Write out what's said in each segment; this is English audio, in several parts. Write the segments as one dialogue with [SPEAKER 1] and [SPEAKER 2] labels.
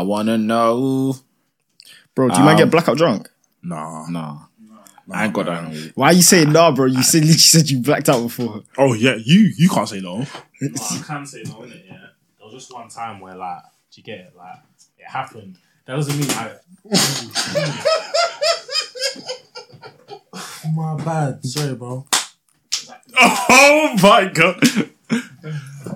[SPEAKER 1] wanna know.
[SPEAKER 2] Bro, do you
[SPEAKER 3] Um,
[SPEAKER 2] mind get blackout drunk?
[SPEAKER 3] Nah.
[SPEAKER 1] Nah, I ain't got that. in me.
[SPEAKER 2] Why are you saying nah, bro? You said literally said you blacked out before.
[SPEAKER 3] Oh yeah, you you can't say no.
[SPEAKER 4] Well, I can say no, innit? Yeah. There was just one time where, like, do you get it? Like, it happened. That doesn't mean like.
[SPEAKER 5] My bad. Sorry, bro.
[SPEAKER 3] Oh my god.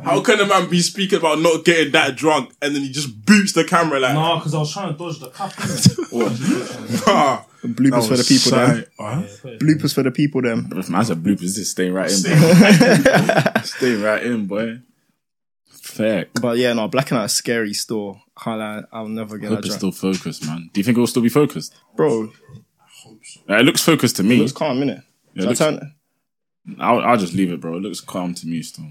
[SPEAKER 3] How can a man be speaking about not getting that drunk and then he just boots the camera like,
[SPEAKER 4] No, because I was trying to dodge the cup. innit?
[SPEAKER 3] nah, that
[SPEAKER 2] Bloopers for the
[SPEAKER 3] was
[SPEAKER 2] people, then.
[SPEAKER 3] sight. Huh?
[SPEAKER 2] Bloopers for the people, then.
[SPEAKER 1] If man's a bloop, is this staying right in? boy. staying right in, boy. Fact.
[SPEAKER 2] But yeah, no, blacking out is scary still. Can't lie, I'll never get
[SPEAKER 1] Hope
[SPEAKER 2] that
[SPEAKER 1] it's
[SPEAKER 2] drunk.
[SPEAKER 1] still focused, man. Do you think it will still be focused?
[SPEAKER 2] bro,
[SPEAKER 1] Uh, it looks focused to
[SPEAKER 2] it
[SPEAKER 1] me.
[SPEAKER 2] looks calm, innit?
[SPEAKER 1] Yeah, it
[SPEAKER 2] Should I
[SPEAKER 1] looks-
[SPEAKER 2] turn it?
[SPEAKER 1] I'll, I'll just leave it, bro. It looks calm to me still.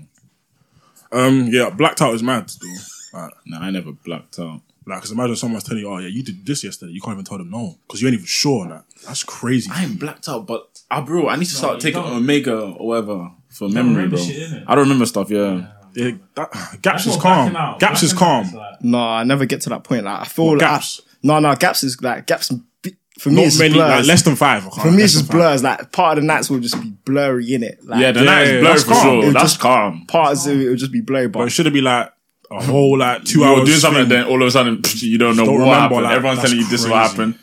[SPEAKER 3] Um, yeah, blacked out is mad still. Like,
[SPEAKER 1] Nah, I never blacked out.
[SPEAKER 3] like, cause imagine someone's telling you, "Oh yeah, you did this yesterday." You can't even tell them no, cause you ain't even sure. on that. that's crazy.
[SPEAKER 1] I ain't blacked out, but ah, bro, I need to start
[SPEAKER 4] you
[SPEAKER 1] taking
[SPEAKER 4] don't.
[SPEAKER 1] Omega or whatever for memory,
[SPEAKER 4] remember
[SPEAKER 1] bro.
[SPEAKER 4] shit, innit?
[SPEAKER 1] I don't remember stuff. Yeah,
[SPEAKER 3] Yeah, that, gaps
[SPEAKER 4] That's
[SPEAKER 3] is
[SPEAKER 4] not
[SPEAKER 3] calm.
[SPEAKER 4] blacking out.
[SPEAKER 3] Gaps is
[SPEAKER 4] Blacking out
[SPEAKER 3] calm.
[SPEAKER 4] like-
[SPEAKER 2] No, I never get to that point. Like I feel like
[SPEAKER 3] gaps.
[SPEAKER 2] no, no, gaps is like gaps. b- For me,
[SPEAKER 3] Not
[SPEAKER 2] it's just
[SPEAKER 3] many, like
[SPEAKER 2] blurs.
[SPEAKER 3] less than five. I can't-
[SPEAKER 2] for me,
[SPEAKER 3] less
[SPEAKER 2] it's
[SPEAKER 3] than
[SPEAKER 2] just
[SPEAKER 3] five.
[SPEAKER 2] blurs. Like part of the nights will just be blurry in it. Like,
[SPEAKER 1] yeah, the
[SPEAKER 3] Yeah,
[SPEAKER 1] night
[SPEAKER 3] yeah,
[SPEAKER 1] is blurred
[SPEAKER 3] that's
[SPEAKER 1] for
[SPEAKER 3] calm.
[SPEAKER 1] sure.
[SPEAKER 2] It
[SPEAKER 1] That's
[SPEAKER 2] just-
[SPEAKER 1] calm.
[SPEAKER 2] Parts of it will just be blurry, but
[SPEAKER 3] But it should be like a whole like two
[SPEAKER 1] You're
[SPEAKER 3] hours.
[SPEAKER 1] doing something,
[SPEAKER 3] thing.
[SPEAKER 1] and then all of a sudden psh, you don't know
[SPEAKER 3] Don't
[SPEAKER 1] what
[SPEAKER 3] remember,
[SPEAKER 1] happened.
[SPEAKER 3] like,
[SPEAKER 1] Everyone's
[SPEAKER 3] that's
[SPEAKER 1] telling you this is what
[SPEAKER 3] crazy.
[SPEAKER 1] happened.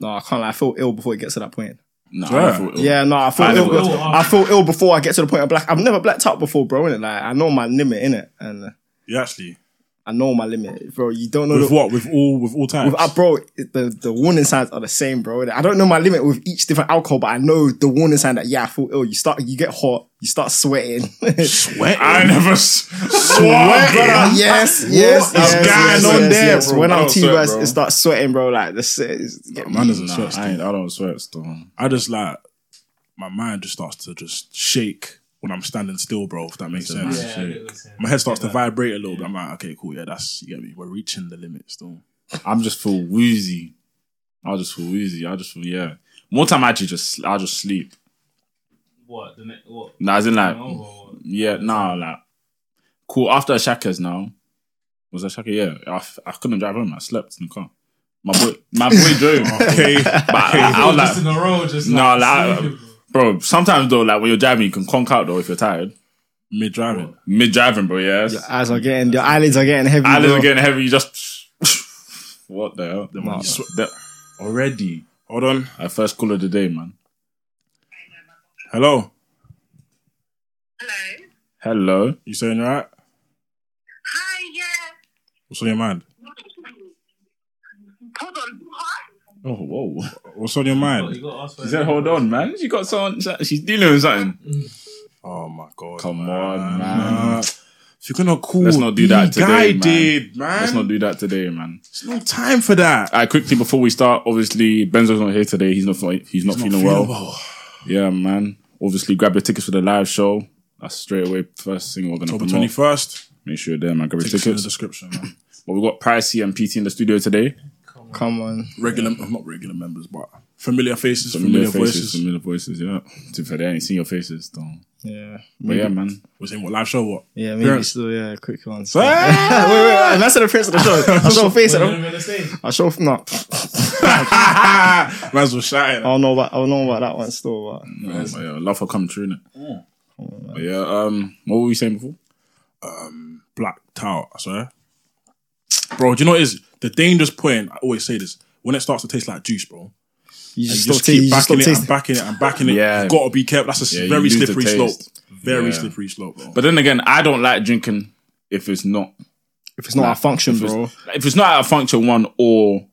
[SPEAKER 2] no, I can't. Lie. I feel ill before it gets to that point.
[SPEAKER 1] Nah, I
[SPEAKER 3] Yeah.
[SPEAKER 1] don't feel ill.
[SPEAKER 2] Yeah, no, I feel
[SPEAKER 1] I
[SPEAKER 2] ill.
[SPEAKER 1] never-
[SPEAKER 2] before- I feel ill before I get to the point of black. I've never blacked out before, bro. Innit? Like I know my limit in it, and
[SPEAKER 3] Yeah, actually,
[SPEAKER 2] I know my limit, bro. You don't know
[SPEAKER 3] with
[SPEAKER 2] the.
[SPEAKER 3] what? With all with all times.
[SPEAKER 2] With, uh, bro, it- the, the warning signs are the same, bro. I don't know my limit with each different alcohol, but I know the warning sign that yeah, I feel ill. You start, you get hot, you start sweating.
[SPEAKER 3] Wet. I never s-
[SPEAKER 2] What,
[SPEAKER 3] swear.
[SPEAKER 2] brother? Yes, yes, yes,
[SPEAKER 3] is going
[SPEAKER 2] yes,
[SPEAKER 3] on
[SPEAKER 2] yes,
[SPEAKER 3] there,
[SPEAKER 2] yes.
[SPEAKER 3] bro?
[SPEAKER 2] When
[SPEAKER 1] I
[SPEAKER 2] I'm
[SPEAKER 1] don't
[SPEAKER 2] T
[SPEAKER 1] sweat,
[SPEAKER 2] verse,
[SPEAKER 1] bro. Oh,
[SPEAKER 2] it starts sweating, bro. Like the shit is getting
[SPEAKER 3] Man doesn't
[SPEAKER 1] Nah,
[SPEAKER 3] sweat.
[SPEAKER 1] I, ain't, I don't sweat still.
[SPEAKER 3] I just like my mind just starts to just shake when I'm standing still, bro. If that makes sense.
[SPEAKER 1] Yeah.
[SPEAKER 4] Yeah, I get what you're saying.
[SPEAKER 3] My head starts to vibrate a little bit. I'm like, okay, cool, yeah, that's you get me. We're reaching the limit still.
[SPEAKER 1] I'm just feel woozy. I just feel woozy. I just feel yeah. More time I actually just I just sleep.
[SPEAKER 4] What? The ne- what?
[SPEAKER 1] Nah, as in like
[SPEAKER 4] Over or what?
[SPEAKER 1] Yeah, nah, like cool. After Shaka's now, was that Shaka? Yeah, I, f- I couldn't drive home. I slept in the car. My boy, my boy drove.
[SPEAKER 3] Okay.
[SPEAKER 1] but I, I was
[SPEAKER 4] Just in
[SPEAKER 1] like,
[SPEAKER 4] a row, just
[SPEAKER 1] No,
[SPEAKER 4] like,
[SPEAKER 1] like, um,
[SPEAKER 4] sleeping, bro.
[SPEAKER 1] bro. Sometimes though, like when you're driving, you can conk out though if you're tired.
[SPEAKER 3] Mid driving.
[SPEAKER 1] Mid driving, bro. Yeah,
[SPEAKER 2] your eyes are getting, your eyelids are getting heavy.
[SPEAKER 1] eyelids
[SPEAKER 2] bro.
[SPEAKER 1] are getting heavy. You just what the hell?
[SPEAKER 3] Then when you sw-
[SPEAKER 1] That- already,
[SPEAKER 3] Hold on.
[SPEAKER 1] our first call of the day, man.
[SPEAKER 3] Hello.
[SPEAKER 6] Hello.
[SPEAKER 1] Hello.
[SPEAKER 3] You saying you're right?
[SPEAKER 6] Hi, yeah.
[SPEAKER 3] What's on your mind?
[SPEAKER 6] Hold on. What?
[SPEAKER 1] Oh, whoa.
[SPEAKER 3] What's on your
[SPEAKER 4] But
[SPEAKER 3] mind?
[SPEAKER 4] you gotta ask for
[SPEAKER 1] She said, "Hold on, man. She got someone. She's dealing with something.
[SPEAKER 3] Oh my god.
[SPEAKER 1] Come on,
[SPEAKER 3] Nah.
[SPEAKER 1] man.
[SPEAKER 3] If you're gonna cool,
[SPEAKER 1] Let's not do
[SPEAKER 3] be
[SPEAKER 1] that today, man.
[SPEAKER 3] guided, man.
[SPEAKER 1] Let's not do that today, man."
[SPEAKER 3] There's no time for that.
[SPEAKER 1] All right, quickly before we start, obviously Benzo's not here today. He's not fe- he's not feeling well. Yeah, man. Obviously, grab your tickets for the live show. That's straight away first thing we're gonna
[SPEAKER 3] October
[SPEAKER 1] promote.
[SPEAKER 3] twenty first.
[SPEAKER 1] Make sure you're there, man. Grab your
[SPEAKER 3] Tickets in the
[SPEAKER 1] tickets.
[SPEAKER 3] description, man.
[SPEAKER 1] But we got Pricey and PT in the studio today.
[SPEAKER 2] Come on,
[SPEAKER 3] Regular, not regular members, but familiar faces,
[SPEAKER 1] Familiar,
[SPEAKER 3] familiar,
[SPEAKER 1] faces,
[SPEAKER 3] voices.
[SPEAKER 1] familiar voices. Yeah. To be fair, they ain't seen your faces though.
[SPEAKER 2] yeah,
[SPEAKER 1] But yeah, man.
[SPEAKER 3] We're saying what live show? What?
[SPEAKER 2] yeah, maybe
[SPEAKER 3] Parents.
[SPEAKER 2] still, yeah, quick one. wait, wait, wait, that's the prince of the show. I show face, I
[SPEAKER 4] What are you
[SPEAKER 2] don't,
[SPEAKER 4] gonna say?
[SPEAKER 2] I show no.
[SPEAKER 3] Might as well shout it.
[SPEAKER 2] I don't know about, I don't know about that one still. But
[SPEAKER 1] Oh, but yeah, love for coming through, innit? But yeah, um, what were we saying before?
[SPEAKER 3] black tower, I swear. Bro, do you know what it is? The dangerous point, I always say this, when it starts to taste like juice, bro.
[SPEAKER 2] you
[SPEAKER 3] You
[SPEAKER 2] just,
[SPEAKER 3] just
[SPEAKER 2] still,
[SPEAKER 3] keep
[SPEAKER 2] you just
[SPEAKER 3] backing
[SPEAKER 2] still
[SPEAKER 3] it and
[SPEAKER 2] taste.
[SPEAKER 3] backing it and backing it.
[SPEAKER 1] Yeah.
[SPEAKER 3] You've got to be careful. That's a s-
[SPEAKER 1] Yeah, you
[SPEAKER 3] very
[SPEAKER 1] lose the
[SPEAKER 3] slippery slope.
[SPEAKER 1] taste.
[SPEAKER 3] Very
[SPEAKER 1] Yeah.
[SPEAKER 3] slippery slope, bro.
[SPEAKER 1] But then again, I don't like drinking if it's not
[SPEAKER 2] If it's not our function,
[SPEAKER 1] if it's-
[SPEAKER 2] bro.
[SPEAKER 1] If it's not at a function one or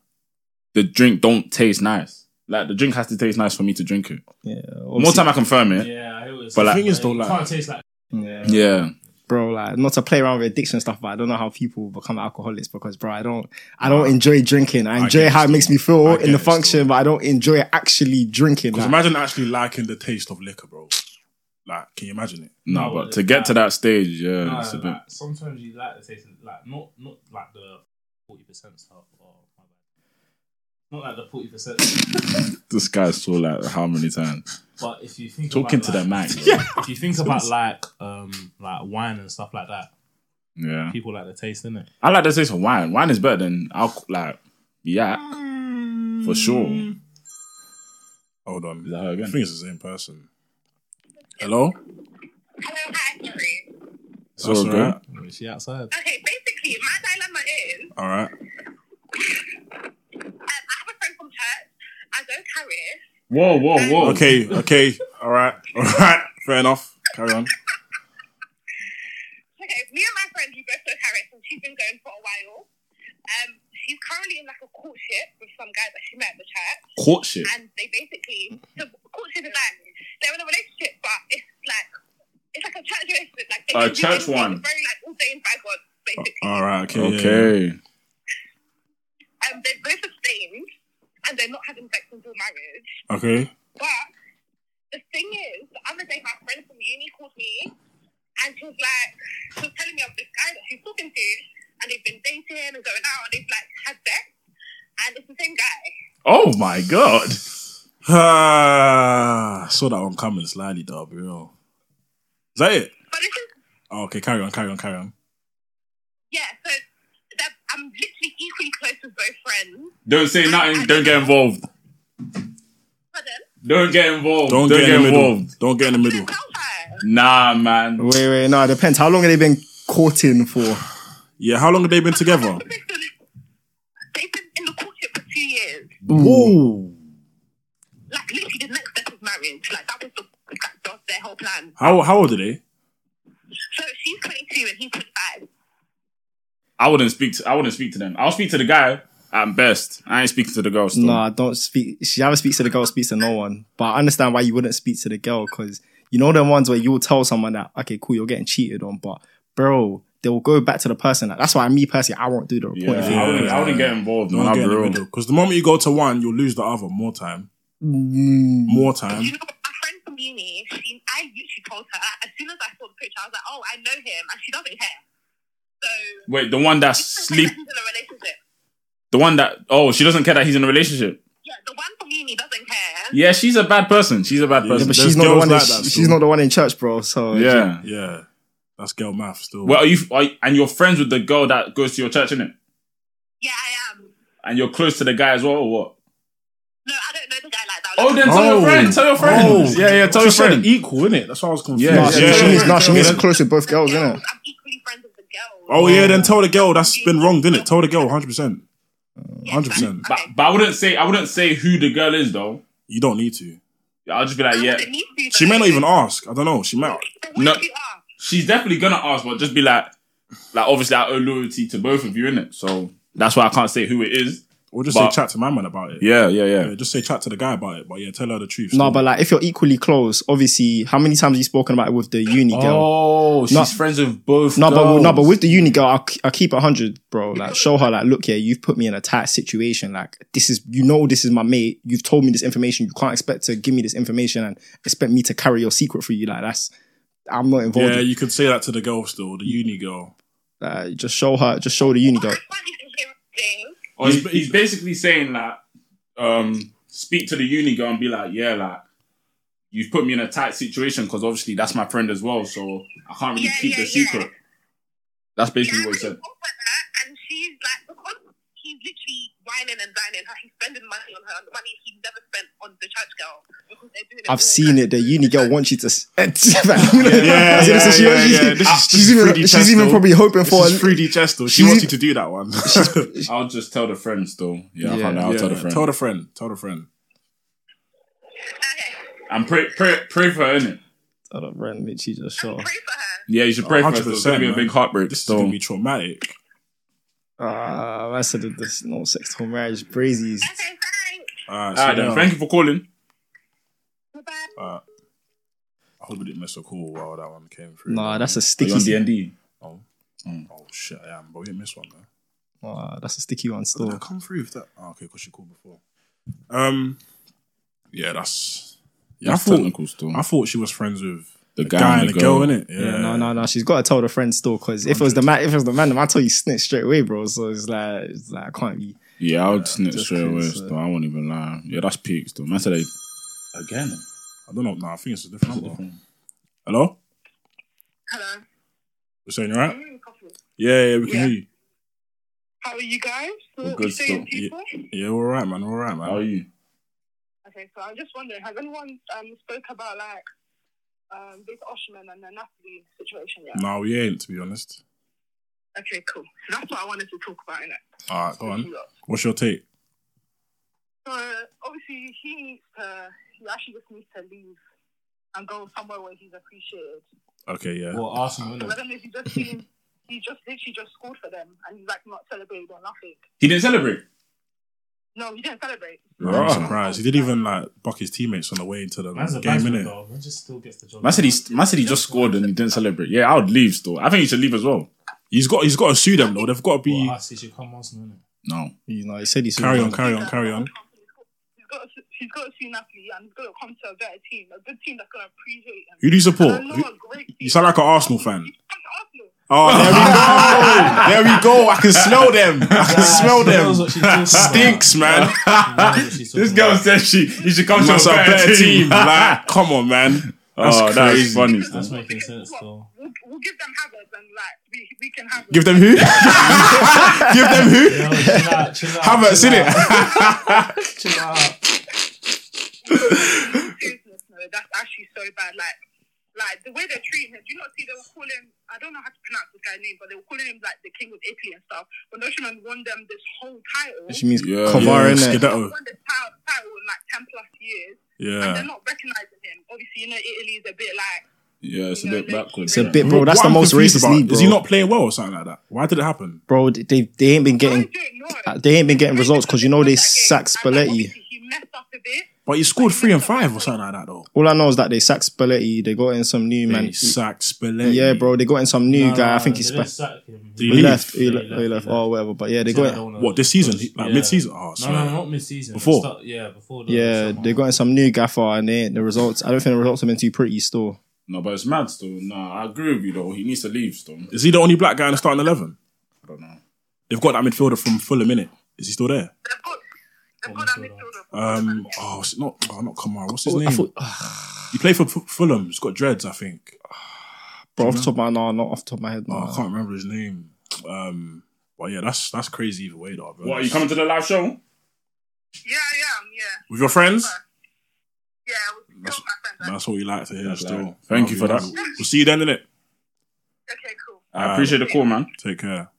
[SPEAKER 1] the drink don't taste nice. Like the drink has to taste nice for me to drink it.
[SPEAKER 2] Yeah,
[SPEAKER 1] More
[SPEAKER 2] obviously-
[SPEAKER 1] time I confirm it.
[SPEAKER 4] Yeah, I hear what you're
[SPEAKER 1] But
[SPEAKER 4] saying.
[SPEAKER 1] like-
[SPEAKER 3] thing is, though,
[SPEAKER 4] You
[SPEAKER 3] like-
[SPEAKER 4] can't taste like.
[SPEAKER 2] Yeah.
[SPEAKER 1] Yeah.
[SPEAKER 2] bro. Like not to play around with addiction and stuff, but I don't know how people become alcoholics because, bro, I don't, I don't enjoy drinking. I enjoy
[SPEAKER 3] get it
[SPEAKER 2] how it
[SPEAKER 3] still.
[SPEAKER 2] makes me feel
[SPEAKER 3] I get
[SPEAKER 2] in the
[SPEAKER 3] it
[SPEAKER 2] function,
[SPEAKER 3] still.
[SPEAKER 2] but I don't enjoy actually drinking.
[SPEAKER 3] Because
[SPEAKER 2] like-
[SPEAKER 3] imagine actually liking the taste of liquor, bro. Like, can you imagine it?
[SPEAKER 1] No,
[SPEAKER 4] No,
[SPEAKER 1] but
[SPEAKER 4] it's
[SPEAKER 1] to get
[SPEAKER 4] like-
[SPEAKER 1] to that stage, yeah,
[SPEAKER 4] Nah,
[SPEAKER 1] it's a bit.
[SPEAKER 4] like, sometimes you like the taste, of, like not not like the forty percent stuff. Or my bad. Not like the forty percent,
[SPEAKER 1] This guy saw like how many times
[SPEAKER 4] but if you think
[SPEAKER 1] talking
[SPEAKER 4] about,
[SPEAKER 1] to
[SPEAKER 4] like,
[SPEAKER 1] the mic.
[SPEAKER 4] If you think about like um like wine and stuff like that,
[SPEAKER 1] Yeah.
[SPEAKER 4] People like the taste, innit?
[SPEAKER 1] I like the taste of wine. Wine is better than alcohol. Like, yeah,
[SPEAKER 4] Mm.
[SPEAKER 1] for sure. Is
[SPEAKER 3] Hold on.
[SPEAKER 1] that her
[SPEAKER 3] I
[SPEAKER 1] again?
[SPEAKER 3] think it's the same person. Hello?
[SPEAKER 6] Hello, hi, sorry.
[SPEAKER 1] So
[SPEAKER 3] That's
[SPEAKER 1] good.
[SPEAKER 3] alright.
[SPEAKER 4] Is she outside?
[SPEAKER 6] Okay, basically, my dilemma is
[SPEAKER 3] All right.
[SPEAKER 6] um, I have a friend from church. I don't carry it.
[SPEAKER 1] Whoa, whoa, whoa.
[SPEAKER 3] Okay, okay. All right. All right. Fair enough. Carry on.
[SPEAKER 6] Okay, me and my friend, we both know Harris, and she's been going for a while. Um, she's currently in like a courtship with some guy that she met at the church,
[SPEAKER 1] Courtship.
[SPEAKER 6] and they basically the courtship is like they're in a relationship, but it's like it's like a church relationship, like they
[SPEAKER 1] A
[SPEAKER 6] can do
[SPEAKER 1] church
[SPEAKER 6] anything,
[SPEAKER 1] one. Uh,
[SPEAKER 6] it's very like all day in by God, basically.
[SPEAKER 3] All right. Okay. yeah, yeah.
[SPEAKER 1] Okay.
[SPEAKER 6] um, they're both abstained, and they're not having sex until marriage.
[SPEAKER 3] Okay.
[SPEAKER 6] But the thing is, the other day my friend from uni called me and she was like, she was telling me of this guy that she's talking to and they've been dating and going out and they've like had sex and it's the same guy.
[SPEAKER 1] Oh my god.
[SPEAKER 3] Ah, I saw that one coming slightly, though. I'll be real. Is that it?
[SPEAKER 6] But this is,
[SPEAKER 3] Oh, okay, carry on, carry on, carry on.
[SPEAKER 6] yeah, so that I'm literally equally close with both friends.
[SPEAKER 1] Don't say nothing. Don't get involved.
[SPEAKER 6] But then,
[SPEAKER 1] Don't get involved.
[SPEAKER 3] Don't, get, in the middle. Don't get in the
[SPEAKER 6] I
[SPEAKER 3] middle.
[SPEAKER 6] didn't tell her.
[SPEAKER 1] Nah, man.
[SPEAKER 2] Wait, wait, no, it depends. How long have they been courting for?
[SPEAKER 3] Yeah, how long have they been together?
[SPEAKER 6] They've been in the courtship for two years.
[SPEAKER 2] Whoa.
[SPEAKER 6] Like literally the next step is marriage. Like that was the, that was their whole plan.
[SPEAKER 3] How how old are they?
[SPEAKER 6] So she's 22 and he's 25.
[SPEAKER 1] I wouldn't speak to. I wouldn't speak to them. I'll speak to the guy at best. I ain't speaking to the girl. Still.
[SPEAKER 2] Nah, don't speak. She either speaks to the girl, speaks to no one. But I understand why you wouldn't speak to the girl because you know the ones where you'll tell someone that okay, cool, you're getting cheated on, but bro, they will go back to the person. That's why me personally, I won't do the
[SPEAKER 1] Yeah,
[SPEAKER 2] reporting.
[SPEAKER 1] I, wouldn't, I wouldn't get involved.
[SPEAKER 3] Don't
[SPEAKER 1] man. I'll
[SPEAKER 3] get
[SPEAKER 1] be
[SPEAKER 3] in the
[SPEAKER 1] real.
[SPEAKER 3] middle. Because the moment you go to one, you'll lose the other. More time. More time.
[SPEAKER 6] You know, my friend from uni, she, I literally told her like, as soon as I saw the picture, I was like, "Oh, I know him," and she doesn't care. So
[SPEAKER 1] Wait, the one that's
[SPEAKER 6] it's just
[SPEAKER 1] sleep.
[SPEAKER 6] like he's in a relationship.
[SPEAKER 1] The one that. Oh, she doesn't care that he's in a relationship.
[SPEAKER 6] Yeah, the one from uni doesn't care.
[SPEAKER 1] Yeah, she's a bad person. She's a bad
[SPEAKER 3] Yeah,
[SPEAKER 2] Yeah,
[SPEAKER 1] person.
[SPEAKER 2] but
[SPEAKER 3] There's
[SPEAKER 2] she's not the
[SPEAKER 3] girls
[SPEAKER 2] one.
[SPEAKER 3] like
[SPEAKER 2] in,
[SPEAKER 3] that,
[SPEAKER 2] she's
[SPEAKER 3] so-
[SPEAKER 2] not the one in church, bro. So
[SPEAKER 1] yeah.
[SPEAKER 3] Yeah, that's girl math still.
[SPEAKER 1] Well, are you, are you and you're friends with the girl that goes to your church, innit?
[SPEAKER 6] Yeah, I am.
[SPEAKER 1] And you're close to the guy as well, or what?
[SPEAKER 6] No, I don't know the guy like that.
[SPEAKER 1] Oh, then tell
[SPEAKER 3] Oh.
[SPEAKER 1] your friend. Tell your friend.
[SPEAKER 3] Oh.
[SPEAKER 1] Yeah, yeah. Tell
[SPEAKER 3] She
[SPEAKER 1] your
[SPEAKER 3] said
[SPEAKER 1] friend.
[SPEAKER 3] equal, innit? That's why I was confused.
[SPEAKER 1] Yeah,
[SPEAKER 2] Nah,
[SPEAKER 1] yeah,
[SPEAKER 2] she,
[SPEAKER 1] yeah,
[SPEAKER 2] she
[SPEAKER 1] yeah,
[SPEAKER 2] means, nah, she
[SPEAKER 3] yeah.
[SPEAKER 2] means close with both girls,
[SPEAKER 6] girls,
[SPEAKER 2] innit?
[SPEAKER 6] I'm equally friends with the girls.
[SPEAKER 3] Oh yeah, then tell the girl that's been wronged, innit? Tell the girl, hundred percent,
[SPEAKER 6] Yeah,
[SPEAKER 3] hundred
[SPEAKER 6] so
[SPEAKER 3] percent.
[SPEAKER 1] But, but I wouldn't say I wouldn't say who the girl is though.
[SPEAKER 3] You don't need to.
[SPEAKER 1] I'll just be like,
[SPEAKER 6] I
[SPEAKER 1] yeah,
[SPEAKER 6] wouldn't need to,
[SPEAKER 3] She
[SPEAKER 6] though.
[SPEAKER 3] may not even ask. I don't know. She might.
[SPEAKER 6] But what
[SPEAKER 1] No.
[SPEAKER 6] if you are?
[SPEAKER 1] she's definitely gonna ask, but just be like, like obviously I owe loyalty to both of you, innit? So that's why I can't say who it is.
[SPEAKER 3] Or just
[SPEAKER 1] But-
[SPEAKER 3] say chat to my man about it.
[SPEAKER 1] Yeah, yeah,
[SPEAKER 3] Yeah, just say chat to the guy about it. But yeah, tell her the truth.
[SPEAKER 2] No,
[SPEAKER 3] still.
[SPEAKER 2] but like if you're equally close, obviously, how many times have you spoken about it with the uni girl?
[SPEAKER 1] Oh, she's
[SPEAKER 2] No.
[SPEAKER 1] friends with both.
[SPEAKER 2] No, but
[SPEAKER 1] girls.
[SPEAKER 2] no, but with the uni girl, I'll, I'll keep it hundred, bro. Like, show her, like, look, yeah, you've put me in a tight situation. Like, this is, you know, this is my mate. You've told me this information. You can't expect to give me this information and expect me to carry your secret for you. Like, that's, I'm not involved.
[SPEAKER 3] yeah, you could say that to the girl still, the uni girl.
[SPEAKER 2] Uh, just show her, just show the uni
[SPEAKER 6] Well,
[SPEAKER 2] girl.
[SPEAKER 6] I find this interesting.
[SPEAKER 1] Or Oh, he's, he's basically saying like, um, speak to the uni girl and be like, yeah, like you've put me in a tight situation because obviously that's my friend as well, so I can't really
[SPEAKER 6] Yeah,
[SPEAKER 1] keep
[SPEAKER 6] yeah,
[SPEAKER 1] the
[SPEAKER 6] yeah.
[SPEAKER 1] secret. That's basically
[SPEAKER 6] Yeah,
[SPEAKER 1] what he
[SPEAKER 6] I
[SPEAKER 1] said.
[SPEAKER 6] really fought for that, and she's like, because he's literally whining and dining her, he's spending money on her, and the money he never spent on the church girl. because they're doing
[SPEAKER 2] I've
[SPEAKER 6] all
[SPEAKER 2] seen
[SPEAKER 6] like-
[SPEAKER 2] it. The uni girl wants you to. s- yeah,
[SPEAKER 3] yeah,
[SPEAKER 2] she-
[SPEAKER 3] yeah,
[SPEAKER 2] she-
[SPEAKER 3] yeah. This is- this
[SPEAKER 2] She's
[SPEAKER 3] is
[SPEAKER 2] even,
[SPEAKER 3] 3D
[SPEAKER 2] she's
[SPEAKER 3] chest,
[SPEAKER 2] even
[SPEAKER 3] though.
[SPEAKER 2] probably hoping
[SPEAKER 3] This
[SPEAKER 2] for.
[SPEAKER 3] is 3D chess though. She
[SPEAKER 2] She's-
[SPEAKER 3] wants you to do that one. yeah,
[SPEAKER 1] I'll just tell the friends though. Yeah, I can't, I'll tell the friend.
[SPEAKER 3] Tell the friend. Tell the friend.
[SPEAKER 6] Okay,
[SPEAKER 1] and pray, pray, pray for her, innit?
[SPEAKER 2] Hold on, Brent, literally just show. her.
[SPEAKER 6] pray for her.
[SPEAKER 1] Yeah, you should pray for her. It's
[SPEAKER 3] 100%,
[SPEAKER 1] gonna be a
[SPEAKER 3] man.
[SPEAKER 1] big heartbreak.
[SPEAKER 3] This is
[SPEAKER 1] so.
[SPEAKER 3] gonna be traumatic.
[SPEAKER 2] Ah, I said that this no sex till marriage, brazies.
[SPEAKER 6] Okay, thanks.
[SPEAKER 3] Alright,
[SPEAKER 1] All right, Ah, then. Thank you for calling.
[SPEAKER 6] Bye-bye.
[SPEAKER 3] Ah. I hope we didn't mess a call while that one came through.
[SPEAKER 2] Nah, that's a
[SPEAKER 1] Are you on
[SPEAKER 2] sticky.
[SPEAKER 1] DND?
[SPEAKER 3] oh shit, I am. But we didn't miss one though.
[SPEAKER 2] Nah, that's a sticky one
[SPEAKER 3] Did I
[SPEAKER 2] still.
[SPEAKER 3] come through with that? Oh, okay, because she called before. Um, yeah, that's. Yeah, I thought
[SPEAKER 1] still.
[SPEAKER 3] I thought she was friends with
[SPEAKER 1] The
[SPEAKER 3] the guy and the girl, innit? Yeah,
[SPEAKER 2] Yeah, no, no, no. She's got to tell the friend still because if it was the man, if it was the man, I tell you snitch straight away, bro. So it's like, it's like I can't be.
[SPEAKER 1] Yeah, I would snitch
[SPEAKER 2] just
[SPEAKER 1] straight away.
[SPEAKER 2] kidding,
[SPEAKER 1] Still, I won't even lie. Yeah, that's peaks though. Man said they again.
[SPEAKER 3] I don't know. No, I think it's a different number. Hello,
[SPEAKER 6] Hello.
[SPEAKER 3] you saying you're right?
[SPEAKER 6] think of me.
[SPEAKER 3] Yeah, yeah, we can
[SPEAKER 6] Yeah.
[SPEAKER 3] hear you.
[SPEAKER 6] How are you guys? So
[SPEAKER 1] We're
[SPEAKER 6] what
[SPEAKER 1] good
[SPEAKER 6] you saying,
[SPEAKER 1] still.
[SPEAKER 6] people?
[SPEAKER 3] Yeah, we're alright, man. We're alright, man.
[SPEAKER 1] How are you?
[SPEAKER 6] Okay, so I'm just wondering, has anyone um, spoke about like um, this Oshman and the Napoli situation yet?
[SPEAKER 3] No, we ain't, to be honest.
[SPEAKER 6] Okay, cool. So that's what I wanted to talk about in it.
[SPEAKER 3] Alright, go on. What's your take?
[SPEAKER 6] So obviously he needs to. He actually just needs to leave and go somewhere where he's appreciated.
[SPEAKER 3] Okay, yeah.
[SPEAKER 4] Well,
[SPEAKER 3] Mm.
[SPEAKER 4] Arsenal, innit?
[SPEAKER 6] Because I don't know if you just seen. He just literally just scored for them, and he's like not celebrated or nothing.
[SPEAKER 1] He didn't celebrate.
[SPEAKER 6] No, he didn't celebrate.
[SPEAKER 3] I'm surprised. He did even like buck his teammates on the way into the
[SPEAKER 4] Man's a
[SPEAKER 3] game,
[SPEAKER 4] batsman,
[SPEAKER 3] innit?
[SPEAKER 4] though. Man just still gets the job.
[SPEAKER 1] Man said, he, man said he just scored and he didn't celebrate. Yeah, I would leave still. I think he should leave as well.
[SPEAKER 3] He's got he's got to sue them though. They've got to
[SPEAKER 4] Well,
[SPEAKER 3] be
[SPEAKER 4] Arsenal should come Arsenal, innit?
[SPEAKER 1] No.
[SPEAKER 2] You know, he said he's
[SPEAKER 3] carry on, carry on, carry on.
[SPEAKER 6] He's got, to, he's got to see Napoli and he's got to come to a better team, a good team that's going to appreciate him.
[SPEAKER 3] Who do you support?
[SPEAKER 6] And I
[SPEAKER 3] Who-
[SPEAKER 6] know a great team.
[SPEAKER 3] you sound like an Arsenal fan.
[SPEAKER 6] You sound like Arsenal.
[SPEAKER 3] Oh, there we go. there we go. I can smell them. I can smell
[SPEAKER 4] She
[SPEAKER 3] them.
[SPEAKER 4] knows what she's talking about.
[SPEAKER 3] Stinks, man.
[SPEAKER 4] She knows what she's talking
[SPEAKER 1] This girl
[SPEAKER 4] about.
[SPEAKER 1] said she he should come to a
[SPEAKER 3] That's a
[SPEAKER 1] better,
[SPEAKER 3] better team.
[SPEAKER 1] team.
[SPEAKER 3] Like, come on, man. That's
[SPEAKER 1] oh, that
[SPEAKER 3] crazy.
[SPEAKER 1] is funny. still.
[SPEAKER 4] That's making sense, though.
[SPEAKER 6] We'll, we'll give them Havertz and like we, we can have
[SPEAKER 3] Give them who? Give them who?
[SPEAKER 4] Yo, chill out, chill out.
[SPEAKER 3] Havertz,
[SPEAKER 4] chill
[SPEAKER 3] innit?
[SPEAKER 4] out, Chill out.
[SPEAKER 6] seriousness. No, that's actually so bad. Like like the way they're treating him. Do you not see they were calling? I don't know how to pronounce this guy's name, but they were calling him like the king of Italy and stuff. But Notionman won them this whole title.
[SPEAKER 2] She means
[SPEAKER 1] Yeah,
[SPEAKER 2] Kovar,
[SPEAKER 3] yeah,
[SPEAKER 2] innit?
[SPEAKER 3] Skidetto.
[SPEAKER 6] Won the title, title in like ten plus years. And
[SPEAKER 3] Yeah.
[SPEAKER 6] they're not recognizing him. Obviously, you know Italy's a bit like
[SPEAKER 1] Yeah, it's a bit backwards.
[SPEAKER 2] It's a bit, bro. That's
[SPEAKER 3] What
[SPEAKER 2] the
[SPEAKER 3] I'm
[SPEAKER 2] most
[SPEAKER 3] confused
[SPEAKER 2] racist
[SPEAKER 3] about
[SPEAKER 2] league, bro.
[SPEAKER 3] Is he not playing well or something like that? Why did it happen?
[SPEAKER 2] bro, they they ain't been
[SPEAKER 6] I
[SPEAKER 2] getting
[SPEAKER 6] don't know.
[SPEAKER 2] they ain't been getting results because you know they
[SPEAKER 6] That game,
[SPEAKER 2] sacked
[SPEAKER 6] and, like,
[SPEAKER 2] Spalletti.
[SPEAKER 6] obviously He messed up a bit.
[SPEAKER 3] But he scored three and five or something like that though.
[SPEAKER 2] All I know is that they sacked Spalletti. They got in some new
[SPEAKER 3] Man,
[SPEAKER 2] man.
[SPEAKER 3] he sacked Spalletti.
[SPEAKER 2] Yeah, bro, they got in some new
[SPEAKER 4] Nah,
[SPEAKER 2] guy. I
[SPEAKER 4] nah,
[SPEAKER 2] think
[SPEAKER 4] they
[SPEAKER 2] he's
[SPEAKER 4] didn't
[SPEAKER 2] spe-
[SPEAKER 4] sack him.
[SPEAKER 3] Did he
[SPEAKER 2] he left,
[SPEAKER 4] Yeah,
[SPEAKER 2] he left, he left, or whatever. But yeah, they
[SPEAKER 4] He said,
[SPEAKER 2] got
[SPEAKER 4] "I
[SPEAKER 2] in,
[SPEAKER 4] don't wanna
[SPEAKER 3] What, this
[SPEAKER 4] leave."
[SPEAKER 3] season? He- Like
[SPEAKER 4] Yeah.
[SPEAKER 3] mid season? Oh,
[SPEAKER 4] No,
[SPEAKER 3] sorry.
[SPEAKER 4] no, not mid season.
[SPEAKER 3] Before?
[SPEAKER 4] yeah, before. The
[SPEAKER 2] yeah,
[SPEAKER 4] summer.
[SPEAKER 2] they got in some new gaffer, and they ain't the results. I don't think the results have been too pretty still.
[SPEAKER 1] No, but it's mad still. Nah, I agree with you though. He needs to leave still.
[SPEAKER 3] Is he the only black guy in the starting 11?
[SPEAKER 1] I don't know.
[SPEAKER 3] They've got that midfielder from Fulham, innit? Is he still there?
[SPEAKER 6] They've got, they've got
[SPEAKER 4] What
[SPEAKER 6] that
[SPEAKER 4] midfielder?
[SPEAKER 6] midfielder.
[SPEAKER 3] Um, oh, it's not, oh, not Kamara. What's his
[SPEAKER 2] I
[SPEAKER 3] name?
[SPEAKER 2] thought-
[SPEAKER 3] He played for F- Fulham. He's got dreads, I think.
[SPEAKER 2] Bro, off the top of my no, not off the top of my head.
[SPEAKER 3] Oh,
[SPEAKER 2] No.
[SPEAKER 3] I can't remember his name. Um, but yeah, that's that's crazy either way, though. Bro.
[SPEAKER 1] What, are you coming to the live show?
[SPEAKER 6] Yeah, yeah, yeah.
[SPEAKER 3] with your friends?
[SPEAKER 6] Yeah, I was still my friend. like,
[SPEAKER 3] That's what we like to hear.
[SPEAKER 1] That's
[SPEAKER 3] still,
[SPEAKER 1] like- Thank you for that.
[SPEAKER 3] We'll see you then, innit?
[SPEAKER 6] Okay, cool.
[SPEAKER 1] I appreciate the call, man.
[SPEAKER 3] Take care.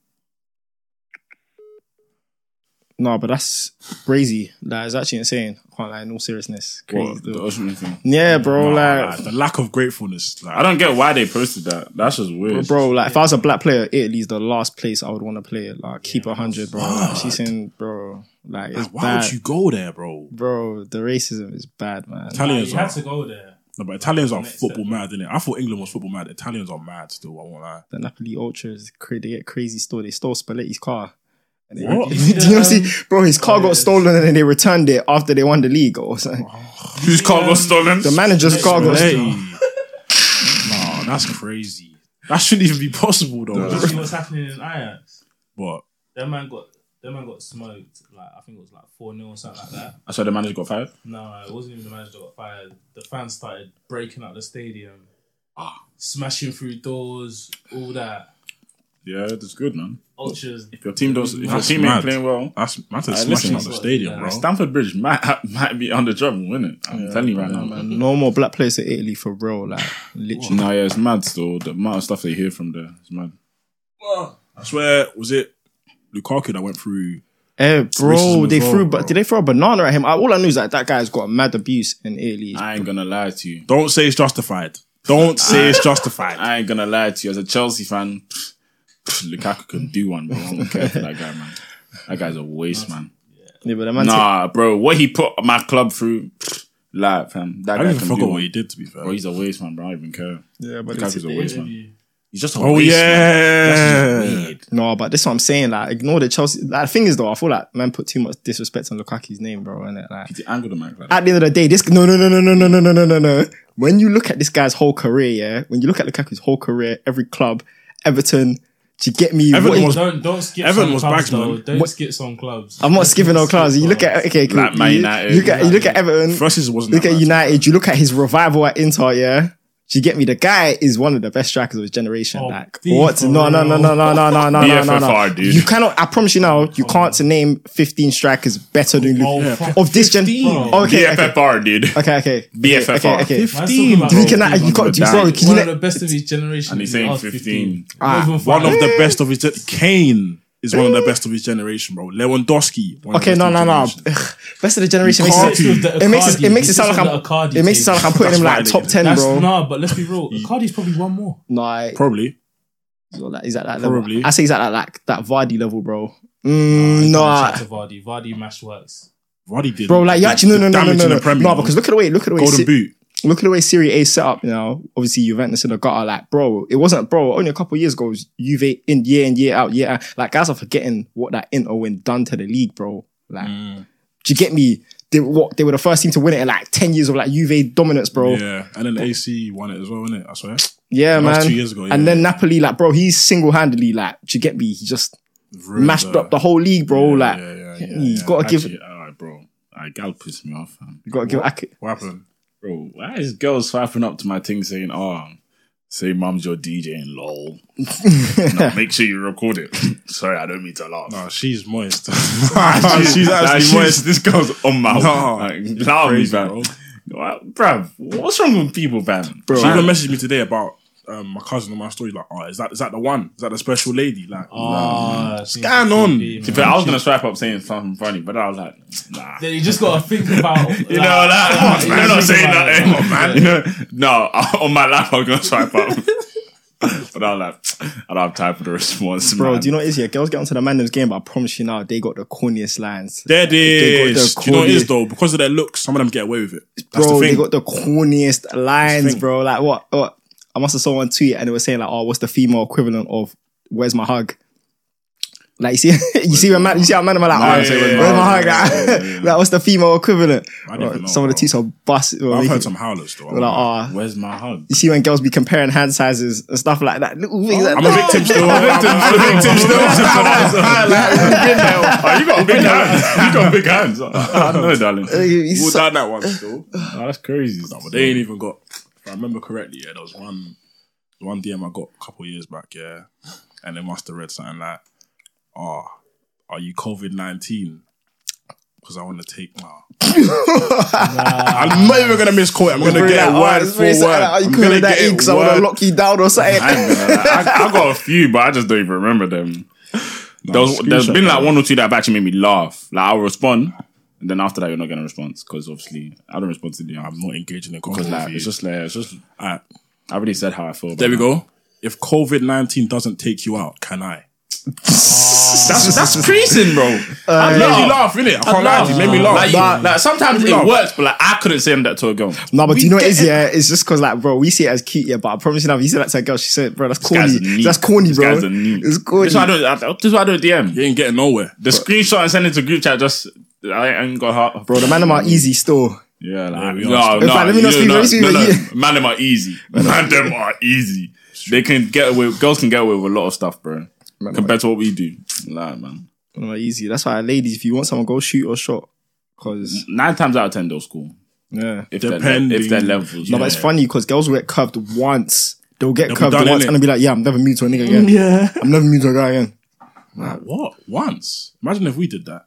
[SPEAKER 2] No, but that's crazy. That is actually insane. I can't lie. In all seriousness, crazy.
[SPEAKER 1] What, the
[SPEAKER 2] still.
[SPEAKER 1] Osimhen thing.
[SPEAKER 2] yeah, bro.
[SPEAKER 3] Nah,
[SPEAKER 2] like,
[SPEAKER 3] the lack of gratefulness. Like,
[SPEAKER 1] I don't get why they posted that. That's just weird.
[SPEAKER 2] bro, like if I was a black player, Italy's the last place I would want to play. it. Like, keep a hundred, bro. Like, she's saying, bro, like it's
[SPEAKER 3] Like, why
[SPEAKER 2] bad,
[SPEAKER 3] would you go there, bro?
[SPEAKER 2] bro. The racism is bad, man.
[SPEAKER 4] Like,
[SPEAKER 3] Italians
[SPEAKER 4] you had
[SPEAKER 3] are.
[SPEAKER 4] to go there.
[SPEAKER 3] No, but Italians are
[SPEAKER 4] Next
[SPEAKER 3] football
[SPEAKER 4] step.
[SPEAKER 3] mad, innit? I thought England was football mad. Italians are mad still. I won't lie.
[SPEAKER 2] The Napoli Ultra is cra- they get crazy still. They stole Spalletti's car. And they-
[SPEAKER 3] What?
[SPEAKER 2] Do you know, see, bro, his car got stolen and then they returned it after they won the league or something.
[SPEAKER 1] Whose car got stolen?
[SPEAKER 2] The manager's car got
[SPEAKER 3] Hey,
[SPEAKER 2] stolen.
[SPEAKER 3] nah, that's crazy. That shouldn't even be possible though.
[SPEAKER 4] Did you see what's happening in Ajax?
[SPEAKER 3] But
[SPEAKER 4] Their man got their man got smoked. Like I think it was like four 0 or something like that.
[SPEAKER 1] I said the manager got fired.
[SPEAKER 4] No, it wasn't even the manager that got fired. The fans started breaking up the stadium,
[SPEAKER 2] Ah.
[SPEAKER 4] smashing through doors, all that.
[SPEAKER 1] Yeah, that's good, man.
[SPEAKER 4] Ultras.
[SPEAKER 1] If your team does, if your
[SPEAKER 3] That's
[SPEAKER 1] team
[SPEAKER 3] mad.
[SPEAKER 1] ain't playing well,
[SPEAKER 3] that's that's
[SPEAKER 1] Alright,
[SPEAKER 3] smashing
[SPEAKER 1] listen,
[SPEAKER 3] up the
[SPEAKER 4] so-
[SPEAKER 3] stadium,
[SPEAKER 4] yeah.
[SPEAKER 3] bro.
[SPEAKER 1] Stamford Bridge might might be under trouble, wouldn't it? I'm telling you right now, man.
[SPEAKER 2] No more black players in Italy for real. Like, literally.
[SPEAKER 1] No, yeah, it's mad. Still, the amount of stuff they hear from there is mad.
[SPEAKER 3] I swear, was it Lukaku that went through?
[SPEAKER 2] Eh, bro,
[SPEAKER 3] Racism
[SPEAKER 2] they
[SPEAKER 3] as well,
[SPEAKER 2] threw,
[SPEAKER 3] bro.
[SPEAKER 2] but did they throw a banana at him? I, all I knew is that that guy's got mad abuse in Italy.
[SPEAKER 1] I ain't gonna lie to you.
[SPEAKER 3] Don't say it's justified. Don't say it's justified.
[SPEAKER 1] I ain't gonna lie to you. As a Chelsea fan, pff, pff, Lukaku can do one, bro. I don't care for that guy, man. That guy's a waste, man.
[SPEAKER 2] yeah, but the man
[SPEAKER 1] Nah, bro. What he put my club through, pff, like, fam. That
[SPEAKER 3] I
[SPEAKER 1] guy
[SPEAKER 3] even
[SPEAKER 1] can
[SPEAKER 3] forgot
[SPEAKER 1] do
[SPEAKER 3] what
[SPEAKER 1] one.
[SPEAKER 3] he did. To be fair.
[SPEAKER 1] Bro, he's a waste, man. Bro, I don't even care.
[SPEAKER 2] yeah, but
[SPEAKER 1] Lukaku's a
[SPEAKER 2] it's-
[SPEAKER 1] waste, man.
[SPEAKER 4] Interview.
[SPEAKER 1] He's just a
[SPEAKER 3] Oh
[SPEAKER 1] waste. Man.
[SPEAKER 3] yeah.
[SPEAKER 1] That's just weird.
[SPEAKER 2] no, but this is what I'm saying. Like, ignore the Chelsea. Like, the thing is, though, I feel like man put too much disrespect on Lukaku's name, bro. And like,
[SPEAKER 1] He angled the mic like that.
[SPEAKER 2] at the end of the day, this no no no no no no no no no no no. When you look at this guy's whole career, yeah, when you look at Lukaku's whole career, every club, Everton, do you get me?
[SPEAKER 3] Everton
[SPEAKER 2] What he-
[SPEAKER 3] was-
[SPEAKER 4] Don't don't skip
[SPEAKER 3] Everton
[SPEAKER 4] some
[SPEAKER 3] was
[SPEAKER 4] clubs
[SPEAKER 3] bags, man.
[SPEAKER 4] though. Don't
[SPEAKER 2] What-
[SPEAKER 4] skip some clubs.
[SPEAKER 2] I'm not
[SPEAKER 4] Don't
[SPEAKER 2] skipping no
[SPEAKER 4] skip
[SPEAKER 2] clubs. You look
[SPEAKER 4] clubs.
[SPEAKER 2] at okay, cool.
[SPEAKER 1] Like Man
[SPEAKER 2] you,
[SPEAKER 1] United.
[SPEAKER 2] you look at you look at Everton,
[SPEAKER 3] Francis wasn't.
[SPEAKER 2] look
[SPEAKER 3] that
[SPEAKER 2] at
[SPEAKER 3] bad.
[SPEAKER 2] United, you look at his revival at Inter, yeah. Do you get me? The guy is one of the best strikers of his generation.
[SPEAKER 4] Oh,
[SPEAKER 2] like
[SPEAKER 4] be
[SPEAKER 2] what?
[SPEAKER 4] for
[SPEAKER 2] No, no, no, no, no, no, no, no, no, no,
[SPEAKER 1] BFFR,
[SPEAKER 2] no.
[SPEAKER 1] dude.
[SPEAKER 2] You cannot. I promise you now. You can't name fifteen strikers better than
[SPEAKER 4] Oh,
[SPEAKER 2] Luke
[SPEAKER 4] fuck,
[SPEAKER 2] of this gen. Oh,
[SPEAKER 4] 15.
[SPEAKER 2] Okay, okay,
[SPEAKER 1] BFFR, dude.
[SPEAKER 2] okay, okay.
[SPEAKER 1] BFFR.
[SPEAKER 2] Okay, okay.
[SPEAKER 4] Man's talking about
[SPEAKER 2] You can.
[SPEAKER 4] one
[SPEAKER 2] You can't.
[SPEAKER 1] He's
[SPEAKER 2] Bro, can you
[SPEAKER 4] of
[SPEAKER 2] let-
[SPEAKER 4] the best of his generation.
[SPEAKER 1] And he's
[SPEAKER 4] in the
[SPEAKER 1] saying
[SPEAKER 4] last
[SPEAKER 1] 15.
[SPEAKER 2] Ah,
[SPEAKER 4] Not even
[SPEAKER 3] One of
[SPEAKER 4] five.
[SPEAKER 3] the best of his gen- Kane is one of the best of his generation, bro. Lewandowski. one of
[SPEAKER 2] Okay,
[SPEAKER 3] the
[SPEAKER 2] no,
[SPEAKER 3] best
[SPEAKER 2] no,
[SPEAKER 3] of
[SPEAKER 2] no.
[SPEAKER 3] his generation.
[SPEAKER 2] Ugh, Best of the generation
[SPEAKER 4] He
[SPEAKER 2] makes
[SPEAKER 4] sits
[SPEAKER 2] it,
[SPEAKER 4] with the
[SPEAKER 2] it makes it, it
[SPEAKER 4] Icardi.
[SPEAKER 2] makes
[SPEAKER 4] He
[SPEAKER 2] it sound
[SPEAKER 4] sits
[SPEAKER 2] like
[SPEAKER 4] on the
[SPEAKER 2] I'm
[SPEAKER 4] Icardi
[SPEAKER 2] it makes it sound like I'm putting him
[SPEAKER 3] That's
[SPEAKER 2] like
[SPEAKER 3] why
[SPEAKER 2] top
[SPEAKER 3] they-
[SPEAKER 2] ten,
[SPEAKER 4] That's
[SPEAKER 2] bro.
[SPEAKER 4] nah, but let's be real. Icardi's probably one more.
[SPEAKER 2] no, I-
[SPEAKER 3] Probably.
[SPEAKER 2] he's at that
[SPEAKER 3] Probably.
[SPEAKER 2] level. I say he's at that like that Vardy level, bro. Mm, no,
[SPEAKER 4] Shout out
[SPEAKER 2] I-
[SPEAKER 4] to Vardy. Vardy mash works.
[SPEAKER 3] Vardy did.
[SPEAKER 2] bro, like you
[SPEAKER 3] the-
[SPEAKER 2] actually
[SPEAKER 3] the
[SPEAKER 2] no, no, no, no,
[SPEAKER 3] damage
[SPEAKER 2] no,
[SPEAKER 3] in
[SPEAKER 2] no,
[SPEAKER 3] the Premier
[SPEAKER 2] no,
[SPEAKER 3] League.
[SPEAKER 2] because look at the way, look at the way,
[SPEAKER 3] Golden
[SPEAKER 2] Si-
[SPEAKER 3] Boot.
[SPEAKER 2] look at the way Serie A set up. You know, obviously Juventus in the gutter, like bro, it wasn't, bro. Only a couple of years ago, it was Juve in year in year out, yeah. Like guys are forgetting what that Inter win done to the league, bro. Like,
[SPEAKER 3] Mm.
[SPEAKER 2] do you get me? They, what they were the first team to win it in like ten years of like Juve dominance, bro.
[SPEAKER 3] Yeah, and then AC won it as well, innit? I swear.
[SPEAKER 2] Yeah,
[SPEAKER 3] That
[SPEAKER 2] man.
[SPEAKER 3] was two years ago, yeah.
[SPEAKER 2] And then Napoli, like, bro, he's single handedly, like, do you get me? He just
[SPEAKER 3] Ruined
[SPEAKER 2] mashed up the whole league, bro.
[SPEAKER 3] Yeah,
[SPEAKER 2] like,
[SPEAKER 3] yeah, yeah, yeah,
[SPEAKER 2] you
[SPEAKER 3] yeah.
[SPEAKER 2] gotta give,
[SPEAKER 1] Actually, alright, bro. Alright, gal pissed me off, fam.
[SPEAKER 2] you gotta give. I c-
[SPEAKER 3] What happened?
[SPEAKER 1] Bro, why is girls faffing up to my thing saying, oh, say mom's your DJ and lol. no, make sure you record it. Sorry, I don't mean to laugh.
[SPEAKER 3] Oh, she's moist.
[SPEAKER 1] she's actually
[SPEAKER 3] moist.
[SPEAKER 1] This girl's on my
[SPEAKER 3] No,
[SPEAKER 1] like, loud
[SPEAKER 3] crazy,
[SPEAKER 1] man.
[SPEAKER 3] bro.
[SPEAKER 1] What- Bruv, what's wrong with people, fam?
[SPEAKER 3] She
[SPEAKER 1] Like,
[SPEAKER 3] even messaged me today about um, my cousin on my story. Like, oh, is that is that the one? Is that the special lady? Like,
[SPEAKER 4] Ah,
[SPEAKER 3] scan on.
[SPEAKER 1] to be fair, I was gonna swipe up saying something funny, but I was like, nah.
[SPEAKER 4] Then you just gotta think about. like,
[SPEAKER 1] You know, like, come on,
[SPEAKER 4] you
[SPEAKER 1] man, I'm
[SPEAKER 4] just
[SPEAKER 1] not
[SPEAKER 4] think
[SPEAKER 1] saying
[SPEAKER 4] about it.
[SPEAKER 1] nothing, come on, man. You know, no, on my lap, I was gonna swipe up. but I was like, I don't have time for the response,
[SPEAKER 2] bro,
[SPEAKER 1] man.
[SPEAKER 2] do you know what it is? Yeah, girls get onto the man them's game, but I promise you now, they got the corniest lines.
[SPEAKER 3] there it
[SPEAKER 2] They got
[SPEAKER 3] is.
[SPEAKER 2] the
[SPEAKER 3] Do you know what it is
[SPEAKER 2] corniest-
[SPEAKER 3] though? Because of their looks, some of them get away with it. That's
[SPEAKER 2] bro,
[SPEAKER 3] the
[SPEAKER 2] they
[SPEAKER 3] thing.
[SPEAKER 2] got the corniest lines,
[SPEAKER 3] thing.
[SPEAKER 2] bro. Like, what? What? I must have saw one tweet and they were saying like, "Oh, what's the female equivalent of where's my hug?" Like, you see, you see, when man, you see how man am like,
[SPEAKER 1] Nah,
[SPEAKER 2] oh,
[SPEAKER 1] yeah, yeah,
[SPEAKER 2] where's
[SPEAKER 1] yeah,
[SPEAKER 2] my hug?
[SPEAKER 1] yeah, yeah,
[SPEAKER 2] Like,
[SPEAKER 1] yeah, yeah.
[SPEAKER 2] like, what's the female equivalent?
[SPEAKER 3] I don't
[SPEAKER 2] Bro,
[SPEAKER 3] even know,
[SPEAKER 2] some of the
[SPEAKER 3] bro.
[SPEAKER 2] tweets are bust. bro,
[SPEAKER 3] I've
[SPEAKER 2] they-
[SPEAKER 3] heard some howlers though.
[SPEAKER 2] they're like, oh,
[SPEAKER 1] Where's my hug?
[SPEAKER 2] you see when girls be comparing hand sizes and stuff like that. Little things like
[SPEAKER 3] Oh, I'm a victim still. I'm a victim still. I'm a victim still.
[SPEAKER 1] Oh, you got big hands. You got big hands. I don't know, darling.
[SPEAKER 2] Uh, he's
[SPEAKER 3] All
[SPEAKER 2] so-
[SPEAKER 3] down that one still.
[SPEAKER 1] Oh, that's crazy.
[SPEAKER 3] No, but they ain't even got. If I remember correctly, yeah, there was one, one DM I got a couple years back, yeah, and they must have read something like, "Ah, are you COVID nineteen? Because I want to take." Nah. I'm not even gonna misquote. it. I'm gonna
[SPEAKER 2] really
[SPEAKER 3] get
[SPEAKER 2] like,
[SPEAKER 3] a
[SPEAKER 2] oh,
[SPEAKER 3] word
[SPEAKER 2] it's
[SPEAKER 3] for
[SPEAKER 2] really
[SPEAKER 3] word.
[SPEAKER 2] sad, like,
[SPEAKER 3] I'm
[SPEAKER 2] you
[SPEAKER 3] gonna
[SPEAKER 2] could
[SPEAKER 3] get
[SPEAKER 2] that
[SPEAKER 3] it
[SPEAKER 2] ink, so I want
[SPEAKER 3] word
[SPEAKER 2] to lock you down or
[SPEAKER 1] I,
[SPEAKER 2] something.
[SPEAKER 1] ain't gonna lie. I, I got a few, but I just don't even remember them. There was, there's
[SPEAKER 3] screenshot
[SPEAKER 1] been
[SPEAKER 3] that.
[SPEAKER 1] like one or two that have actually made me laugh. Like I'll respond, and then after that you're not gonna respond because obviously I don't respond to the.
[SPEAKER 3] I'm not engaging in
[SPEAKER 1] because
[SPEAKER 3] conversation.
[SPEAKER 1] like
[SPEAKER 3] with you.
[SPEAKER 1] it's just like it's just.
[SPEAKER 3] Alright,
[SPEAKER 1] I already said how I feel. About
[SPEAKER 3] there we
[SPEAKER 1] that.
[SPEAKER 3] go. If COVID nineteen doesn't take you out, can I?
[SPEAKER 1] That's that's creasing, bro.
[SPEAKER 3] I made
[SPEAKER 1] laugh.
[SPEAKER 3] you laugh, innit? I can't lie, to you made me
[SPEAKER 1] Uh, Like,
[SPEAKER 3] laugh.
[SPEAKER 1] you- like, sometimes it
[SPEAKER 3] Made me laugh.
[SPEAKER 1] works, but like I couldn't say that to a girl.
[SPEAKER 2] No, but do you know what it is? Yeah, it's just because like, bro, we see it as cute, yeah. But I promise you, now, if you said that to a girl, she said, bro, that's
[SPEAKER 1] guy's a
[SPEAKER 2] corny.
[SPEAKER 1] neep.
[SPEAKER 2] That's corny,
[SPEAKER 1] This
[SPEAKER 2] bro.
[SPEAKER 1] guy's a neep.
[SPEAKER 2] It's corny.
[SPEAKER 1] This is why I don't. I- This is why I don't DM.
[SPEAKER 3] You ain't getting nowhere.
[SPEAKER 1] The screenshot and send it to group chat. Just I ain't got heart,
[SPEAKER 2] Bro, the man am easy still.
[SPEAKER 1] Yeah, like,
[SPEAKER 3] we
[SPEAKER 1] no,
[SPEAKER 3] are.
[SPEAKER 1] no,
[SPEAKER 3] In
[SPEAKER 2] fact, let me
[SPEAKER 1] you
[SPEAKER 2] not speak,
[SPEAKER 1] know,
[SPEAKER 2] let me speak,
[SPEAKER 1] no,
[SPEAKER 2] but
[SPEAKER 1] no,
[SPEAKER 2] you-
[SPEAKER 1] man them are easy. Man them are easy. They can get away. Girls can get away with a lot of stuff, bro.
[SPEAKER 2] Man
[SPEAKER 1] compared to what we do, like man.
[SPEAKER 2] Man am easy. That's why, ladies, if you want someone, go shoot or shot. Cause
[SPEAKER 1] Nine times out of ten, they'll score.
[SPEAKER 2] yeah,
[SPEAKER 1] If they're, le-
[SPEAKER 3] Depending.
[SPEAKER 1] if they're levels,
[SPEAKER 2] no, but it's funny because girls will get curved once. They'll get
[SPEAKER 3] They'll be
[SPEAKER 2] curved
[SPEAKER 3] done,
[SPEAKER 2] once
[SPEAKER 3] innit?
[SPEAKER 2] and they'll be like, yeah, I'm never mean to a nigga again. Yeah, I'm never mean to a guy again.
[SPEAKER 3] What? Once? Imagine if we did that.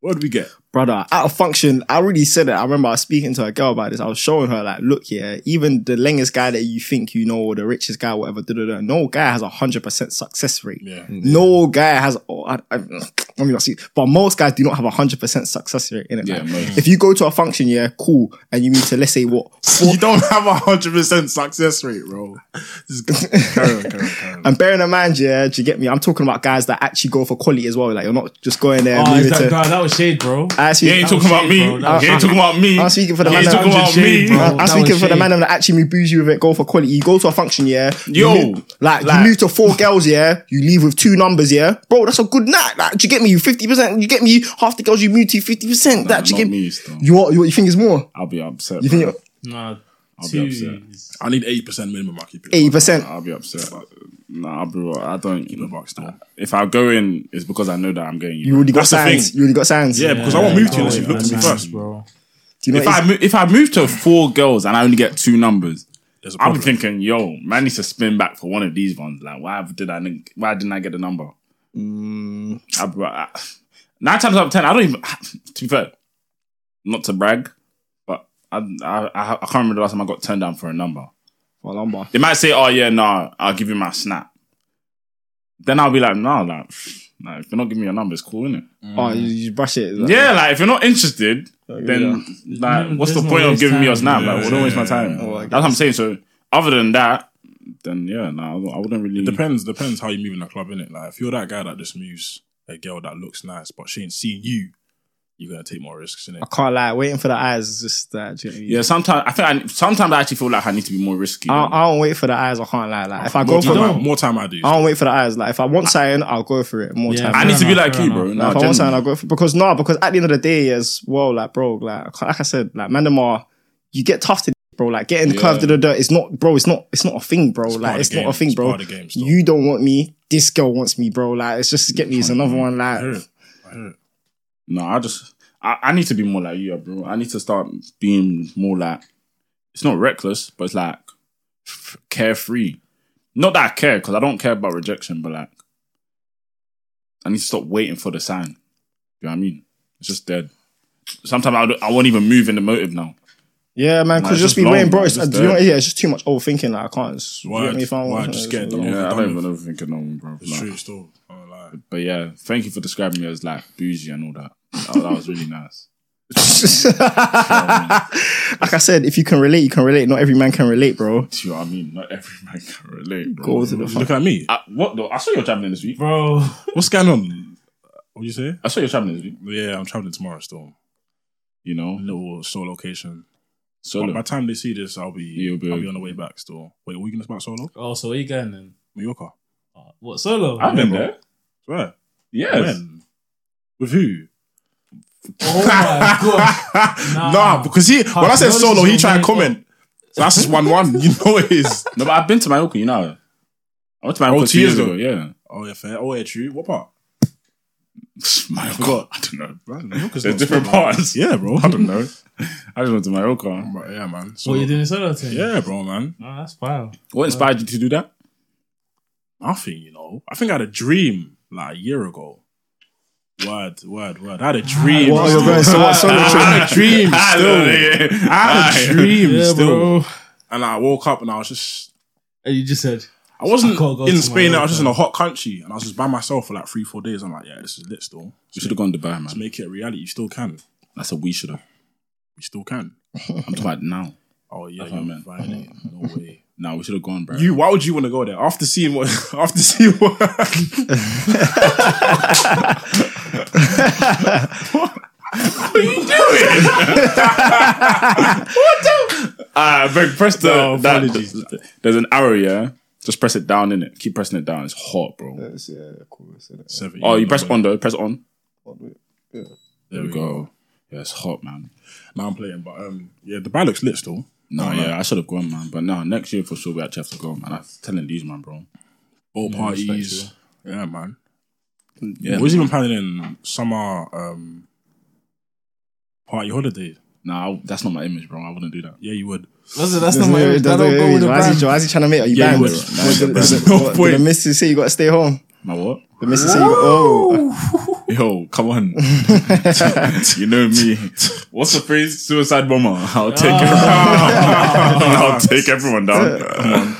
[SPEAKER 3] What would we get?
[SPEAKER 2] brother, out of function. I already said it. I remember I was speaking to a girl about this. I was showing her like, look, yeah, even the longest guy that you think you know, or the richest guy, whatever, da, da, da, no guy has a hundred percent success rate.
[SPEAKER 3] Yeah.
[SPEAKER 1] Mm-hmm.
[SPEAKER 2] No guy has. Oh, I, I, let me not see, but most guys do not have a hundred percent success rate in it.
[SPEAKER 1] Yeah, most.
[SPEAKER 2] if you go to a function, yeah, cool, and you meet to let's say what
[SPEAKER 3] You don't have a hundred percent success rate, bro. This is- carry on, carry on, carry
[SPEAKER 1] Mm.
[SPEAKER 3] on.
[SPEAKER 2] And bearing in mind, yeah, do you get me? I'm talking about guys that actually go for quality as well. Like you're not just going there.
[SPEAKER 4] Oh,
[SPEAKER 2] leaving
[SPEAKER 4] is that
[SPEAKER 2] to,
[SPEAKER 4] guy? That was shade, bro.
[SPEAKER 1] You
[SPEAKER 2] I actually,
[SPEAKER 1] ain't talking about me.
[SPEAKER 4] Bro, that
[SPEAKER 1] You ain't
[SPEAKER 4] was-
[SPEAKER 1] talking about me.
[SPEAKER 2] I'm speaking for the
[SPEAKER 1] You
[SPEAKER 2] man
[SPEAKER 1] ain't
[SPEAKER 2] that-
[SPEAKER 1] talking about me.
[SPEAKER 4] Shade, bro.
[SPEAKER 2] I'm
[SPEAKER 4] That
[SPEAKER 2] speaking
[SPEAKER 4] was
[SPEAKER 2] for the
[SPEAKER 4] shade.
[SPEAKER 2] man that actually moves you with it, go for quality. You go to a function, yeah. you
[SPEAKER 1] Yo,
[SPEAKER 2] move- like,
[SPEAKER 1] like-
[SPEAKER 2] you move to four girls, yeah. You leave with two numbers, yeah. Bro, that's a good night. Like, do you get me? You fifty percent. You get me? Half the girls you move to fifty percent. That do you
[SPEAKER 1] not
[SPEAKER 2] get me?
[SPEAKER 1] me, still.
[SPEAKER 2] You what? You, what you think is more?
[SPEAKER 1] I'll be upset.
[SPEAKER 2] You
[SPEAKER 1] bro.
[SPEAKER 2] think you're
[SPEAKER 4] Nah,
[SPEAKER 1] I'll be upset.
[SPEAKER 4] two.
[SPEAKER 3] I need eighty percent minimum. I keep it.
[SPEAKER 2] eighty percent?
[SPEAKER 1] I'll be upset. Nah, bro, I don't. You
[SPEAKER 3] in the
[SPEAKER 1] know,
[SPEAKER 3] box though.
[SPEAKER 1] if I go in, it's because I know that I'm getting you.
[SPEAKER 2] You already got
[SPEAKER 3] That's the
[SPEAKER 2] signs.
[SPEAKER 3] thing.
[SPEAKER 2] You already got signs.
[SPEAKER 3] Yeah, because I won't move to you unless
[SPEAKER 4] Oh,
[SPEAKER 3] you've looked at me
[SPEAKER 4] man,
[SPEAKER 3] first.
[SPEAKER 4] bro.
[SPEAKER 2] Do you know
[SPEAKER 1] if
[SPEAKER 2] what
[SPEAKER 1] I
[SPEAKER 2] it
[SPEAKER 1] mo- if I move to four girls and I only get two numbers,
[SPEAKER 3] There's a
[SPEAKER 1] I'm
[SPEAKER 3] problem.
[SPEAKER 1] thinking, yo, man needs to spin back for one of these ones. Like, why did I? Why didn't I get the number?
[SPEAKER 2] Mm.
[SPEAKER 1] I, bro, I, nine times out of ten, I don't even. To be fair, not to brag, but I, I I I can't remember the last time I got turned down for a number.
[SPEAKER 2] For Lombard.
[SPEAKER 1] They might say, "Oh yeah, nah, I'll give you my snap." Then I'll be like, "Nah, like, pff, like if you're not giving me your number, it's cool, innit?"
[SPEAKER 2] Oh, you, you brush it. like-
[SPEAKER 1] Yeah, like if you're not interested, then like,
[SPEAKER 4] No,
[SPEAKER 1] what's the
[SPEAKER 4] Mm, there's no
[SPEAKER 1] point of
[SPEAKER 4] waste
[SPEAKER 1] giving me your
[SPEAKER 4] time.
[SPEAKER 1] snap?
[SPEAKER 3] Yeah,
[SPEAKER 1] like, well, don't waste my time.
[SPEAKER 2] Oh, I
[SPEAKER 1] That's what I'm saying. So, other than that, then yeah, no, I wouldn't really.
[SPEAKER 3] Depends, depends how you move in the club, innit? Like if you're that guy that just moves a girl that looks nice, but she ain't seen you, you're gonna take more risks, innit?
[SPEAKER 2] I can't lie. Waiting for the eyes is just that. do you know what I mean?
[SPEAKER 1] Yeah, sometimes I think I, sometimes I actually feel like I need to be more
[SPEAKER 4] Uh,
[SPEAKER 1] risky.
[SPEAKER 2] I, I don't wait for the eyes. I can't lie. Like if I
[SPEAKER 3] More
[SPEAKER 2] go for,
[SPEAKER 3] time, I,
[SPEAKER 2] I
[SPEAKER 3] more time I do.
[SPEAKER 2] don't wait for the eyes. Like if I want something, I'll go for it. More
[SPEAKER 4] Yeah.
[SPEAKER 2] time.
[SPEAKER 1] I need to be
[SPEAKER 4] Fair
[SPEAKER 1] like
[SPEAKER 4] enough,
[SPEAKER 1] you,
[SPEAKER 4] fair
[SPEAKER 1] bro.
[SPEAKER 4] enough.
[SPEAKER 1] No,
[SPEAKER 2] Like, if I want
[SPEAKER 1] generally.
[SPEAKER 2] something, I'll go for because no, because at the end of the day as well, like bro, like like I said, like man, them are you get tough to bro, like getting the curved to the dirt. It's not, bro. It's not. It's not a thing, bro.
[SPEAKER 3] part
[SPEAKER 2] like
[SPEAKER 3] of
[SPEAKER 2] it's
[SPEAKER 3] the game.
[SPEAKER 2] not a thing,
[SPEAKER 3] It's
[SPEAKER 2] bro.
[SPEAKER 3] part of the game still.
[SPEAKER 2] you don't want me. This girl wants me, bro. Like it's just get me. It's another one.
[SPEAKER 3] I hear
[SPEAKER 2] Like
[SPEAKER 3] it. I hear it.
[SPEAKER 1] no, I just I, I need to be more like you, bro. I need to start being more like it's not reckless, but it's like f- carefree. Not that I care because I don't care about rejection, but like I need to stop waiting for the sign. You know what I mean? It's just dead. Sometimes I, don't- I won't even move in the motive now.
[SPEAKER 2] yeah, man.
[SPEAKER 1] Nah,
[SPEAKER 2] Cause
[SPEAKER 1] it's
[SPEAKER 2] just
[SPEAKER 1] just
[SPEAKER 2] be
[SPEAKER 1] long,
[SPEAKER 2] waiting, bro.
[SPEAKER 1] man.
[SPEAKER 2] It's, uh,
[SPEAKER 1] Just
[SPEAKER 2] do you know,
[SPEAKER 1] that.
[SPEAKER 2] what- yeah, it's just too much overthinking. Like I can't. It's, you
[SPEAKER 3] Why-
[SPEAKER 2] get me if I
[SPEAKER 3] why
[SPEAKER 2] want-
[SPEAKER 3] just get
[SPEAKER 2] it's-
[SPEAKER 3] the-
[SPEAKER 2] yeah.
[SPEAKER 1] Yeah, I
[SPEAKER 3] done
[SPEAKER 1] don't even know think of no one, bro.
[SPEAKER 3] It's
[SPEAKER 1] Nah.
[SPEAKER 3] true still. I don't lie.
[SPEAKER 1] But yeah, thank you for describing me as like bougie and all that. That, that was really nice.
[SPEAKER 2] like I said, if you can relate, you can relate. Not every man can relate, bro.
[SPEAKER 1] Do you know what I mean? Not every man can relate, bro.
[SPEAKER 2] Go to the
[SPEAKER 3] Look at me.
[SPEAKER 1] Uh, what though? I saw you're traveling this week.
[SPEAKER 4] bro.
[SPEAKER 3] What's going on? What you say?
[SPEAKER 1] I saw you're traveling this week.
[SPEAKER 3] Yeah, I'm traveling tomorrow still.
[SPEAKER 1] You know,
[SPEAKER 3] Little solo location. By, by
[SPEAKER 1] solo.
[SPEAKER 3] the time they see this, I'll be,
[SPEAKER 1] You'll be-
[SPEAKER 3] I'll be on the way back still. Wait, what are you gonna about solo?
[SPEAKER 4] Oh, so where you going then?
[SPEAKER 3] Mallorca.
[SPEAKER 4] Uh, What solo?
[SPEAKER 1] I've been there.
[SPEAKER 3] Swear.
[SPEAKER 1] Yes.
[SPEAKER 3] When? With who?
[SPEAKER 4] Oh my god.
[SPEAKER 3] nah,
[SPEAKER 4] Nah.
[SPEAKER 3] because he when I said
[SPEAKER 4] Hard
[SPEAKER 3] solo, he
[SPEAKER 4] knowledge
[SPEAKER 3] tried to
[SPEAKER 4] is your
[SPEAKER 3] comment. So that's just one one. You know it is.
[SPEAKER 1] No, but I've been to Mallorca. You know, I went to Mallorca
[SPEAKER 3] Oh,
[SPEAKER 1] two years ago. Yeah.
[SPEAKER 3] Oh yeah, fair. Oh yeah, true. What part?
[SPEAKER 1] Mallorca. I don't know.
[SPEAKER 3] Bro, Mallorca's
[SPEAKER 1] There's
[SPEAKER 3] not
[SPEAKER 1] different
[SPEAKER 3] solo.
[SPEAKER 1] parts.
[SPEAKER 3] Yeah, bro.
[SPEAKER 1] I don't know. I just went to Mallorca.
[SPEAKER 3] But yeah, man. So,
[SPEAKER 4] What you doing solo thing?
[SPEAKER 3] Yeah, bro, man.
[SPEAKER 4] No, that's fine.
[SPEAKER 1] What inspired you to do that?
[SPEAKER 3] Nothing, you know. I think I had a dream like a year ago. Word, word, word. I had a
[SPEAKER 4] Ah,
[SPEAKER 3] dream.
[SPEAKER 2] What are you going?
[SPEAKER 3] still.
[SPEAKER 2] So what? Solo
[SPEAKER 3] I
[SPEAKER 2] trip?
[SPEAKER 3] had a dream still.
[SPEAKER 1] yeah.
[SPEAKER 3] I had a dream
[SPEAKER 4] Yeah,
[SPEAKER 3] still.
[SPEAKER 4] bro.
[SPEAKER 3] And I woke up and I was just
[SPEAKER 4] And you just said,
[SPEAKER 3] I wasn't
[SPEAKER 4] I can't go
[SPEAKER 3] in
[SPEAKER 4] to
[SPEAKER 3] Spain. I was just in
[SPEAKER 4] Mallorca.
[SPEAKER 3] a hot country, and I was just by myself for like three, four days. I'm like, yeah, this is lit still.
[SPEAKER 1] We should have gone to Dubai,
[SPEAKER 3] Let's
[SPEAKER 1] man.
[SPEAKER 3] make it a reality. You still can.
[SPEAKER 1] That's a we should have.
[SPEAKER 3] You still can.
[SPEAKER 1] I'm talking about now.
[SPEAKER 3] Oh yeah,
[SPEAKER 1] That's what I
[SPEAKER 3] you're
[SPEAKER 1] meant.
[SPEAKER 3] fine, eh? No way.
[SPEAKER 1] Now we should have gone, bro.
[SPEAKER 3] You? Why would you want to go there after seeing what? After seeing what?
[SPEAKER 1] Ah, bro, press the.
[SPEAKER 3] No,
[SPEAKER 1] that-
[SPEAKER 3] apologies.
[SPEAKER 1] there's an arrow, yeah. Just press it down in it. Keep pressing it down. It's hot, bro.
[SPEAKER 2] Yeah, of course.
[SPEAKER 3] Seven,
[SPEAKER 1] Oh, you
[SPEAKER 3] know,
[SPEAKER 1] press
[SPEAKER 3] but-
[SPEAKER 1] on though. Press on.
[SPEAKER 3] There
[SPEAKER 1] we go. Yeah, it's hot, man.
[SPEAKER 3] Now I'm playing, but um, yeah, the bar looks lit still.
[SPEAKER 1] No, yeah, I should have gone, man. But no, next year for sure we actually have to go, man. I'm telling these, man, bro.
[SPEAKER 3] All parties.
[SPEAKER 4] respect
[SPEAKER 3] Yeah, man.
[SPEAKER 1] Yeah,
[SPEAKER 3] we was even planning in summer um party holiday.
[SPEAKER 1] nah, I- that's not my image, bro. I wouldn't do that.
[SPEAKER 3] Yeah, you would.
[SPEAKER 4] that's,
[SPEAKER 2] There's
[SPEAKER 4] that's not my
[SPEAKER 2] no-
[SPEAKER 4] image.
[SPEAKER 2] there's
[SPEAKER 4] I don't go
[SPEAKER 2] no-
[SPEAKER 4] with the
[SPEAKER 2] Why is
[SPEAKER 4] brand.
[SPEAKER 2] he why is he trying to make? Are you
[SPEAKER 3] Yeah,
[SPEAKER 2] banned?
[SPEAKER 3] you would.
[SPEAKER 2] What did-
[SPEAKER 1] Nah,
[SPEAKER 2] did
[SPEAKER 3] no
[SPEAKER 2] the- did the
[SPEAKER 3] point.
[SPEAKER 2] missus say you got to stay home?
[SPEAKER 1] My what?
[SPEAKER 2] The missus say, you- oh,
[SPEAKER 1] Yo, come on. you know me. What's the phrase? Ah. Suicide bomber. I'll take everyone. I'll take everyone down. Come on.
[SPEAKER 3] Ah,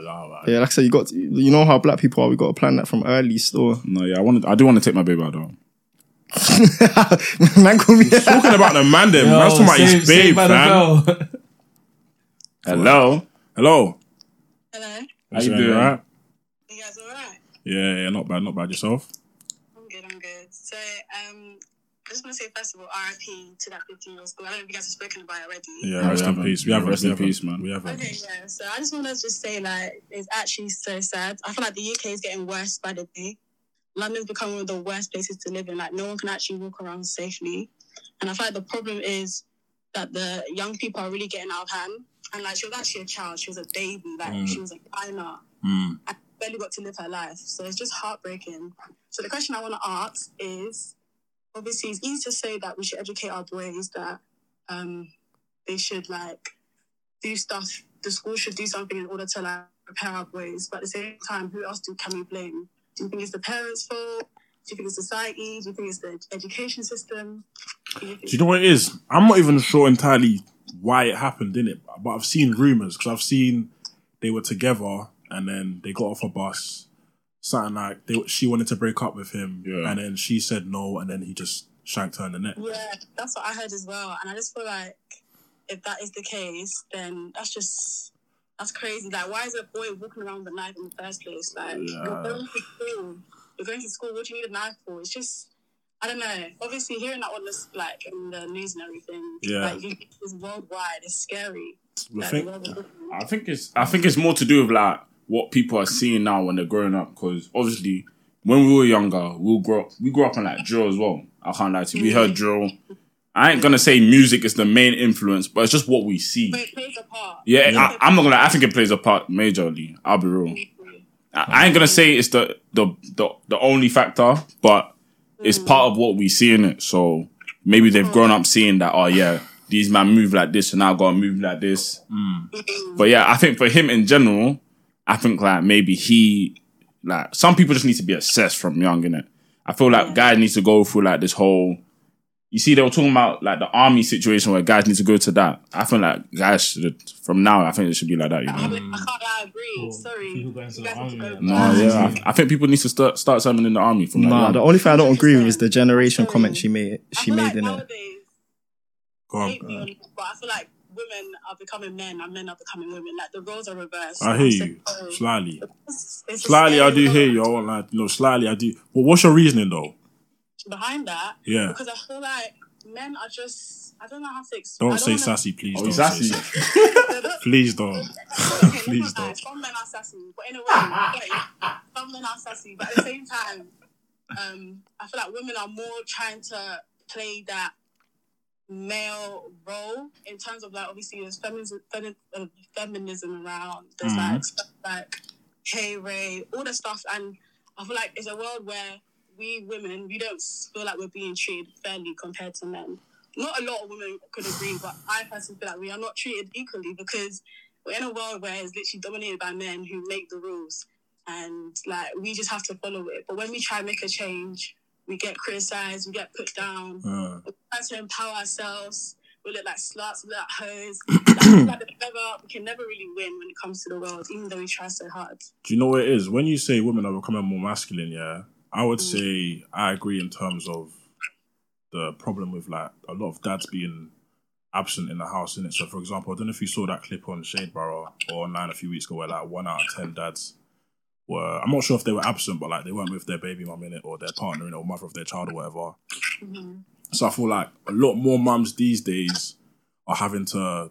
[SPEAKER 3] nah, man.
[SPEAKER 2] yeah. Like I said, you got. To, you know how black people are. We got to plan that from early. Store.
[SPEAKER 1] No, yeah, I want. I do want to take my baby out though.
[SPEAKER 2] man, call me.
[SPEAKER 3] Talking about the man, then man's talking about his babe, man.
[SPEAKER 4] man.
[SPEAKER 1] Hello.
[SPEAKER 3] Hello,
[SPEAKER 6] Hello?
[SPEAKER 1] How
[SPEAKER 3] What's
[SPEAKER 1] you
[SPEAKER 3] going
[SPEAKER 1] doing?
[SPEAKER 3] on, right?
[SPEAKER 6] You guys alright?
[SPEAKER 3] Yeah, yeah, not bad, not bad. Yourself?
[SPEAKER 6] I'm good, I'm good. So, um, I just want to say, first of all, RIP to that 15 year old school. I don't know if you guys have spoken about it already.
[SPEAKER 3] Yeah,
[SPEAKER 1] No,
[SPEAKER 3] rest
[SPEAKER 1] we
[SPEAKER 3] in
[SPEAKER 1] haven't.
[SPEAKER 3] peace. We haven't.
[SPEAKER 1] Rest
[SPEAKER 3] we
[SPEAKER 1] in
[SPEAKER 3] haven't.
[SPEAKER 1] peace, man.
[SPEAKER 3] We haven't.
[SPEAKER 6] Okay, yeah. So I just want to just say, like, it's actually so sad. I feel like the UK is getting worse by the day. London's becoming one of the worst places to live in. Like, no one can actually walk around safely. And I feel like the problem is that the young people are really getting out of hand. And, like, she was actually a child. She was a baby. Like,
[SPEAKER 3] Mm.
[SPEAKER 6] she was a minor.
[SPEAKER 3] Mm.
[SPEAKER 6] I barely got to live her life. So it's just heartbreaking. So the question I want to ask is obviously, it's easy to say that we should educate our boys that um, they should like do stuff the school should do something in order to like prepare our boys. But at the same time, who else do can we blame? Do you think it's the parents' fault? Do you think it's society? Do you think it's the education system? Do you think
[SPEAKER 3] Do you know what it is? I'm not even sure entirely why it happened in it, but I've seen rumors because I've seen they were together and then they got off a bus. Something like they, she wanted to break up with him,
[SPEAKER 1] Yeah.
[SPEAKER 3] and then she said no, and then he just shanked her in the neck.
[SPEAKER 6] Yeah, that's what I heard as well. And I just feel like if that is the case, then that's just that's crazy. Like, why is a boy walking around with a knife in the first place? Like,
[SPEAKER 3] Yeah.
[SPEAKER 6] you're going to school. You're going to school. What do you need a knife for? It's just. I don't know. Obviously, hearing that on the like in the news and everything,
[SPEAKER 3] Yeah.
[SPEAKER 6] like, you- it's worldwide. It's scary.
[SPEAKER 3] We
[SPEAKER 6] Like,
[SPEAKER 3] think-
[SPEAKER 6] the world is-
[SPEAKER 1] I think it's I think it's more to do with like what people are seeing now when they're growing up because obviously when we were younger we grew up we grew up on like drill as well. I can't lie to you. We heard drill. I ain't gonna say music is the main influence, but it's just what we see.
[SPEAKER 6] but it plays a part.
[SPEAKER 1] Yeah, I, I'm not gonna. I think it plays a part majorly. I'll be real. I, I ain't gonna say it's the the the, the only factor, but it's part of what we see in it. So maybe they've grown up seeing that. Oh yeah, these man move like this, and I gotta move like this. But yeah, I think for him in general, I think like maybe he like some people just need to be assessed from young in it. I feel like guys need to go through like this whole. You see, they were talking about like the army situation where guys need to go to that. I feel like guys should from now. I think it should be like that. You
[SPEAKER 6] I,
[SPEAKER 1] know?
[SPEAKER 6] I can't. I agree. Sorry.
[SPEAKER 4] People going to
[SPEAKER 6] You
[SPEAKER 4] the
[SPEAKER 6] guys have to
[SPEAKER 4] army.
[SPEAKER 6] go
[SPEAKER 4] and
[SPEAKER 6] No,
[SPEAKER 1] Nah,
[SPEAKER 4] that.
[SPEAKER 1] Ah, yeah. I, I think people need to start start something in the army from like
[SPEAKER 2] Nah,
[SPEAKER 1] young.
[SPEAKER 2] the only thing I don't agree with is the generation
[SPEAKER 6] Sorry.
[SPEAKER 2] comment she made.
[SPEAKER 6] I
[SPEAKER 2] She
[SPEAKER 6] feel
[SPEAKER 2] made
[SPEAKER 6] like
[SPEAKER 2] in it.
[SPEAKER 6] nowadays,
[SPEAKER 3] Go on,
[SPEAKER 6] hate me or not, but I feel like women are becoming men and men are becoming women. Like the roles are reversed.
[SPEAKER 3] I hear you
[SPEAKER 6] oh,
[SPEAKER 3] slyly.
[SPEAKER 6] It's- it's a
[SPEAKER 3] Slyly, I
[SPEAKER 6] scary
[SPEAKER 3] do hear
[SPEAKER 6] world.
[SPEAKER 3] you. I won't lie. No, slyly, I do. Well, what's your reasoning though?
[SPEAKER 6] Behind that,
[SPEAKER 3] Yeah,
[SPEAKER 6] because I feel like men are just. I don't know how to explain.
[SPEAKER 3] don't say sassy, please.
[SPEAKER 1] Oh,
[SPEAKER 3] don't
[SPEAKER 1] sassy.
[SPEAKER 3] Say sassy. Please don't. Please don't.
[SPEAKER 6] Some men are sassy, but in a way, like, some men are sassy, but at the same time, um, I feel like women are more trying to play that male role in terms of like obviously there's feminism, femi- uh, feminism around. There's like stuff like hey Ray, all the stuff, and I feel like it's a world where we women we don't s- feel like we're being treated fairly compared to men. Not a lot of women could agree, but I personally feel like we are not treated equally because we're in a world where it's literally dominated by men who make the rules and like we just have to follow it. But when we try and make a change, we get criticized, we get put down,
[SPEAKER 3] Uh,
[SPEAKER 6] we try to empower ourselves, we look like sluts, we look like hoes. like, we, like the clever- we can never really win when it comes to the world, even though we try so hard.
[SPEAKER 3] Do you know what it is? When you say women are becoming more masculine, yeah, I would say I agree in terms of the problem with like a lot of dads being absent in the house, innit? So, for example, I don't know if you saw that clip on Shade Barrow or online a few weeks ago where like one out of 10 dads were, I'm not sure if they were absent, but like they weren't with their baby mum in it or their partner in it or mother of their child or whatever. So, I feel like a lot more mums these days are having to sort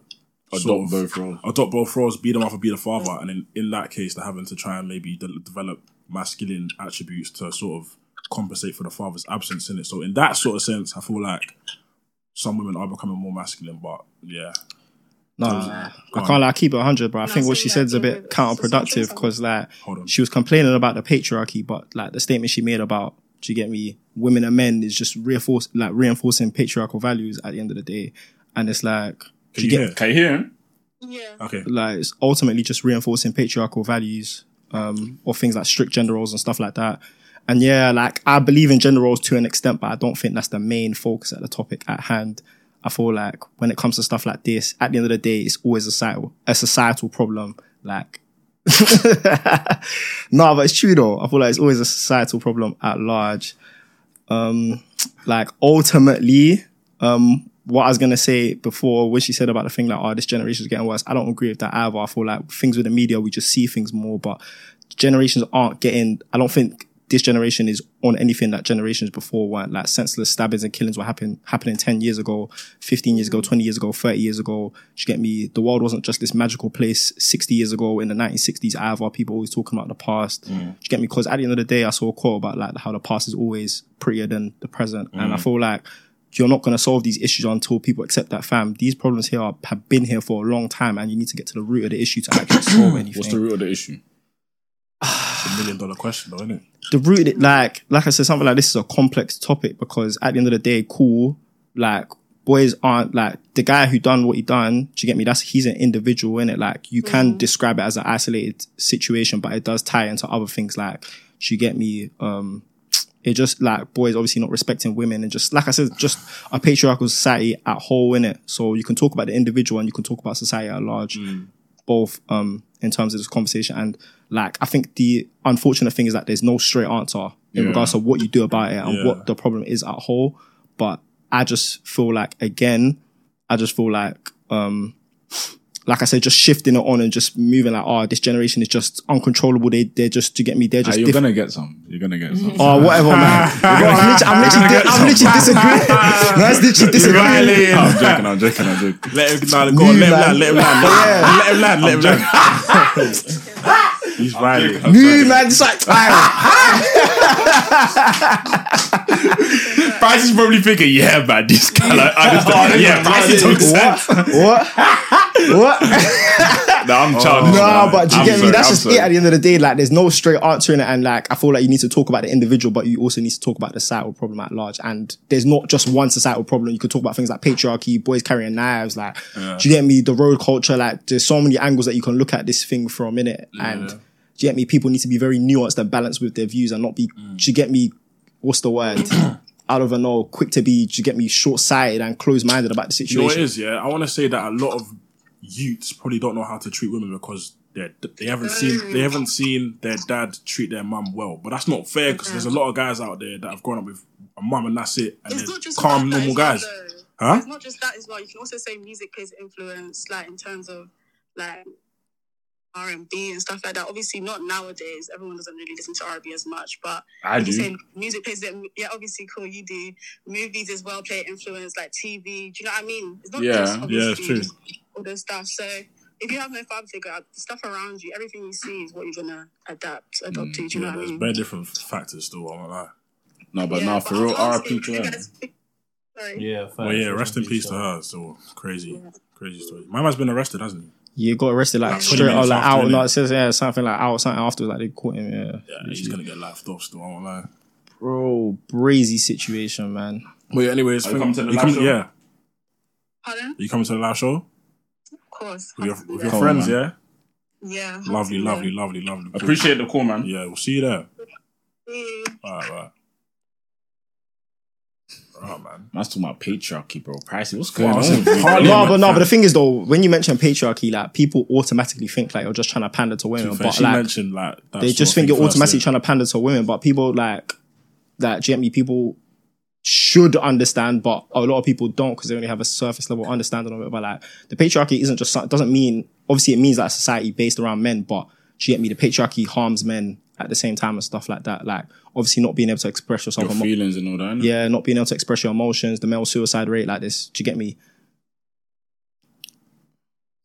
[SPEAKER 1] adopt
[SPEAKER 3] of-
[SPEAKER 1] both roles.
[SPEAKER 3] adopt both roles, be the mother, be the father, and in, in that case, they're having to try and maybe de- develop masculine attributes to sort of compensate for the father's absence in it. So in that sort of sense, I feel like some women are becoming more masculine, but yeah,
[SPEAKER 2] Nah,
[SPEAKER 3] Go
[SPEAKER 2] I
[SPEAKER 3] on.
[SPEAKER 2] can't. Like, I keep it hundred, but I
[SPEAKER 6] No,
[SPEAKER 2] think what
[SPEAKER 6] so
[SPEAKER 2] she
[SPEAKER 6] yeah,
[SPEAKER 2] said is a
[SPEAKER 6] yeah,
[SPEAKER 2] bit
[SPEAKER 6] it's just- it's just
[SPEAKER 2] counterproductive because like
[SPEAKER 3] hold on.
[SPEAKER 2] she was complaining about the patriarchy, but like the statement she made about do you get me, women and men is just reinforce like reinforcing patriarchal values at the end of the day, and it's like do
[SPEAKER 3] Can you hear?
[SPEAKER 1] Can you hear him?
[SPEAKER 6] Yeah.
[SPEAKER 3] Okay,
[SPEAKER 2] like it's ultimately just reinforcing patriarchal values um, or things like strict gender roles and stuff like that. And yeah, like I believe in gender roles to an extent, but I don't think that's the main focus at the topic at hand. I feel like when it comes to stuff like this, at the end of the day, it's always a societal, a societal problem. Like, no, but it's true though. I feel like it's always a societal problem at large. Um, like ultimately, um, what I was gonna say before, what she said about the thing like, oh, this generation is getting worse. I don't agree with that either. I feel like things with the media, we just see things more, but generations aren't getting. I don't think this generation is on anything that generations before weren't. Like senseless stabbings and killings were happening happening ten years ago, fifteen years ago, twenty years ago, thirty years ago. Do you get me? The world wasn't just this magical place sixty years ago in the nineteen sixties either. People always talking about the past. Do
[SPEAKER 1] Mm.
[SPEAKER 2] you get me? Because at the end of the day, I saw a quote about like how the past is always prettier than the present,
[SPEAKER 1] Mm.
[SPEAKER 2] and I feel like you're not going to solve these issues until people accept that, fam. These problems here are, have been here for a long time, and you need to get to the root of the issue to actually solve anything.
[SPEAKER 1] What's the root of the issue?
[SPEAKER 3] it's a million dollar question though, isn't it?
[SPEAKER 2] the root, of it, like, like I said, something like this is a complex topic because at the end of the day, cool, like boys aren't like the guy who done what he done. Do you get me? That's he's an individual in it. Like you can describe it as an isolated situation, but it does tie into other things. Like do you get me? Um, it just like boys obviously not respecting women and just like I said, just a patriarchal society at whole in it. So you can talk about the individual and you can talk about society at large, both um in terms of this conversation and like I think the unfortunate thing is that there's no straight answer in regards to what you do about it and what the problem is at whole. But I just feel like again, I just feel like um like I said, just shifting it on and just moving like, oh, this generation is just uncontrollable. They they're just to get me, they're
[SPEAKER 1] Ah,
[SPEAKER 2] just
[SPEAKER 1] you're
[SPEAKER 2] different.
[SPEAKER 1] gonna get some. You're gonna get some.
[SPEAKER 2] Oh, whatever, man. Bro, I'm literally, I'm literally, di- I'm literally disagreeing. No, it's literally disagreeing.
[SPEAKER 1] No, I'm joking. I'm joking. I'm joking.
[SPEAKER 3] Let him, nah, go on,
[SPEAKER 2] You
[SPEAKER 3] let him
[SPEAKER 2] man.
[SPEAKER 3] land, let him land, let him land, let him land, let him land. He's violent.
[SPEAKER 2] New man, it's like, aye.
[SPEAKER 1] Price is probably thinking, yeah, man, this guy. Like, I just, yeah, Price Oh, is talking sense.
[SPEAKER 2] what? What?
[SPEAKER 1] No, I'm childish.
[SPEAKER 2] no,
[SPEAKER 1] man.
[SPEAKER 2] but do you
[SPEAKER 1] I'm
[SPEAKER 2] get me?
[SPEAKER 1] sorry,
[SPEAKER 2] That's
[SPEAKER 1] I'm
[SPEAKER 2] just
[SPEAKER 1] sorry.
[SPEAKER 2] it. At the end of the day, like, there's no straight answer in it, and like, I feel like you need to talk about the individual, but you also need to talk about the societal problem at large. And there's not just one societal problem. You could talk about things like patriarchy, boys carrying knives, like, do you get me? The road culture, like, there's so many angles that you can look at this thing from in it, and. Do you get me? People need to be very nuanced and balanced with their views and not be,
[SPEAKER 3] Mm.
[SPEAKER 2] do you get me? What's the word? Out of an all, quick to be, do you get me? Short sighted and closed minded about the
[SPEAKER 3] You know what
[SPEAKER 2] situation.
[SPEAKER 3] it is, yeah? I want to say that a lot of youths probably don't know how to treat women because they're, they haven't seen
[SPEAKER 7] Mm.
[SPEAKER 3] they haven't seen their dad treat their mum well. But that's not fair because there's a lot of guys out there that have grown up with a mum and that's it. And
[SPEAKER 7] Mm. It's
[SPEAKER 3] they're
[SPEAKER 7] not just
[SPEAKER 3] calm,
[SPEAKER 7] that as
[SPEAKER 3] normal
[SPEAKER 7] well,
[SPEAKER 3] guys.
[SPEAKER 7] though.
[SPEAKER 3] Huh?
[SPEAKER 7] It's not just that as well. You can also say music plays influence, like in terms of like R and B and stuff like that. Obviously, not nowadays. Everyone doesn't really listen to R and B as much, but
[SPEAKER 1] I
[SPEAKER 7] I'm just
[SPEAKER 1] do.
[SPEAKER 7] saying music plays. it- Yeah, obviously, cool. You do movies as well. Play influence like TV. Do you know what I mean? It's not
[SPEAKER 1] Yeah,
[SPEAKER 7] just
[SPEAKER 1] yeah,
[SPEAKER 7] obviously
[SPEAKER 3] it's true.
[SPEAKER 7] All those stuff. So if you have no father figure, the stuff around you, everything you see is what you're gonna adapt, adopt to. Do you
[SPEAKER 3] Yeah,
[SPEAKER 7] know what I
[SPEAKER 3] there's
[SPEAKER 7] mean?
[SPEAKER 3] very different factors still, I won't lie.
[SPEAKER 1] No, but
[SPEAKER 7] Yeah,
[SPEAKER 1] now for
[SPEAKER 7] I was
[SPEAKER 1] real,
[SPEAKER 7] asking,
[SPEAKER 1] RIP to
[SPEAKER 7] you
[SPEAKER 1] her.
[SPEAKER 7] guys- Sorry.
[SPEAKER 4] Yeah, facts.
[SPEAKER 3] Well, yeah,
[SPEAKER 4] Rest
[SPEAKER 3] rest in peace to her. So crazy, crazy story. My man's been arrested, hasn't he?
[SPEAKER 2] Yeah, got arrested like
[SPEAKER 7] 20
[SPEAKER 2] straight out,
[SPEAKER 3] minutes
[SPEAKER 2] like
[SPEAKER 3] after,
[SPEAKER 2] out. No,
[SPEAKER 3] innit?
[SPEAKER 2] it says yeah, something like out, something after. Like they caught him. Yeah,
[SPEAKER 3] Yeah, he's gonna get lifed off still. I won't lie.
[SPEAKER 2] bro, brazy situation, man.
[SPEAKER 3] But yeah, anyways,
[SPEAKER 1] Are you coming to the
[SPEAKER 3] you
[SPEAKER 1] live
[SPEAKER 3] come-
[SPEAKER 1] show?
[SPEAKER 3] yeah,
[SPEAKER 7] Pardon?
[SPEAKER 3] you coming to the live show
[SPEAKER 7] Of course.
[SPEAKER 3] with your,
[SPEAKER 7] have to be
[SPEAKER 3] with
[SPEAKER 7] there.
[SPEAKER 3] your
[SPEAKER 1] Come on,
[SPEAKER 3] friends?
[SPEAKER 1] man.
[SPEAKER 3] Yeah,
[SPEAKER 7] Yeah.
[SPEAKER 3] lovely,
[SPEAKER 7] Yeah.
[SPEAKER 3] lovely, lovely, lovely.
[SPEAKER 1] Appreciate the call, man.
[SPEAKER 3] Yeah, we'll see you there.
[SPEAKER 7] Mm.
[SPEAKER 3] All right, all right. All right, man.
[SPEAKER 1] That's to my patriarchy, bro. Pricey, what's going
[SPEAKER 3] Well, I
[SPEAKER 1] on?
[SPEAKER 3] was in
[SPEAKER 1] with you?
[SPEAKER 3] Harlem.
[SPEAKER 2] No,
[SPEAKER 3] man,
[SPEAKER 2] but no,
[SPEAKER 3] fam.
[SPEAKER 2] but the thing is though, when you mention patriarchy, like people automatically think like you're just trying to pander to
[SPEAKER 3] To be
[SPEAKER 2] women,
[SPEAKER 3] fair,
[SPEAKER 2] but
[SPEAKER 3] she
[SPEAKER 2] like
[SPEAKER 3] mentioned like that
[SPEAKER 2] they
[SPEAKER 3] sort
[SPEAKER 2] just think
[SPEAKER 3] of
[SPEAKER 2] you're
[SPEAKER 3] thing first,
[SPEAKER 2] automatically
[SPEAKER 3] yeah.
[SPEAKER 2] trying to pander to women. But people like that, do you get me? People should understand, but a lot of people don't because they only have a surface level understanding of it. But like the patriarchy isn't just some- doesn't mean obviously it means that a society based around men, but do you get me? The patriarchy harms men at the same time and stuff like that. Like obviously not being able to express yourself,
[SPEAKER 1] Your
[SPEAKER 2] emo-
[SPEAKER 1] feelings and all that. innit?
[SPEAKER 2] yeah, not being able to express your emotions, the male suicide rate like this. Do you get me?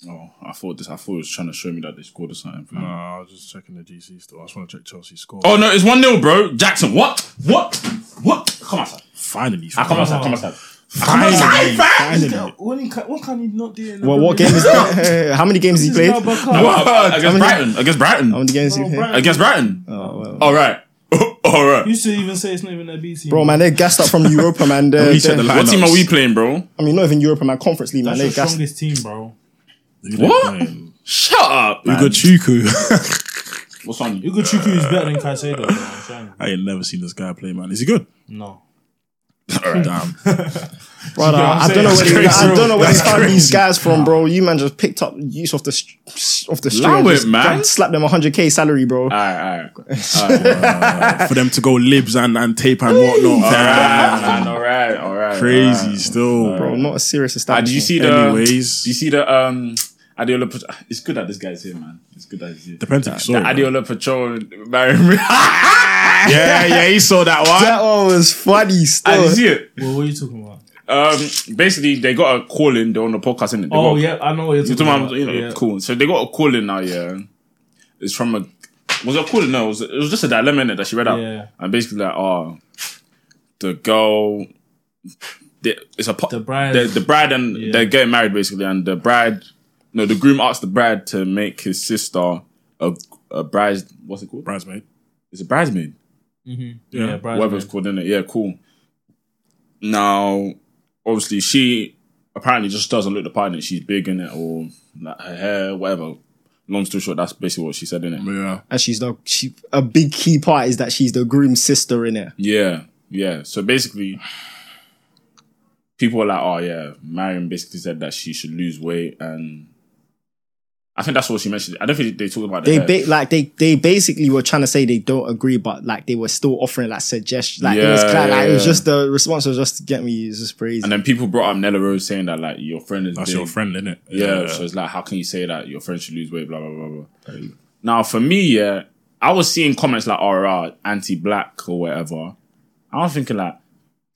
[SPEAKER 1] Oh, I thought this. I thought it was trying to show me that they scored or something. fam.
[SPEAKER 3] No, I was just checking the GC still. I just want to check Chelsea's score.
[SPEAKER 1] Oh no, it's one 0 bro. Jackson, what? What? What? Come outside.
[SPEAKER 3] finally!
[SPEAKER 1] I come
[SPEAKER 3] fam.
[SPEAKER 1] outside. Come outside.
[SPEAKER 3] Finally,
[SPEAKER 5] Yeah, what, in- what can he not do? In
[SPEAKER 2] Well, what game is that? How many games he played? How
[SPEAKER 1] No, uh, against Brighton. Against Brighton.
[SPEAKER 2] many games he played?
[SPEAKER 5] Brighton-
[SPEAKER 1] Against Brighton.
[SPEAKER 2] Oh, well.
[SPEAKER 1] All right. All right.
[SPEAKER 5] You should even say it's not even a B team.
[SPEAKER 2] Bro, man, they're gassed up from Europa, man. They're,
[SPEAKER 3] He said the
[SPEAKER 2] they're-
[SPEAKER 1] What
[SPEAKER 3] lineups.
[SPEAKER 1] team are we playing, bro?
[SPEAKER 2] I mean, not even Europa, man. Conference League, man.
[SPEAKER 4] That's
[SPEAKER 2] They're
[SPEAKER 4] your
[SPEAKER 2] gassed.
[SPEAKER 4] strongest team, bro.
[SPEAKER 1] What? Shut up.
[SPEAKER 3] We
[SPEAKER 1] man.
[SPEAKER 3] got Chuku.
[SPEAKER 1] What's on you?
[SPEAKER 4] Ugo Chuku is better than Caicedo, bro. I'm trying.
[SPEAKER 3] I ain't never seen this guy play, man. Is he good?
[SPEAKER 4] No.
[SPEAKER 3] Damn.
[SPEAKER 2] Brother,
[SPEAKER 4] what I'm
[SPEAKER 2] I don't
[SPEAKER 4] saying?
[SPEAKER 2] know where
[SPEAKER 4] That's
[SPEAKER 2] they, I
[SPEAKER 4] crazy.
[SPEAKER 2] don't know where they
[SPEAKER 3] That's
[SPEAKER 2] found
[SPEAKER 3] crazy.
[SPEAKER 2] these guys from, bro. You man just picked up use off the str- off the string,
[SPEAKER 1] Allow
[SPEAKER 2] and
[SPEAKER 1] it,
[SPEAKER 2] just
[SPEAKER 1] man.
[SPEAKER 2] gra- slapped them 100k salary, bro.
[SPEAKER 1] All right. All right.
[SPEAKER 3] for them to go libs and, and tape and whatnot. Damn.
[SPEAKER 1] All right. All right.
[SPEAKER 3] Crazy still,
[SPEAKER 2] bro,
[SPEAKER 3] bro.
[SPEAKER 2] not a serious
[SPEAKER 1] Uh,
[SPEAKER 2] establishment.
[SPEAKER 1] do you see the?
[SPEAKER 3] Anyways.
[SPEAKER 1] Do you see the? Um, Adiola. Pat- It's good that this guy's here, man. It's good that he's here.
[SPEAKER 3] Depends if you
[SPEAKER 4] Oh,
[SPEAKER 3] saw it, bro.
[SPEAKER 1] Adiola Patrol marrying me. Ah,
[SPEAKER 3] Yeah, yeah, he saw that one.
[SPEAKER 2] that one was funny. Still,
[SPEAKER 1] Ah,
[SPEAKER 4] Oh.
[SPEAKER 1] Did you see it?
[SPEAKER 4] Well, what are you talking about?
[SPEAKER 1] Um, basically, they got a call in. They're on the podcast, innit? They
[SPEAKER 4] Oh,
[SPEAKER 1] got,
[SPEAKER 4] yeah, I know what you're
[SPEAKER 1] You're
[SPEAKER 4] talking
[SPEAKER 1] talking
[SPEAKER 4] about.
[SPEAKER 1] about, you know,
[SPEAKER 4] yeah.
[SPEAKER 1] cool. So they got a call in now, yeah. It's from a was it a call in? No, it was, it was just a dilemma in it that she read out.
[SPEAKER 4] Yeah.
[SPEAKER 1] And basically like, oh the girl the, it's a
[SPEAKER 4] The bride.
[SPEAKER 1] the, the bride and
[SPEAKER 4] Yeah.
[SPEAKER 1] they're getting married basically and the bride no the groom asked the bride to make his sister a a bride what's it called?
[SPEAKER 3] Bridesmaid.
[SPEAKER 1] It's a bridesmaid.
[SPEAKER 4] Mm-hmm. Yeah,
[SPEAKER 3] Yeah,
[SPEAKER 4] Brighton,
[SPEAKER 1] Whatever it's
[SPEAKER 4] man.
[SPEAKER 1] called, innit? Yeah, cool. Now obviously she apparently just doesn't look the part in it. She's big in it or like, her hair, whatever. Long story short, that's basically what she said in it.
[SPEAKER 3] Yeah.
[SPEAKER 2] And she's the she, a big key part is that she's the groom's sister in it.
[SPEAKER 1] Yeah, yeah. So basically, people were like, "Oh yeah," Marion basically said that she should lose weight, and I think that's what she mentioned. I don't think they talked about the
[SPEAKER 2] They
[SPEAKER 1] hair.
[SPEAKER 2] ba- like they they basically were trying to say they don't agree, but like they were still offering like suggestions. Like it was
[SPEAKER 1] Yeah,
[SPEAKER 2] clear, like it was
[SPEAKER 1] yeah.
[SPEAKER 2] just the response was just to get me. It's just crazy.
[SPEAKER 1] and then people brought up Nella Rose saying that like your friend is
[SPEAKER 3] That's
[SPEAKER 1] big.
[SPEAKER 3] your friend, isn't it?
[SPEAKER 1] Yeah, so it's like, how can you say that your friend should lose weight? Blah blah blah blah. Now, for me, yeah, I was seeing comments like "RR anti-black" or whatever. I was thinking like,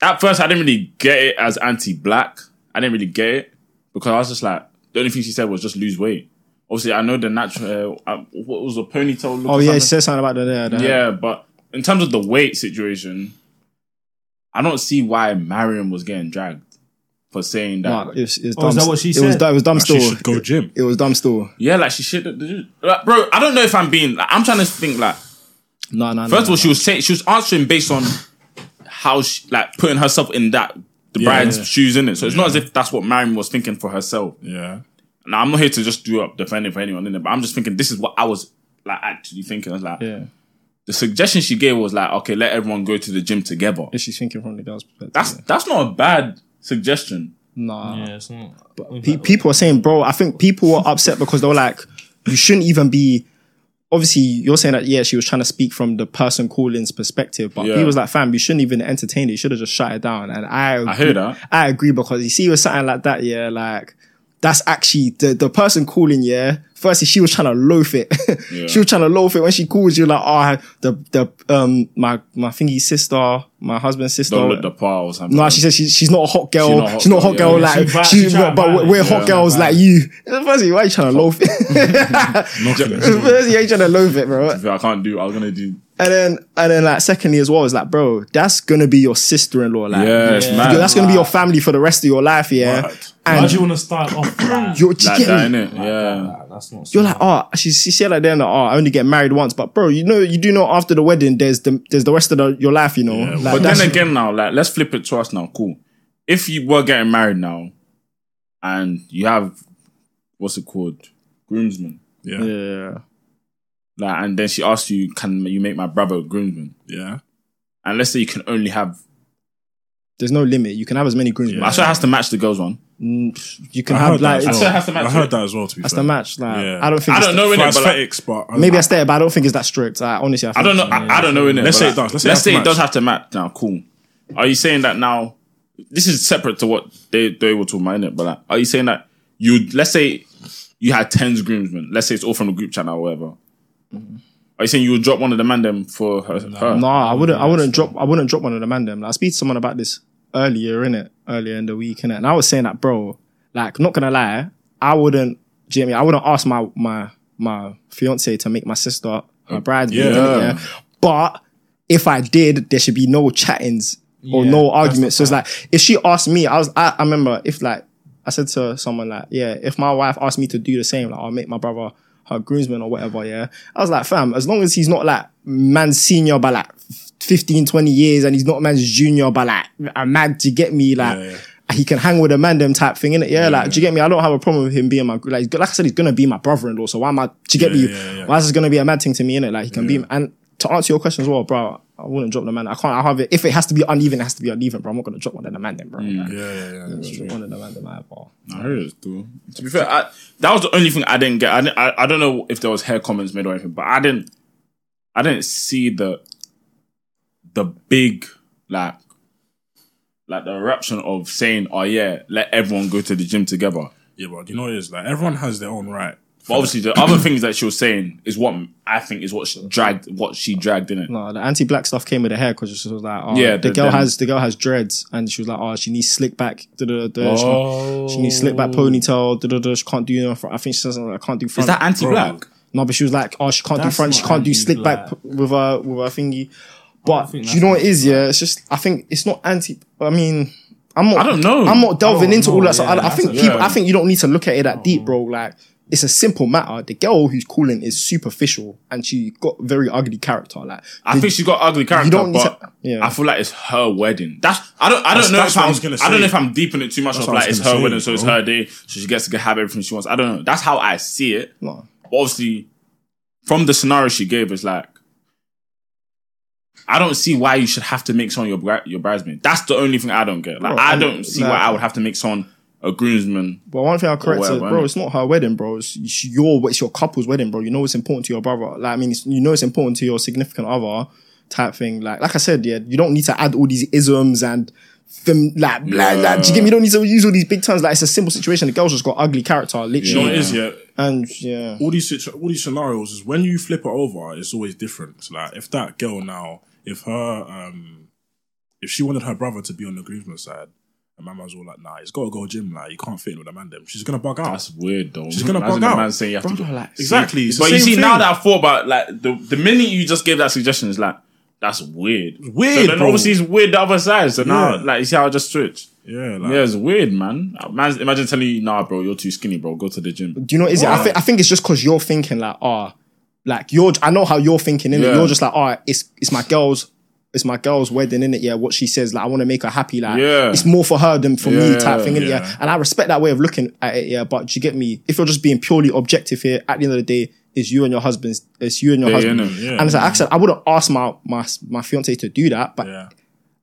[SPEAKER 1] at first, I didn't really get it as anti-black. I didn't really get it because I was just like, the only thing she said was just lose weight. Obviously, I know the natural. Uh, uh, what was the ponytail? Look
[SPEAKER 2] oh
[SPEAKER 1] or
[SPEAKER 2] yeah,
[SPEAKER 1] something?
[SPEAKER 2] it says something about the, the, the
[SPEAKER 1] Yeah, but in terms of the weight situation, I don't see why Marion was getting dragged for saying that.
[SPEAKER 2] Nah, it was, it was
[SPEAKER 5] Oh,
[SPEAKER 2] dumb.
[SPEAKER 5] is that what she
[SPEAKER 2] it Was,
[SPEAKER 5] said?
[SPEAKER 2] du- it was dumb
[SPEAKER 3] She
[SPEAKER 2] still.
[SPEAKER 3] should go gym.
[SPEAKER 2] It was dumb still.
[SPEAKER 1] Yeah, like she should. Like, bro, I don't know if I'm being. Like, I'm trying to think. Like,
[SPEAKER 2] No, no.
[SPEAKER 1] first of all, she was saying she was answering based on how she like putting herself in that the bride's
[SPEAKER 3] yeah.
[SPEAKER 1] shoes in it. So it's not as if that's what Marion was thinking for herself.
[SPEAKER 3] Yeah.
[SPEAKER 1] Now I'm not here to just do up defending for anyone in it, but I'm just thinking this is what I was like actually thinking. I was like,
[SPEAKER 2] yeah.
[SPEAKER 1] the suggestion she gave was like, okay, let everyone go to the gym together.
[SPEAKER 2] If she's thinking from the girl's perspective.
[SPEAKER 1] That's that's not a bad suggestion.
[SPEAKER 2] nah.
[SPEAKER 4] Yeah, it's not.
[SPEAKER 2] Pe- people are saying, bro, I think people were upset because they were like, you shouldn't even be. Obviously, you're saying that, yeah, she was trying to speak from the person calling's perspective, but
[SPEAKER 1] Yeah.
[SPEAKER 2] he was like, fam, you shouldn't even entertain it. You should have just shut it down. And I agree,
[SPEAKER 1] I hear that.
[SPEAKER 2] I agree because you see, with something like that, yeah, like that's actually the, the person calling, yeah. Firstly, she was trying to loaf it. she was trying to loaf it. When she calls you, like, oh, the, the, um, my, my thingy sister, my husband's sister.
[SPEAKER 1] Don't look the part or something.
[SPEAKER 2] No, she said she's she's not a hot
[SPEAKER 1] She's not
[SPEAKER 2] girl.
[SPEAKER 1] a hot
[SPEAKER 2] She's not a hot
[SPEAKER 1] girl,
[SPEAKER 2] girl,
[SPEAKER 1] yeah.
[SPEAKER 2] like
[SPEAKER 4] She vi-
[SPEAKER 2] she,
[SPEAKER 4] she trying to
[SPEAKER 2] but we're,
[SPEAKER 4] vibe.
[SPEAKER 2] we're
[SPEAKER 4] Yeah,
[SPEAKER 2] hot girls like you. Firstly, why are you trying to loaf it? Firstly, why you trying to loaf it, bro? And
[SPEAKER 1] I can't do. I was gonna do.
[SPEAKER 2] then and then like secondly as well is like, bro, that's gonna be your sister in law, like
[SPEAKER 1] Yeah, it's mad.
[SPEAKER 2] that's gonna be your family for the rest of your life, yeah.
[SPEAKER 4] Why do
[SPEAKER 2] And
[SPEAKER 4] you want to start off like,
[SPEAKER 2] you're
[SPEAKER 1] like that,
[SPEAKER 2] chicken.
[SPEAKER 1] innit? Yeah.
[SPEAKER 4] that? That's not.
[SPEAKER 2] You're like, oh, she, she said like then, oh, I only get married once, but bro, you know, you do know after the wedding, there's the there's the rest of the, your life, you know. Like,
[SPEAKER 1] But
[SPEAKER 2] that's-
[SPEAKER 1] then again, now, like, let's flip it to us now. Cool. If you were getting married now, and you have what's it called, groomsman,
[SPEAKER 3] Yeah. Yeah.
[SPEAKER 2] yeah,
[SPEAKER 1] like, and then she asks you, "Can you make my brother a groomsman?" And let's say you can only have,
[SPEAKER 2] there's no limit. You can have as many grooms.
[SPEAKER 1] I sure it has to match the girls one.
[SPEAKER 2] You can
[SPEAKER 3] I
[SPEAKER 2] have
[SPEAKER 3] heard,
[SPEAKER 2] like
[SPEAKER 3] that,
[SPEAKER 2] it's-
[SPEAKER 3] as
[SPEAKER 1] I said
[SPEAKER 3] well.
[SPEAKER 1] it has to match
[SPEAKER 3] I heard
[SPEAKER 1] it.
[SPEAKER 3] that as well. To be
[SPEAKER 2] That's
[SPEAKER 3] fair.
[SPEAKER 2] the match. Like
[SPEAKER 3] Yeah.
[SPEAKER 2] I don't think.
[SPEAKER 1] I
[SPEAKER 2] it's
[SPEAKER 1] don't know
[SPEAKER 3] For
[SPEAKER 1] in it, but like,
[SPEAKER 3] aesthetics, but I-
[SPEAKER 2] Maybe I stay, but I don't think it's that strict. I honestly, I,
[SPEAKER 1] I
[SPEAKER 2] think
[SPEAKER 1] don't know. I, I don't know in it.
[SPEAKER 3] Let's
[SPEAKER 1] but
[SPEAKER 3] say it
[SPEAKER 1] like,
[SPEAKER 3] does. Let's say
[SPEAKER 1] it
[SPEAKER 3] it has to match.
[SPEAKER 1] does have to match. Now, cool. Are you saying that now? This is separate to what they they were talking about, innit? But like, are you saying that you let's say you had tens groomsmen? Let's say it's all from the group channel or whatever. Are you saying you would drop one of the man them for her? her?
[SPEAKER 2] Nah, I wouldn't. I wouldn't drop. I wouldn't drop one of the man them. Like, I speak to someone about this earlier in it, earlier in the week in it, and I was saying that, bro. Like, not gonna lie, I wouldn't. Jimmy, I wouldn't ask my my my fiance to make my sister her bride. Yeah. yeah. But if I did, there should be no chattings or
[SPEAKER 4] Yeah,
[SPEAKER 2] no
[SPEAKER 4] that's
[SPEAKER 2] arguments. So it's like if she asked me, I was. I, I remember if like I said to someone like, yeah, if my wife asked me to do the same, like I'll make my brother her groomsman or whatever, yeah. I was like, fam, as long as he's not like man senior by like 15, 20 years and he's not man's junior by like a man to get me, like he can hang with a man them type thing, innit? Yeah, like, do you get me? I don't have a problem with him being my like he's- like I said, he's gonna be my brother in law. So why am I do you get me?
[SPEAKER 3] yeah, yeah.
[SPEAKER 2] Why is this gonna be a mad thing to me, innit? Like he can be and to answer your question as well, bro, I wouldn't drop the man. I can't I have it if it has to be uneven, it has to be uneven, bro. I'm not gonna drop one of the man then, bro.
[SPEAKER 1] Mm.
[SPEAKER 2] Like,
[SPEAKER 3] Yeah, yeah, yeah.
[SPEAKER 2] I'm not dropping one of the man them either.
[SPEAKER 1] I heard it too. To be fair, I, that was the only thing I didn't get. I, didn't, I I don't know if there was hair comments made or anything, but I didn't I didn't see the the big like like the eruption of saying, "Oh yeah, let everyone go to the gym together."
[SPEAKER 3] Yeah, but you know what it is like everyone has their own right.
[SPEAKER 1] But obviously, the other things that she was saying is what I think is what she dragged what she dragged in it.
[SPEAKER 2] No, the anti-black stuff came with the hair because she was like, oh,
[SPEAKER 1] Yeah,
[SPEAKER 2] the,
[SPEAKER 1] the-
[SPEAKER 2] girl
[SPEAKER 1] them-
[SPEAKER 2] has the girl has dreads, and she was like, oh, she needs slick back, duh, duh, duh, duh. She, can't- she needs slick back ponytail, duh, duh, duh. she can't do no front. I think she says something like, I can't do front.
[SPEAKER 1] Oh. Is that anti-black?
[SPEAKER 2] no, but she was like, oh, she can't do
[SPEAKER 4] That's
[SPEAKER 2] front, she
[SPEAKER 4] not
[SPEAKER 2] can't do slick back
[SPEAKER 4] anti-black.
[SPEAKER 2] p- with her with her thingy. But do
[SPEAKER 4] think that's
[SPEAKER 2] you know what it is? Yeah, it's just I think it's not anti. I mean, I'm not.
[SPEAKER 1] I don't know.
[SPEAKER 2] I'm not delving
[SPEAKER 4] I don't
[SPEAKER 2] into all
[SPEAKER 4] know,
[SPEAKER 2] that. stuff.
[SPEAKER 4] yeah,
[SPEAKER 2] I, I
[SPEAKER 4] that's
[SPEAKER 2] think
[SPEAKER 4] a- Oh.
[SPEAKER 2] people.
[SPEAKER 1] yeah.
[SPEAKER 2] I think you don't need to look at it that deep, bro. Like it's a simple matter. The girl who's calling is superficial, and she got very ugly character. Like
[SPEAKER 1] I think she got ugly character,
[SPEAKER 2] you don't need
[SPEAKER 1] but
[SPEAKER 2] to. Yeah.
[SPEAKER 1] I feel like it's her wedding. That's I don't I don't
[SPEAKER 3] That's-
[SPEAKER 1] know
[SPEAKER 3] that's
[SPEAKER 1] if
[SPEAKER 3] what I
[SPEAKER 1] I'm
[SPEAKER 3] was gonna
[SPEAKER 1] I don't
[SPEAKER 3] say.
[SPEAKER 1] know if I'm deeping it too much.
[SPEAKER 3] That's
[SPEAKER 1] Of
[SPEAKER 3] what I
[SPEAKER 1] like
[SPEAKER 3] was
[SPEAKER 1] it's her
[SPEAKER 3] gonna say,
[SPEAKER 1] wedding, so it's
[SPEAKER 3] bro.
[SPEAKER 1] her day, so she gets to have everything she wants. I don't know. That's how I see it.
[SPEAKER 2] No.
[SPEAKER 1] But obviously, from the scenario she gave, it's like I don't see why you should have to make someone your bri- your bridesmaid. That's the only thing I don't get. Like
[SPEAKER 2] Bro,
[SPEAKER 1] I
[SPEAKER 2] I'm-
[SPEAKER 1] don't see
[SPEAKER 2] nah.
[SPEAKER 1] why I would have to make someone a groomsman.
[SPEAKER 2] But one thing I correct her,
[SPEAKER 1] whatever,
[SPEAKER 2] bro,
[SPEAKER 1] innit?
[SPEAKER 2] it's not her wedding, bro. It's it's your it's your couple's wedding, bro. You know it's important to your brother. Like I mean, it's, you know it's important to your significant other type thing. Like like I said, yeah, you don't need to add all these isms and fem, like blah blah. Do you get me? You don't need to use all these big terms. Like it's a simple situation. The girl's just got ugly character,
[SPEAKER 3] You know
[SPEAKER 2] literally.
[SPEAKER 3] what it is, yeah.
[SPEAKER 2] And yeah,
[SPEAKER 3] all these situ- all these scenarios is when you flip it over, it's always different. So, Like if that girl now, if her um, if she wanted her brother to be on the groomsman side, and my man's all like, nah, he's got to go gym. Like you can't fit in with a man. Them, she's gonna bug out.
[SPEAKER 1] That's weird though.
[SPEAKER 3] She's gonna
[SPEAKER 1] Imagine
[SPEAKER 3] bug
[SPEAKER 1] a
[SPEAKER 3] out.
[SPEAKER 1] man saying you have to
[SPEAKER 2] Bro,
[SPEAKER 1] go-
[SPEAKER 2] like,
[SPEAKER 3] exactly. It's the
[SPEAKER 1] But you
[SPEAKER 3] same
[SPEAKER 1] see,
[SPEAKER 3] thing.
[SPEAKER 1] now that I thought about like the the minute you just gave that suggestion, it's like that's weird.
[SPEAKER 3] weird,
[SPEAKER 1] So then
[SPEAKER 3] bro.
[SPEAKER 1] obviously it's weird the other side. So now
[SPEAKER 3] Yeah.
[SPEAKER 1] like you see how I just switched.
[SPEAKER 3] yeah, like,
[SPEAKER 1] yeah, it's weird, man. Man's, imagine telling you, nah, bro, you're too skinny, bro. Go to the gym.
[SPEAKER 2] do you know what it is? I think I think it's just because you're thinking like ah, like you're. I know how you're thinking in it.
[SPEAKER 1] Yeah.
[SPEAKER 2] You're just like ah, it's it's my girl's. It's my girl's wedding, in it. Yeah, what she says, like I want to make her happy. Like
[SPEAKER 1] Yeah.
[SPEAKER 2] it's more for her than for me,
[SPEAKER 1] Yeah,
[SPEAKER 2] type thing. innit?
[SPEAKER 3] yeah.
[SPEAKER 2] Yeah. and I respect that way of looking at it. Yeah, but you get me. If you're just being purely objective here, at the end of the day, it's you and your husband's. It's you and your
[SPEAKER 1] Yeah,
[SPEAKER 2] husband.
[SPEAKER 1] innit? Yeah.
[SPEAKER 2] And it's like I said, I wouldn't ask my my my fiance to do that, but
[SPEAKER 3] yeah.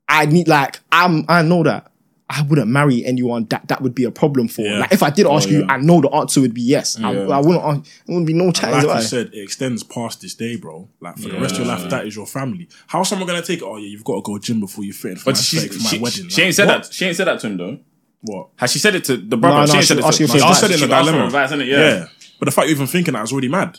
[SPEAKER 2] I need like I'm I know that I wouldn't marry anyone that that would be a problem for.
[SPEAKER 3] Yeah.
[SPEAKER 2] Like if I did ask you,
[SPEAKER 1] yeah.
[SPEAKER 2] I know the answer would be yes. I, I wouldn't. ask- There wouldn't be no
[SPEAKER 3] Like
[SPEAKER 2] chance.
[SPEAKER 3] you
[SPEAKER 2] about it.
[SPEAKER 3] said, it extends past this day, bro. Like for the rest of your life, that is your family. How is someone gonna take it? Oh yeah, you've got to go gym before you fit in for,
[SPEAKER 1] But
[SPEAKER 3] my,
[SPEAKER 1] she,
[SPEAKER 3] spec- for my
[SPEAKER 1] she,
[SPEAKER 3] wedding.
[SPEAKER 1] she
[SPEAKER 3] Like,
[SPEAKER 1] ain't said
[SPEAKER 3] what?
[SPEAKER 1] that. She ain't said that to him though.
[SPEAKER 3] What?
[SPEAKER 1] Has she said it to the brother?
[SPEAKER 2] No, no,
[SPEAKER 1] she ain't
[SPEAKER 2] she
[SPEAKER 1] said it
[SPEAKER 2] asked
[SPEAKER 1] to
[SPEAKER 2] you for
[SPEAKER 1] she
[SPEAKER 2] advice.
[SPEAKER 1] asked it in
[SPEAKER 3] She
[SPEAKER 1] the
[SPEAKER 3] asked for
[SPEAKER 1] dilemma.
[SPEAKER 3] advice,
[SPEAKER 1] innit?
[SPEAKER 3] Yeah.
[SPEAKER 1] Yeah.
[SPEAKER 3] But the fact you're even thinking that is already mad.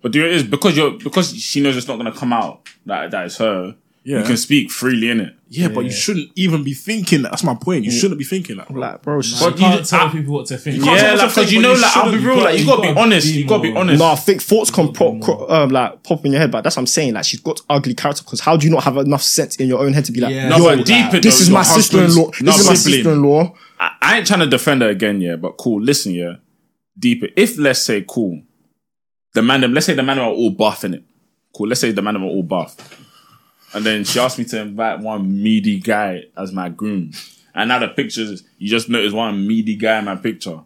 [SPEAKER 1] But do you know what it is because you're because she knows it's not gonna come out that that is her.
[SPEAKER 3] Yeah.
[SPEAKER 1] You can speak freely in it.
[SPEAKER 3] Yeah, but you shouldn't even be thinking that. That's my point. You shouldn't be thinking that. bro.
[SPEAKER 2] Like, bro, it's just-
[SPEAKER 4] You can't tell
[SPEAKER 1] I-
[SPEAKER 4] people what to think.
[SPEAKER 3] can't
[SPEAKER 1] Yeah,
[SPEAKER 3] tell
[SPEAKER 1] like
[SPEAKER 3] us a
[SPEAKER 1] because
[SPEAKER 3] thing,
[SPEAKER 1] you
[SPEAKER 3] but
[SPEAKER 1] know,
[SPEAKER 3] you
[SPEAKER 1] like I'll be
[SPEAKER 3] shouldn't.
[SPEAKER 1] real,
[SPEAKER 3] You
[SPEAKER 1] like you gotta be honest. You gotta be
[SPEAKER 4] more-
[SPEAKER 1] honest.
[SPEAKER 2] Nah, thick thoughts can pop, cro- um, like pop in your head, but that's what I'm saying. Like she's got ugly character because how do you not have enough sense in your own head to be like,
[SPEAKER 4] Yeah.
[SPEAKER 1] No,
[SPEAKER 2] yo,
[SPEAKER 1] but deep in
[SPEAKER 2] this
[SPEAKER 1] though,
[SPEAKER 2] is my
[SPEAKER 1] your husband's-
[SPEAKER 2] sister-in-law,
[SPEAKER 1] No,
[SPEAKER 2] this is my
[SPEAKER 1] sibling.
[SPEAKER 2] sister-in-law.
[SPEAKER 1] I, I ain't trying to defend her again, yeah, but cool. Listen, yeah, deeper. If let's say cool, the man them, let's say the man them are all buff in it. Cool. Let's say the man them are all buff, and then she asked me to invite one meaty guy as my groom, and now the pictures you just notice one meaty guy in my picture.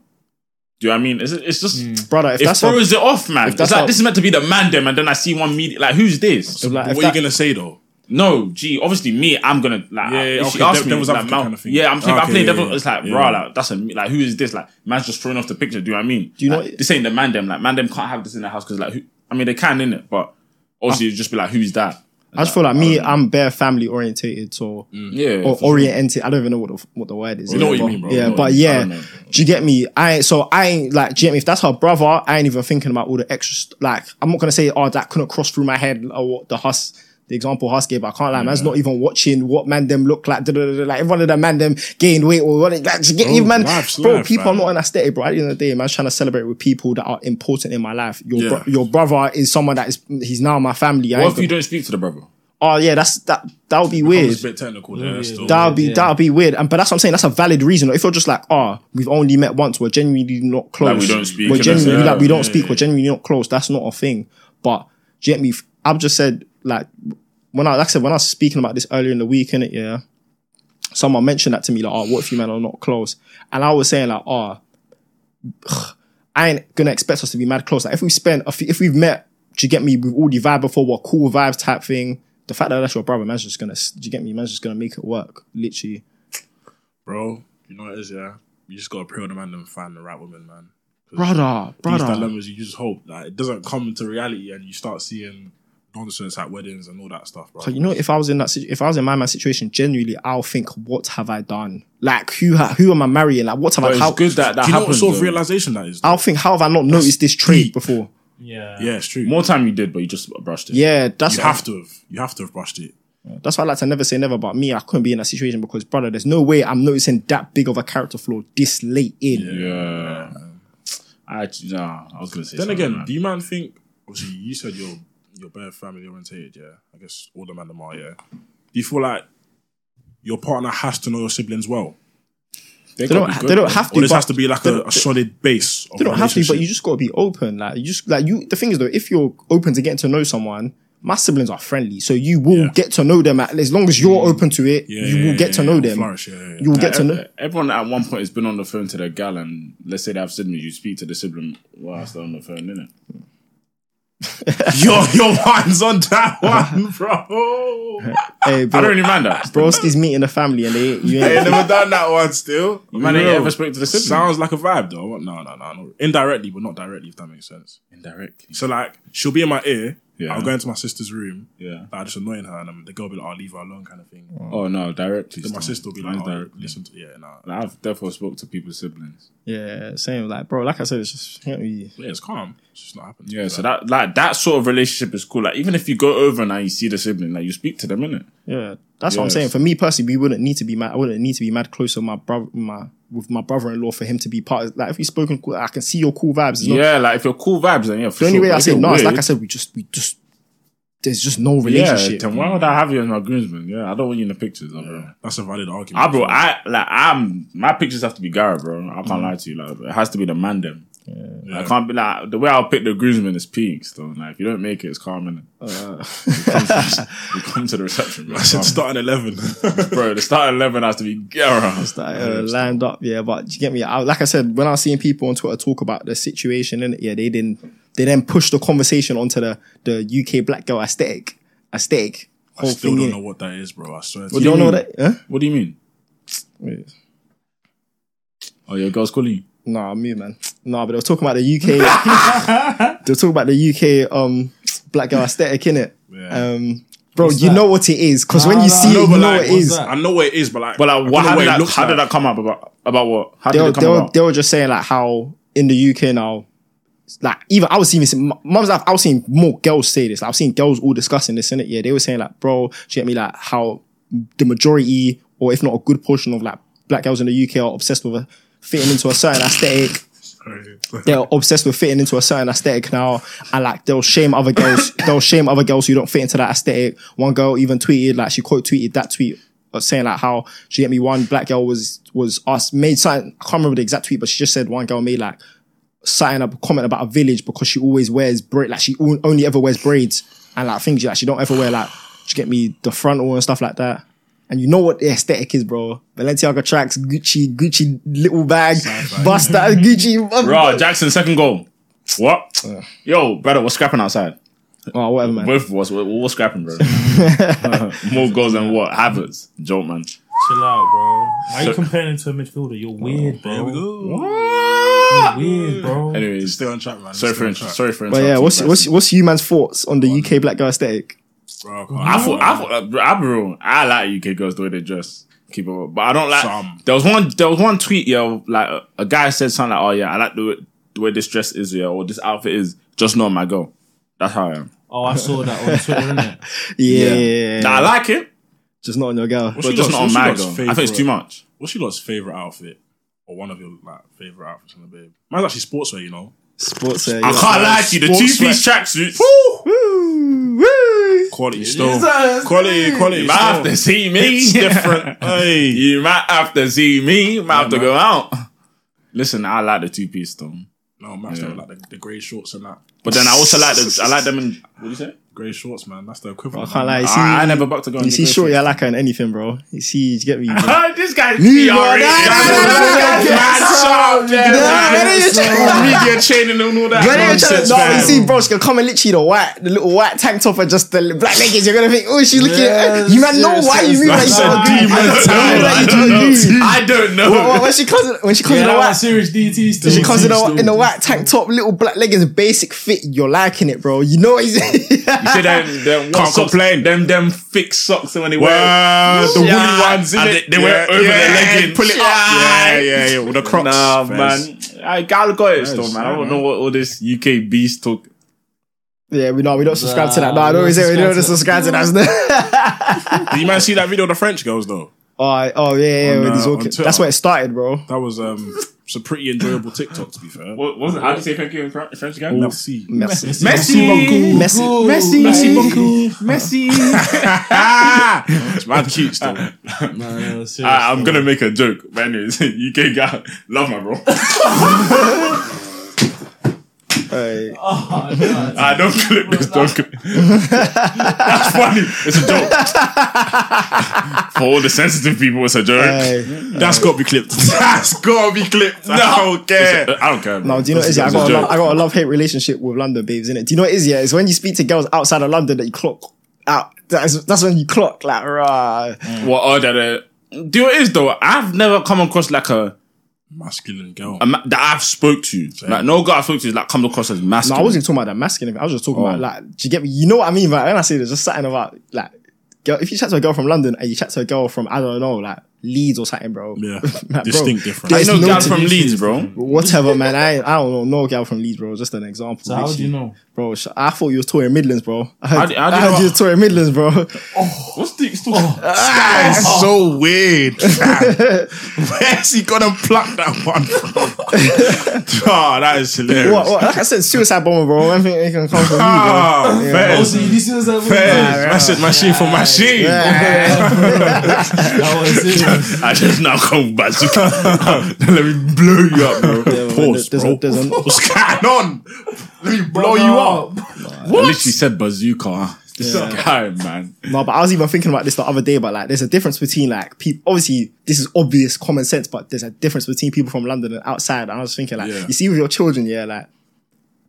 [SPEAKER 1] Do you know what I mean? It's, it's just
[SPEAKER 2] Brother, if
[SPEAKER 1] it
[SPEAKER 2] that's how,
[SPEAKER 1] throws it off, man. It's
[SPEAKER 2] that's
[SPEAKER 1] like
[SPEAKER 2] how-
[SPEAKER 1] this is meant to be the man them, and then I see one meaty. Like who's this?
[SPEAKER 2] like,
[SPEAKER 3] But
[SPEAKER 2] if
[SPEAKER 3] what
[SPEAKER 2] that-
[SPEAKER 3] are you gonna say though?
[SPEAKER 1] No, gee, obviously me, I'm gonna like.
[SPEAKER 3] Yeah, yeah,
[SPEAKER 1] if she
[SPEAKER 3] okay,
[SPEAKER 1] asked
[SPEAKER 3] dev-
[SPEAKER 1] me,
[SPEAKER 3] devil's
[SPEAKER 1] like,
[SPEAKER 3] advocate
[SPEAKER 1] Mount-
[SPEAKER 3] kind of thing.
[SPEAKER 1] yeah, I'm thinking, I'm
[SPEAKER 3] Okay,
[SPEAKER 1] playing
[SPEAKER 3] yeah,
[SPEAKER 1] devil.
[SPEAKER 3] yeah,
[SPEAKER 1] It's like,
[SPEAKER 3] yeah.
[SPEAKER 1] rah, like that's a like who is this? Like man's just throwing off the picture. Do you know what I mean?
[SPEAKER 2] Do you know
[SPEAKER 1] Like,
[SPEAKER 2] what-
[SPEAKER 1] this ain't the man them? Like man them can't have this in the house because like who? I mean they can in it, but obviously you just be like who's that?
[SPEAKER 2] I just feel like me, I'm bare family orientated, so
[SPEAKER 1] Yeah,
[SPEAKER 2] or oriented. I don't even know what the, what the word is.
[SPEAKER 3] You know
[SPEAKER 2] yeah,
[SPEAKER 3] what you
[SPEAKER 2] but-
[SPEAKER 3] mean, bro. You
[SPEAKER 2] Yeah,
[SPEAKER 3] know
[SPEAKER 2] but
[SPEAKER 3] what you
[SPEAKER 1] I
[SPEAKER 2] yeah,
[SPEAKER 1] don't know.
[SPEAKER 2] do you get me? I ain't- so I ain't like, do you get me? If that's her brother, I ain't even thinking about all the extra. St- like, I'm not gonna say, oh, that couldn't cross through my head or what the Huss. The example Huss gave, I can't lie, man's not even watching what man them look like. da, da, da, da, Like, if one of them man them gained weight or what, like, do you get me,
[SPEAKER 3] Bro,
[SPEAKER 2] man?
[SPEAKER 3] life's
[SPEAKER 2] Bro,
[SPEAKER 3] life,
[SPEAKER 2] people
[SPEAKER 3] man.
[SPEAKER 2] are not an aesthetic, bro. At the end of the day, man's trying to celebrate with people that are important in my life. Your
[SPEAKER 3] Yeah.
[SPEAKER 2] bro- your brother is someone that is he's now my family. I ain't
[SPEAKER 1] What if you
[SPEAKER 2] gonna-
[SPEAKER 1] don't speak to the brother?
[SPEAKER 2] oh yeah, that's that that would be weird.
[SPEAKER 3] It's a bit technical there. Still.
[SPEAKER 2] That'll be
[SPEAKER 4] Yeah.
[SPEAKER 2] that'll be weird, and but that's what I'm saying. That's a valid reason. If you're just like, ah, we've only met once, we're genuinely not close.
[SPEAKER 1] Like, we don't speak
[SPEAKER 2] We're
[SPEAKER 1] and
[SPEAKER 2] genuinely
[SPEAKER 1] that's it.
[SPEAKER 2] like we don't
[SPEAKER 1] Yeah,
[SPEAKER 2] speak. We're genuinely not close. That's not a thing. But do you get me? I've just said like when I like I said when I was speaking about this earlier in the week, innit, yeah. Someone mentioned that to me, like, oh, what if you men are not close? And I was saying like, ah, I ain't gonna expect us to be mad close. Like if we spent, a few, if we've met, do you get me? We've already vibed before. We're cool vibes type thing. The fact that that's your brother, man's just gonna, do you get me? Man's just gonna make it work, literally.
[SPEAKER 3] bro. You know what it is, yeah. You just gotta pray on the man and find the right woman, man.
[SPEAKER 2] brother,
[SPEAKER 3] These
[SPEAKER 2] brother.
[SPEAKER 3] dilemmas, you just hope that it doesn't come into reality, and you start seeing nonsense at weddings and all that stuff, bro.
[SPEAKER 2] But you know, if I was in that, situ- if I was in my man's situation, genuinely, I'll think, what have I done? Like, who, ha- who am I marrying? Like, what have
[SPEAKER 1] But
[SPEAKER 2] I?
[SPEAKER 1] it's
[SPEAKER 2] How-
[SPEAKER 1] good that that
[SPEAKER 3] Do you know what
[SPEAKER 1] happens.
[SPEAKER 3] sort of
[SPEAKER 1] though.
[SPEAKER 3] realization that is?
[SPEAKER 2] I'll think, how have I not noticed this trait before?
[SPEAKER 4] Yeah.
[SPEAKER 3] yeah, it's true.
[SPEAKER 1] More time you did, but you just brushed it.
[SPEAKER 2] Yeah, that's
[SPEAKER 3] you have to have. You have to have brushed it.
[SPEAKER 2] that's why I like to never say never. But me, I couldn't be in that situation because, brother, there's no way I'm noticing that big of a character flaw this late in.
[SPEAKER 1] yeah. I nah, I was gonna say.
[SPEAKER 3] Then
[SPEAKER 1] something,
[SPEAKER 3] again,
[SPEAKER 1] man.
[SPEAKER 3] do you man think? Obviously, you said you're you're very family orientated. Yeah, I guess all the man them are. Yeah. Do you feel like your partner has to know your siblings well?
[SPEAKER 1] they,
[SPEAKER 2] They
[SPEAKER 1] gotta
[SPEAKER 2] don't,
[SPEAKER 1] be good,
[SPEAKER 2] they
[SPEAKER 1] bro.
[SPEAKER 2] don't have to.
[SPEAKER 3] Or this
[SPEAKER 2] but
[SPEAKER 3] has to be like a, a solid base. Of
[SPEAKER 2] You don't have to, but
[SPEAKER 3] relationship?
[SPEAKER 2] you just got to be open. Like you just like you. The thing is though, if you're open to getting to know someone, my siblings are friendly, so you will get to know them. At, as long as you're open to it, you will get to know them.
[SPEAKER 3] Flourish, Mm. yeah, yeah.
[SPEAKER 2] You will get to know.
[SPEAKER 1] Ev- Everyone at one point has been on the phone to their gal, and let's say they have siblings. You speak to the sibling whilst they're on the phone, innit?
[SPEAKER 3] your your mind's on that one, bro.
[SPEAKER 2] Hey,
[SPEAKER 1] I don't
[SPEAKER 2] bro,
[SPEAKER 1] really mind that.
[SPEAKER 2] broski's meeting the family, and they you
[SPEAKER 3] I ain't
[SPEAKER 2] ain't.
[SPEAKER 3] never done that one. Still,
[SPEAKER 1] Man, ain't
[SPEAKER 3] Real.
[SPEAKER 1] ever spoke to the sibling.
[SPEAKER 3] Sounds like a vibe though. I want- No, no, no, no. Indirectly, but not directly, if that makes sense.
[SPEAKER 1] Indirectly.
[SPEAKER 3] So like, she'll be in my ear.
[SPEAKER 1] Yeah.
[SPEAKER 3] I'll go into my sister's room.
[SPEAKER 1] Yeah.
[SPEAKER 3] Like, I just annoying her, and um, the girl be like, "I'll leave her alone," kind of thing.
[SPEAKER 1] Oh no, directly.
[SPEAKER 3] Then my
[SPEAKER 1] still.
[SPEAKER 3] sister will be like,
[SPEAKER 1] Mine's
[SPEAKER 3] oh,
[SPEAKER 1] directly.
[SPEAKER 3] "Listen to yeah, no."
[SPEAKER 1] Like, I've therefore spoke to people's siblings.
[SPEAKER 2] Yeah, same. Like, bro, like I said, it's just can't be.
[SPEAKER 3] Yeah, it's calm. It's just not happening.
[SPEAKER 1] Yeah, so that like that sort of relationship is cool. Like even if you go over and now you see the sibling, like you speak to them, innit?
[SPEAKER 2] Yeah, that's what I'm
[SPEAKER 1] Yes.
[SPEAKER 2] saying. For me personally, we wouldn't need to be mad. I wouldn't need to be mad close to my brother, my with my brother-in-law for him to be part. of Like, if we spoken, cool, I can see your cool vibes. It's not-
[SPEAKER 1] Yeah, like if you're cool vibes, then yeah. For
[SPEAKER 2] the only
[SPEAKER 1] sure.
[SPEAKER 2] way
[SPEAKER 1] But
[SPEAKER 2] I
[SPEAKER 1] if
[SPEAKER 2] say
[SPEAKER 1] you're
[SPEAKER 2] no is
[SPEAKER 1] weird,
[SPEAKER 2] like I said, we just we just there's just no
[SPEAKER 1] yeah.
[SPEAKER 2] relationship.
[SPEAKER 1] Then why would I have you as my groomsman? Yeah, I don't want you in the pictures, though, bro.
[SPEAKER 3] That's a valid argument.
[SPEAKER 1] Ah, bro, I like I'm my pictures have to be Gara, bro. I can't
[SPEAKER 3] Mm.
[SPEAKER 1] lie to you, like it has to be the man them. Like, I can't be like the way I'll pick the groomsmen is peaks though. Like if you don't make it, it's calm
[SPEAKER 3] Uh.
[SPEAKER 1] and we come to the reception, bro.
[SPEAKER 3] I said start at eleven.
[SPEAKER 1] bro, the start eleven has to be Gara.
[SPEAKER 2] That, uh, lined up, yeah. But you get me. I, like I said, when I was seeing people on Twitter talk about the situation, and yeah, they didn't. They then pushed the conversation onto the the UK black girl aesthetic, aesthetic
[SPEAKER 3] I
[SPEAKER 2] whole
[SPEAKER 3] still
[SPEAKER 2] thing.
[SPEAKER 3] don't
[SPEAKER 2] innit?
[SPEAKER 3] know what that is, bro. I swear. To
[SPEAKER 2] you
[SPEAKER 3] you.
[SPEAKER 2] don't know
[SPEAKER 1] mean?
[SPEAKER 2] that? Huh?
[SPEAKER 1] What do you mean?
[SPEAKER 2] Wait.
[SPEAKER 1] Oh, your girl's calling you.
[SPEAKER 2] Nah, me man. Nah, but they were talking about the UK. they were talking about the UK um black girl aesthetic innit?
[SPEAKER 3] Yeah.
[SPEAKER 2] Um, bro, you know what it is because when you see it, you know what it
[SPEAKER 3] what's
[SPEAKER 2] is.
[SPEAKER 3] that? I know what it is, but like,
[SPEAKER 1] But
[SPEAKER 3] I
[SPEAKER 1] like,
[SPEAKER 3] don't
[SPEAKER 1] what,
[SPEAKER 3] know
[SPEAKER 1] how,
[SPEAKER 3] what
[SPEAKER 1] did
[SPEAKER 3] it
[SPEAKER 1] that,
[SPEAKER 3] looks
[SPEAKER 1] how did
[SPEAKER 3] like.
[SPEAKER 1] that come up about about what? How
[SPEAKER 2] they
[SPEAKER 1] did
[SPEAKER 2] were,
[SPEAKER 1] it come
[SPEAKER 2] they, were,
[SPEAKER 1] about?
[SPEAKER 2] they were just saying like how in the UK now, like even I was seeing this. Mum's life, I was seeing more girls say this. Like, I've seen girls all discussing this in it. Yeah, they were saying like, bro, do you get me like how the majority or if not a good portion of like black girls in the UK are obsessed with a, fitting into a certain aesthetic. They're obsessed with fitting into a certain aesthetic now, and like they'll shame other girls. they'll shame other girls who don't fit into that aesthetic. One girl even tweeted like she quote tweeted that tweet uh, saying like how she get me one black girl was was asked made something. I can't remember the exact tweet, but she just said one girl made like sign up a comment about a village because she always wears braid like she on- only ever wears braids and like things like she don't ever wear like she get me the frontal and stuff like that. And you know what the aesthetic is, bro. Balenciaga tracks, Gucci, Gucci little bag, bust that Gucci.
[SPEAKER 1] Bro, Jackson second goal. What?
[SPEAKER 3] Uh.
[SPEAKER 1] Yo, brother, we're scrapping outside.
[SPEAKER 2] Oh, whatever, man.
[SPEAKER 1] Both of us, we're, we're scrapping, bro. More goals than what? Havertz, joke, man.
[SPEAKER 4] Chill out, bro. Why are you comparing him to a midfielder? You're weird, bro.
[SPEAKER 3] There we go.
[SPEAKER 4] You're weird, bro.
[SPEAKER 1] Anyways,
[SPEAKER 3] Stay on track, man.
[SPEAKER 1] sorry
[SPEAKER 3] Stay
[SPEAKER 1] for
[SPEAKER 3] on
[SPEAKER 1] in-
[SPEAKER 3] track.
[SPEAKER 1] sorry for
[SPEAKER 2] But yeah,
[SPEAKER 1] interrupting,
[SPEAKER 2] what's
[SPEAKER 1] bro.
[SPEAKER 2] what's what's you man's thoughts on the UK black girl aesthetic?
[SPEAKER 3] Bro, come on.
[SPEAKER 1] I thought I thought uh, bro, I, bro, I like UK girls the way they dress. Keep it, up. but I don't like.
[SPEAKER 3] Some.
[SPEAKER 1] There was one. There was one tweet, yo. Like a, a guy said something like, "Oh yeah, I like the way, the way this dress is, yeah, or this outfit is. Just know my girl. That's how I am.
[SPEAKER 4] Oh, I saw that on Twitter, innit?
[SPEAKER 2] Yeah,
[SPEAKER 1] Nah, I like it.
[SPEAKER 2] just not on your girl.
[SPEAKER 1] but
[SPEAKER 3] she
[SPEAKER 1] just
[SPEAKER 3] got-
[SPEAKER 1] not on
[SPEAKER 3] she
[SPEAKER 1] my
[SPEAKER 3] got
[SPEAKER 1] girl. I
[SPEAKER 3] favourite-
[SPEAKER 1] think it's too much.
[SPEAKER 3] What's your lot's favorite outfit, or one of your like favorite outfits on the babe? Mine's actually sportswear, you know.
[SPEAKER 2] Sports. Uh,
[SPEAKER 1] I
[SPEAKER 2] yeah.
[SPEAKER 1] can't lie to you. The
[SPEAKER 3] Sports
[SPEAKER 1] two piece tracksuits.
[SPEAKER 2] Woo, woo.
[SPEAKER 3] Quality stone, quality, quality.
[SPEAKER 1] You might have
[SPEAKER 3] Stone.
[SPEAKER 1] to see me.
[SPEAKER 3] It's different. hey,
[SPEAKER 1] You might have to see me. Might have to go out. Listen, I like the two piece though.
[SPEAKER 3] no, man,
[SPEAKER 1] Yeah.
[SPEAKER 3] like the, the grey shorts and that.
[SPEAKER 1] But then I also like the I like them in what do you say?
[SPEAKER 3] Grey shorts, man. That's the equivalent.
[SPEAKER 2] I can't lie. You see,
[SPEAKER 1] I, I never bucked a girl. in
[SPEAKER 2] you
[SPEAKER 1] the
[SPEAKER 2] see,
[SPEAKER 1] grey
[SPEAKER 2] shorty,
[SPEAKER 1] shorts.
[SPEAKER 2] I like her in anything, bro. You see, you get me. bro.
[SPEAKER 1] this guy's
[SPEAKER 2] Leave
[SPEAKER 1] PR
[SPEAKER 2] all
[SPEAKER 1] rating.
[SPEAKER 2] that,
[SPEAKER 1] This guy's mad sharp, yeah, man.
[SPEAKER 2] Nah, that is-
[SPEAKER 1] Whole media training and all that.
[SPEAKER 2] When you're trying
[SPEAKER 1] nonsense,
[SPEAKER 2] to, no, you
[SPEAKER 1] man.
[SPEAKER 2] see, bro, she can come in literally the white, the little white tank top and just the li- black leggings. You're gonna think, oh, she's looking. at you man know why you move like
[SPEAKER 1] That's a
[SPEAKER 2] that.
[SPEAKER 1] demon time.
[SPEAKER 2] I don't know.
[SPEAKER 1] I don't know.
[SPEAKER 2] When when she comes, in- when she comes in the white,
[SPEAKER 4] serious DT still.
[SPEAKER 2] she comes in the, in the white tank top, little black leggings, basic fit. You're liking it, bro. You know what he's.
[SPEAKER 1] You see them, them what socks,
[SPEAKER 3] Can't complain.
[SPEAKER 1] Them, them thick socks when they wear.
[SPEAKER 3] Well, the woolly
[SPEAKER 1] Yeah.
[SPEAKER 3] ones,
[SPEAKER 1] And
[SPEAKER 3] innit?
[SPEAKER 1] they- they wear it over their leggings.
[SPEAKER 3] Pull it up.
[SPEAKER 1] Yeah.
[SPEAKER 3] Yeah, yeah, yeah. With the Crocs.
[SPEAKER 1] Nah,
[SPEAKER 3] Fez.
[SPEAKER 1] man. I gal got it still,
[SPEAKER 3] Yes,
[SPEAKER 1] man. I
[SPEAKER 3] yeah,
[SPEAKER 1] don't
[SPEAKER 3] man.
[SPEAKER 1] know what all this UK beast talk.
[SPEAKER 2] Yeah, we know we don't subscribe to that. No,
[SPEAKER 4] Nah,
[SPEAKER 2] I
[SPEAKER 4] we
[SPEAKER 2] don't
[SPEAKER 4] don't
[SPEAKER 2] say we don't
[SPEAKER 4] subscribe
[SPEAKER 2] subscribe to that.
[SPEAKER 3] Did you man see that video of the French girls though?
[SPEAKER 2] oh, oh yeah, yeah,
[SPEAKER 3] On,
[SPEAKER 2] with
[SPEAKER 3] uh,
[SPEAKER 2] these
[SPEAKER 3] on
[SPEAKER 2] orchids.
[SPEAKER 3] Twitter.
[SPEAKER 2] That's where it started, bro.
[SPEAKER 3] That was um, it's a pretty enjoyable TikTok to be fair.
[SPEAKER 1] What, what was it? How do you say thank you in Fran- French again?
[SPEAKER 3] Let's see.
[SPEAKER 2] Messi,
[SPEAKER 1] Messi.
[SPEAKER 2] Messi,
[SPEAKER 1] Messi. Messi.
[SPEAKER 3] It's mad cute still.
[SPEAKER 1] I, I'm gonna make a joke, but anyways, UK guy, love my bro.
[SPEAKER 2] Hey.
[SPEAKER 4] Oh, no.
[SPEAKER 1] I don't clip this. Don't clip. That's funny. It's a joke. For all the sensitive people, it's a joke.
[SPEAKER 2] Hey.
[SPEAKER 3] That's got to be clipped.
[SPEAKER 8] That's gotta be clipped.
[SPEAKER 1] No, I don't care. I don't care.
[SPEAKER 2] No, do you know what
[SPEAKER 1] It's
[SPEAKER 2] is
[SPEAKER 1] a-
[SPEAKER 2] it? I
[SPEAKER 1] it's a
[SPEAKER 2] got, a
[SPEAKER 1] joke.
[SPEAKER 2] love, I got a love hate relationship with London babes, innit? Do you know what is it? It's when you speak to girls outside of London that you clock out. That's, that's when you clock, like, rah.
[SPEAKER 1] What are that? Do you know what it is though? I've never come across like a,
[SPEAKER 3] Masculine girl.
[SPEAKER 1] a ma- that I've spoke to. Like no girl I've spoke to is like comes across as
[SPEAKER 2] No,
[SPEAKER 1] masculine.
[SPEAKER 2] I wasn't talking about that masculine. thing. I was just talking
[SPEAKER 1] Oh.
[SPEAKER 2] about, like, do you get me? You know what I mean? But when I say there's just something about, like, girl, if you chat to a girl from London and you chat to a girl from, I don't know, like, Leeds or something, bro.
[SPEAKER 3] Yeah.
[SPEAKER 2] Like,
[SPEAKER 3] Distinct
[SPEAKER 2] bro,
[SPEAKER 3] difference.
[SPEAKER 1] I
[SPEAKER 2] there's
[SPEAKER 1] know
[SPEAKER 2] no
[SPEAKER 1] girl
[SPEAKER 2] to
[SPEAKER 1] from
[SPEAKER 2] these
[SPEAKER 1] Leeds,
[SPEAKER 2] things.
[SPEAKER 1] bro.
[SPEAKER 2] Whatever, man. I I don't know no girl from Leeds, bro. Just an example.
[SPEAKER 4] So how do you
[SPEAKER 2] literally.
[SPEAKER 4] know?
[SPEAKER 2] bro? sh- I thought you was touring Midlands, bro. I heard,
[SPEAKER 1] How do- how do
[SPEAKER 2] I
[SPEAKER 1] you
[SPEAKER 2] heard
[SPEAKER 1] know-
[SPEAKER 2] you was touring Midlands, bro.
[SPEAKER 1] What's the oh.
[SPEAKER 3] That's so weird. Where's he gonna pluck that one from? oh, that is hilarious.
[SPEAKER 2] what, what? Like I said, suicide bomber, bro. One thing that can come from me, bro.
[SPEAKER 3] Ah,
[SPEAKER 4] Oh,
[SPEAKER 3] fair.
[SPEAKER 4] so this is a
[SPEAKER 3] Fair. Message machine for machine.
[SPEAKER 4] That was it.
[SPEAKER 1] I just now come back. to- Let me blow you up, bro. Pause,
[SPEAKER 2] There's
[SPEAKER 1] bro.
[SPEAKER 2] a, there's a,
[SPEAKER 3] What's going on? Let me blow you up.
[SPEAKER 1] I literally said bazooka. huh? This guy, man.
[SPEAKER 2] no, but I was even thinking about this the other day. But like, there's a difference between like people. Obviously, this is obvious common sense, but there's a difference between people from London and outside. And I was thinking like, you see with your children, yeah, like,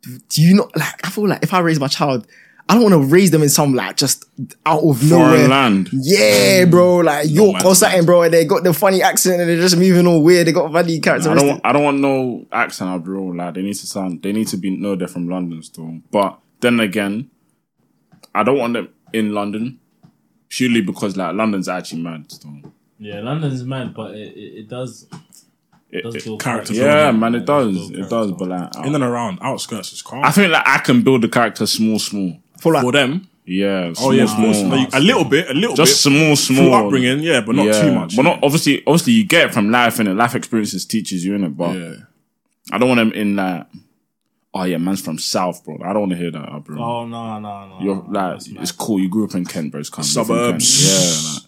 [SPEAKER 2] do- do you not like? I feel like if I raise my child, I don't want to raise them in some like just out of nowhere
[SPEAKER 1] Foreign land. Mm.
[SPEAKER 2] Yeah, bro, like York
[SPEAKER 3] man.
[SPEAKER 2] or something, bro. And they got the funny accent and they're just moving all weird. They got funny
[SPEAKER 1] I
[SPEAKER 2] characteristics.
[SPEAKER 1] don't. Want, I don't want no accent, bro. Like they need to sound. They need to be know they're from London still. But then again, I don't want them in London purely because like London's actually mad still.
[SPEAKER 4] Yeah, London's mad, but it, it, it does
[SPEAKER 1] It-
[SPEAKER 4] does
[SPEAKER 1] it-
[SPEAKER 4] build
[SPEAKER 3] character
[SPEAKER 4] character.
[SPEAKER 1] yeah, man, it does.
[SPEAKER 4] build
[SPEAKER 1] It does.
[SPEAKER 4] character.
[SPEAKER 1] But like,
[SPEAKER 3] In
[SPEAKER 1] I,
[SPEAKER 3] and around, outskirts is calm.
[SPEAKER 1] I think like I can build the character small, small.
[SPEAKER 2] For like,
[SPEAKER 3] for them,
[SPEAKER 1] Yeah. Small,
[SPEAKER 3] oh yeah,
[SPEAKER 1] small.
[SPEAKER 3] small, small. a little bit, a little
[SPEAKER 1] Just
[SPEAKER 3] bit.
[SPEAKER 1] small,
[SPEAKER 3] Through
[SPEAKER 1] small.
[SPEAKER 3] upbringing, yeah, but not
[SPEAKER 1] yeah.
[SPEAKER 3] too much.
[SPEAKER 1] But not obviously. Obviously, you get it from life, and life experiences teaches you in it. But
[SPEAKER 3] yeah.
[SPEAKER 1] I don't want them in that. oh yeah, man's from South, bro. I don't want to hear that, bro.
[SPEAKER 4] Oh no, no, no.
[SPEAKER 1] You're
[SPEAKER 4] no,
[SPEAKER 1] like,
[SPEAKER 4] that's mad.
[SPEAKER 1] it's cool. You grew up in Kent, bro. It's calm. You're from
[SPEAKER 3] Suburbs.
[SPEAKER 1] Kent. Yeah. Like,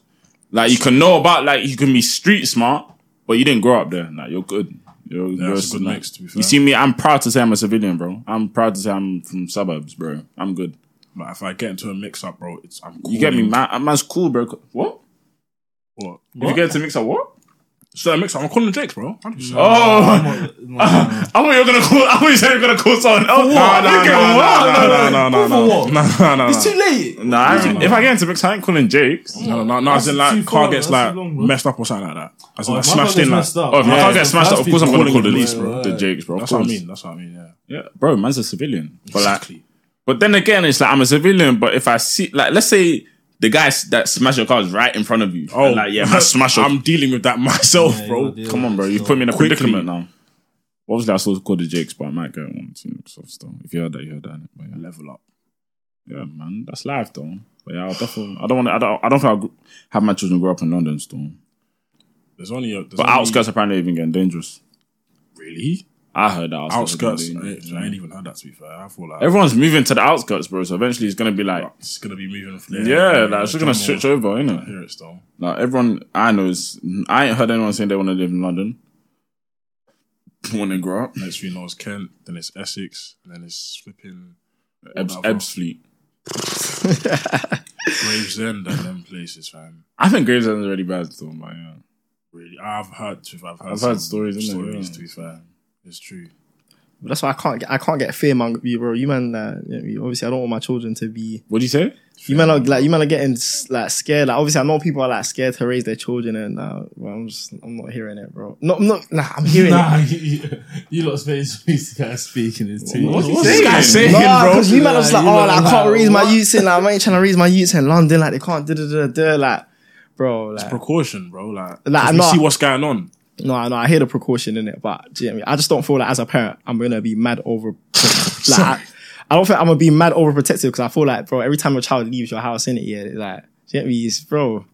[SPEAKER 1] like, you can know about, like, you can be street smart, but you didn't grow up there. Like, you're good. You're, you're
[SPEAKER 3] that's a good
[SPEAKER 1] like-
[SPEAKER 3] mix, to be fair.
[SPEAKER 1] You see me, I'm proud to say I'm a civilian, bro. I'm proud to say I'm from suburbs, bro. I'm good.
[SPEAKER 3] Like if I get into a mix up, bro, it's I'm
[SPEAKER 1] You get me? Man, man's cool, bro. What?
[SPEAKER 3] What?
[SPEAKER 1] If you get to mix up, what?
[SPEAKER 3] So a mix up, I'm calling Jakes, bro. 100%.
[SPEAKER 1] Oh,
[SPEAKER 4] No, no, no.
[SPEAKER 1] I thought you were gonna call. I thought you said you were gonna call someone else.
[SPEAKER 3] Nah, nah,
[SPEAKER 1] Look at
[SPEAKER 3] nah,
[SPEAKER 1] what?
[SPEAKER 3] nah, nah, nah, nah, nah, nah, nah, nah, nah.
[SPEAKER 5] It's too late.
[SPEAKER 1] Nah, I ain't- if I get into mix, I ain't calling Jake's.
[SPEAKER 3] No, no, no. As in,
[SPEAKER 4] That's
[SPEAKER 3] like,
[SPEAKER 4] too
[SPEAKER 3] car
[SPEAKER 4] far,
[SPEAKER 3] gets
[SPEAKER 4] that's
[SPEAKER 3] like
[SPEAKER 4] too long, bro.
[SPEAKER 3] messed up or something like that. As in,
[SPEAKER 4] Oh,
[SPEAKER 3] like,
[SPEAKER 4] if my car
[SPEAKER 3] smashed
[SPEAKER 4] gets
[SPEAKER 3] in, like.
[SPEAKER 4] messed up,
[SPEAKER 1] Oh, if my
[SPEAKER 4] yeah,
[SPEAKER 1] car gets
[SPEAKER 4] it's
[SPEAKER 1] smashed up,
[SPEAKER 4] first
[SPEAKER 1] of course I'm
[SPEAKER 4] people
[SPEAKER 1] gonna call the
[SPEAKER 4] calling
[SPEAKER 1] police,
[SPEAKER 4] you,
[SPEAKER 1] bro.
[SPEAKER 4] right,
[SPEAKER 1] The
[SPEAKER 4] right.
[SPEAKER 1] Jakes, bro. of
[SPEAKER 3] That's what I
[SPEAKER 1] course.
[SPEAKER 3] mean. That's what I mean. Yeah.
[SPEAKER 1] Yeah, bro, man's a civilian. But like,
[SPEAKER 3] Exactly.
[SPEAKER 1] but then again, it's like I'm a civilian. But if I see, like, let's say the guy s- that smashed your car is right in front of you. Oh, like yeah, man, smash your.
[SPEAKER 3] I'm dealing with that myself,
[SPEAKER 4] you
[SPEAKER 3] bro.
[SPEAKER 4] gotta deal
[SPEAKER 1] come on, bro, you
[SPEAKER 4] Still.
[SPEAKER 1] put me in a
[SPEAKER 3] Quickly.
[SPEAKER 1] predicament now. Obviously, I still called the Jakes, but I might get one two next off still. If you heard that, you heard that. innit? But yeah.
[SPEAKER 3] Level up.
[SPEAKER 1] yeah, man, that's life though. But yeah, I'll definitely. I don't want. I don't. I don't think I'll gr- have my children grow up in London still.
[SPEAKER 3] There's only a. There's
[SPEAKER 1] But
[SPEAKER 3] only,
[SPEAKER 1] outskirts apparently even getting dangerous.
[SPEAKER 3] Really?
[SPEAKER 1] I heard that
[SPEAKER 3] Outskirts.
[SPEAKER 1] are
[SPEAKER 3] I,
[SPEAKER 1] getting dangerous,
[SPEAKER 3] I
[SPEAKER 1] yeah.
[SPEAKER 3] ain't even heard that. To be fair, I thought like
[SPEAKER 1] Everyone's moving to the outskirts, bro. So eventually, it's gonna be like.
[SPEAKER 3] it's gonna be moving from there.
[SPEAKER 1] Yeah, like it's just gonna
[SPEAKER 3] Drum
[SPEAKER 1] switch
[SPEAKER 3] roll.
[SPEAKER 1] over,
[SPEAKER 3] I
[SPEAKER 1] innit?
[SPEAKER 3] hear it still.
[SPEAKER 1] Like everyone I know is I ain't heard anyone saying they want to live in London when they grow up.
[SPEAKER 3] Next we know it's Kent, then it's Essex, and then it's flipping
[SPEAKER 1] Ebbs,
[SPEAKER 3] Whatever.
[SPEAKER 1] Ebbsfleet.
[SPEAKER 3] Gravesend and them places, fam.
[SPEAKER 1] I think Gravesend's really bad still, but yeah.
[SPEAKER 3] Really, I've heard. to- I've heard,
[SPEAKER 1] I've heard
[SPEAKER 3] some
[SPEAKER 1] stories, innit?
[SPEAKER 3] Stories,
[SPEAKER 1] Yeah.
[SPEAKER 3] to be fair, it's true.
[SPEAKER 2] that's why I can't get, I can't get fear among you, bro. You man, like, you know, you- obviously, I don't want my children to be.
[SPEAKER 1] What'd you say?
[SPEAKER 2] You man are like, you man are getting s- like scared. Like, obviously, I know people are like scared to raise their children, and uh, well, I'm just, I'm not hearing it, bro. No, I'm not. Nah, I'm hearing
[SPEAKER 4] Nah,
[SPEAKER 2] it.
[SPEAKER 4] you, you, you lot's face face guy speaking is too.
[SPEAKER 1] What's he
[SPEAKER 4] What's
[SPEAKER 1] saying?
[SPEAKER 4] this guy saying?
[SPEAKER 2] Nah,
[SPEAKER 4] bro.
[SPEAKER 2] because you man are just
[SPEAKER 4] Nah,
[SPEAKER 2] like,
[SPEAKER 4] you
[SPEAKER 2] oh,
[SPEAKER 4] man
[SPEAKER 2] like, I
[SPEAKER 4] are
[SPEAKER 2] can't
[SPEAKER 4] like,
[SPEAKER 2] raise my
[SPEAKER 4] what?
[SPEAKER 2] youths in. Like, I ain't trying to raise my youths in London. Like, they can't. Da, da, da, da, like, bro. Like,
[SPEAKER 3] Precaution, bro. Like,
[SPEAKER 2] Like,
[SPEAKER 3] 'cause
[SPEAKER 2] I'm
[SPEAKER 3] we
[SPEAKER 2] not-
[SPEAKER 3] see what's going on.
[SPEAKER 2] No, no, I hear the precaution in it, but do you know what I mean? I just don't feel like as a parent, I'm gonna be mad over. like, I, I don't think I'm gonna be mad overprotective because I feel like, bro, every time your child leaves your house, in it, yeah, like, do you know what I mean? It's, bro, do you know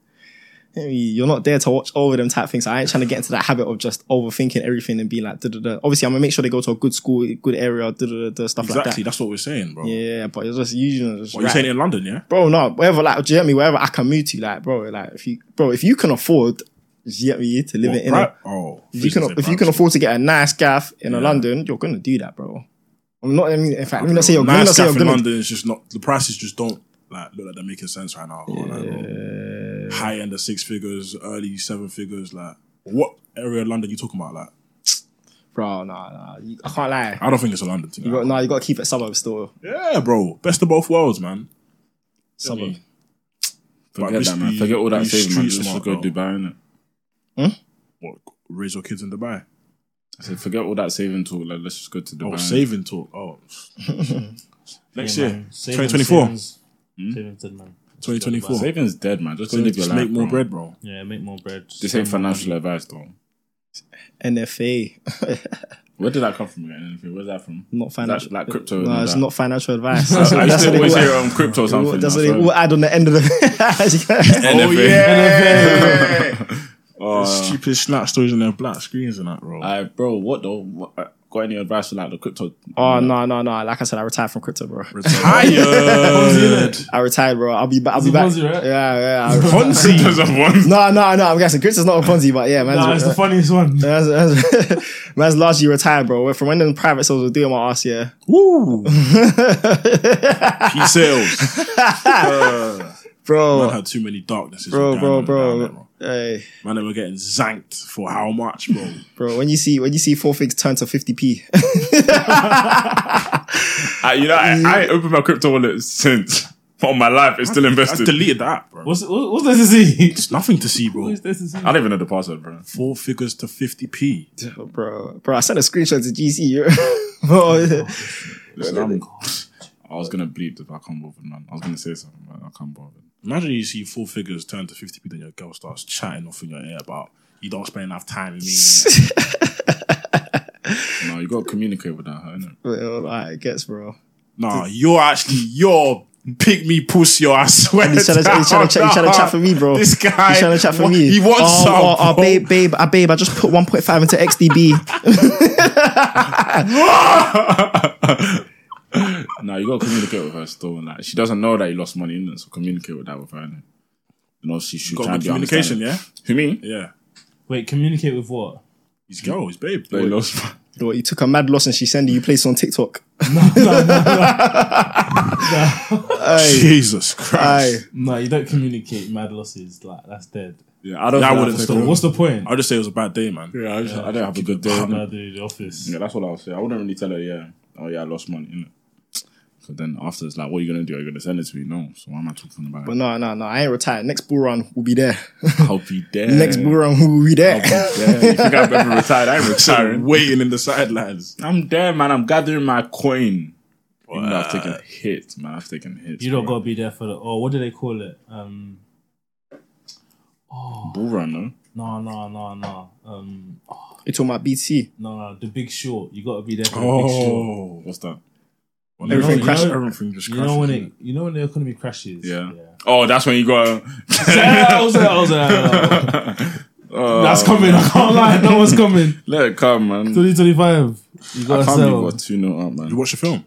[SPEAKER 2] what I mean? you're not there to watch over them type things. I ain't trying to get into that habit of just overthinking everything and being like, da da da. Obviously, I'm gonna make sure they go to a good school, good area, da da da, stuff
[SPEAKER 3] Exactly,
[SPEAKER 2] like that.
[SPEAKER 3] that's what we're saying, bro.
[SPEAKER 2] Yeah, but it's just usually just
[SPEAKER 3] What you
[SPEAKER 2] right
[SPEAKER 3] saying in London? Yeah,
[SPEAKER 2] bro, no, wherever, like, do you get me? Wherever I can move to, like, bro, like, if you, bro, if you can afford, do you get me, to live
[SPEAKER 3] What,
[SPEAKER 2] in,
[SPEAKER 3] Bri- oh,
[SPEAKER 2] if you can,
[SPEAKER 3] Brisbane,
[SPEAKER 2] if you can
[SPEAKER 3] Brisbane.
[SPEAKER 2] afford to get a nice gaff in a London, you're gonna do that, bro. I'm not. I mean, in fact, let me not say you're. Let me not
[SPEAKER 3] nice
[SPEAKER 2] say
[SPEAKER 3] stuff
[SPEAKER 2] you're
[SPEAKER 3] in
[SPEAKER 2] gonna.
[SPEAKER 3] London is just not the prices just don't like look like they're making sense right now. Like, high end of six figures, early seven figures. Like what area of London you talking about? Like
[SPEAKER 2] Bro, nah, nah. You, I can't lie.
[SPEAKER 3] I don't think it's a London thing.
[SPEAKER 2] You got, nah, you got to keep it suburb still.
[SPEAKER 3] yeah, bro, best of both worlds, man.
[SPEAKER 2] Suburb.
[SPEAKER 3] But
[SPEAKER 1] Forget
[SPEAKER 3] just
[SPEAKER 1] that, man.
[SPEAKER 3] be-
[SPEAKER 1] Forget all that
[SPEAKER 3] be
[SPEAKER 1] saving, man.
[SPEAKER 3] street
[SPEAKER 1] Just
[SPEAKER 3] smart,
[SPEAKER 1] go
[SPEAKER 3] bro.
[SPEAKER 1] Dubai, innit?
[SPEAKER 3] What, raise your kids in Dubai.
[SPEAKER 1] I said, forget all that saving talk. Like, let's just go to Dubai.
[SPEAKER 3] Oh, saving talk. Oh, next year,
[SPEAKER 4] man. Savings,
[SPEAKER 3] 2024,
[SPEAKER 4] savings. Savings dead, man.
[SPEAKER 3] 2024.
[SPEAKER 1] Saving's dead, man. Just, live your
[SPEAKER 3] Just
[SPEAKER 1] life,
[SPEAKER 3] make more
[SPEAKER 1] bro.
[SPEAKER 3] bread, bro.
[SPEAKER 4] Yeah, make more bread.
[SPEAKER 1] This ain't financial advice, though.
[SPEAKER 2] NFA,
[SPEAKER 1] Where did that come from again? Anything? Where's that from?
[SPEAKER 2] not financial.
[SPEAKER 1] like crypto and
[SPEAKER 2] No,
[SPEAKER 1] all
[SPEAKER 2] it's
[SPEAKER 1] that.
[SPEAKER 2] not financial advice.
[SPEAKER 1] I,
[SPEAKER 2] That's what-
[SPEAKER 1] I
[SPEAKER 2] that's
[SPEAKER 1] used
[SPEAKER 2] what
[SPEAKER 1] to
[SPEAKER 2] they
[SPEAKER 1] always
[SPEAKER 2] all-
[SPEAKER 1] hear um, crypto or something.
[SPEAKER 2] That's what
[SPEAKER 1] I
[SPEAKER 2] they all
[SPEAKER 1] swear.
[SPEAKER 2] add on the end of the.
[SPEAKER 1] NFA.
[SPEAKER 3] Oh,
[SPEAKER 1] Uh,
[SPEAKER 3] Stupid snap stories on their black screens and that, bro.
[SPEAKER 1] Aye, bro, what though? What- uh, got any advice for like the crypto?
[SPEAKER 2] oh no, no, no! Like I said, I retired from crypto, bro.
[SPEAKER 3] Tired.
[SPEAKER 2] I retired, bro. I'll be back. I'll be
[SPEAKER 4] a
[SPEAKER 2] back.
[SPEAKER 4] Ponzi, right?
[SPEAKER 2] Yeah, yeah. I-
[SPEAKER 1] Ponzi.
[SPEAKER 2] No, no, no. I'm guessing crypto's not a Ponzi, but yeah, man.
[SPEAKER 5] Nah, it's the funniest one.
[SPEAKER 2] Man's, man's, man's largely retired, bro. From when the private sales were doing my ass, yeah.
[SPEAKER 3] Woo! He sales. Man
[SPEAKER 2] Bro,
[SPEAKER 3] had too many darknesses.
[SPEAKER 2] bro,
[SPEAKER 3] down
[SPEAKER 2] bro,
[SPEAKER 3] and down there,
[SPEAKER 2] bro. Hey,
[SPEAKER 3] Man, they were getting zanked for how much, bro?
[SPEAKER 2] bro. When you see when you see four figs turn to 50p,
[SPEAKER 1] I, you know, I, I ain't opened my crypto wallet since. On my life, it's still
[SPEAKER 3] I
[SPEAKER 1] invested.
[SPEAKER 3] deleted the app, bro.
[SPEAKER 4] What's what- what's there to see?
[SPEAKER 3] It's nothing to see, bro.
[SPEAKER 4] What's there to see?
[SPEAKER 1] I don't even know the password, bro.
[SPEAKER 3] Four figures to 50p.
[SPEAKER 2] bro, bro. I sent a screenshot to GC. yeah. bro,
[SPEAKER 1] Listen, I'm- I was gonna bleep if I can't bother, man. I was gonna say something, but I can't bother.
[SPEAKER 3] Imagine you see four figures turn to 50p, then your girl starts chatting off in your ear about you don't spend enough time with me.
[SPEAKER 1] No, you gotta communicate with that, her, innit?
[SPEAKER 2] bro, like, it gets, bro.
[SPEAKER 3] nah, you're actually, you're pick me pussy, I swear.
[SPEAKER 2] He's trying to, he's trying to, he's trying to chat for me, bro.
[SPEAKER 3] This guy.
[SPEAKER 2] He's trying to chat for
[SPEAKER 3] wa-
[SPEAKER 2] me.
[SPEAKER 3] He wants
[SPEAKER 2] oh,
[SPEAKER 3] some.
[SPEAKER 2] Oh, oh,
[SPEAKER 3] bro.
[SPEAKER 2] babe, babe, ah, babe. I just put 1.5 into XDB.
[SPEAKER 1] No, you gotta communicate with her still. and, Like she doesn't know that you lost money, innit? So communicate with that with her, innit? You know, she should
[SPEAKER 3] Got
[SPEAKER 1] try
[SPEAKER 3] good
[SPEAKER 1] and be
[SPEAKER 3] communication,
[SPEAKER 1] understanding.
[SPEAKER 3] yeah?
[SPEAKER 1] Who me?
[SPEAKER 3] Yeah.
[SPEAKER 4] Wait, communicate with what?
[SPEAKER 3] He's girl, he's babe.
[SPEAKER 1] They lost.
[SPEAKER 2] What, you took a mad loss and she's sending you plays on TikTok.
[SPEAKER 3] Jesus Christ.
[SPEAKER 2] Aye.
[SPEAKER 4] No, you don't communicate mad losses. Like that's dead.
[SPEAKER 1] Yeah, I don't.
[SPEAKER 3] That
[SPEAKER 1] think
[SPEAKER 3] wouldn't
[SPEAKER 1] that's
[SPEAKER 3] stop.
[SPEAKER 1] a-
[SPEAKER 4] What's the point?
[SPEAKER 3] I'll just say it was a bad day, man.
[SPEAKER 1] Yeah, I, just, I don't have a good day. innit?
[SPEAKER 4] No, dude, the office.
[SPEAKER 1] Yeah, that's what I would say. I wouldn't really tell her, yeah, oh yeah, I lost money, innit? Because then after it's like, what are you gonna do? Are you gonna send it to me? No. So why am I talking about
[SPEAKER 2] But
[SPEAKER 1] it?
[SPEAKER 2] no, no, no. I ain't retired. Next bull run, we'll be there.
[SPEAKER 1] I'll be there.
[SPEAKER 2] Next bull run, we'll be there.
[SPEAKER 1] Yeah, you think I'm ever retired? I ain't
[SPEAKER 3] Sorry.
[SPEAKER 1] retiring.
[SPEAKER 3] Waiting in the sidelines.
[SPEAKER 1] I'm there, man. I'm gathering my coin. Even though I've taken hits, man. I've taken hits.
[SPEAKER 4] You don't
[SPEAKER 1] bro.
[SPEAKER 4] gotta be there for the. Oh, what do they call it? Um,
[SPEAKER 1] bull run, no?
[SPEAKER 4] no, no, no, no. Um,
[SPEAKER 2] You talking about BT?
[SPEAKER 4] no, no. The Big Short. You gotta be there for the Big Short.
[SPEAKER 3] Oh.
[SPEAKER 1] What's that?
[SPEAKER 3] Well,
[SPEAKER 2] Everything
[SPEAKER 3] you know-
[SPEAKER 2] crashed.
[SPEAKER 3] you know- Everything just
[SPEAKER 4] You
[SPEAKER 3] crashed.
[SPEAKER 4] know when it. You know when the economy crashes.
[SPEAKER 1] Yeah. Oh, that's when you got.
[SPEAKER 4] I was there, I was there, I was there.
[SPEAKER 1] Uh,
[SPEAKER 4] That's coming. I can't lie. No one's coming.
[SPEAKER 1] let it come, man.
[SPEAKER 4] 2025. You
[SPEAKER 1] I can't
[SPEAKER 4] gotta
[SPEAKER 1] believe
[SPEAKER 4] sell.
[SPEAKER 1] we're 2 0 up, man.
[SPEAKER 3] You watch the film?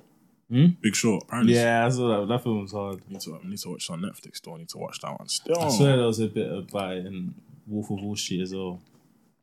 [SPEAKER 4] Hmm?
[SPEAKER 3] Big Short. Apparently, it's-
[SPEAKER 4] Yeah, I saw that. That film was hard.
[SPEAKER 3] I need, to, I need to watch it on Netflix, though. I need to watch that one still.
[SPEAKER 4] I swear there was a bit about it in Wolf of Wall Street as well.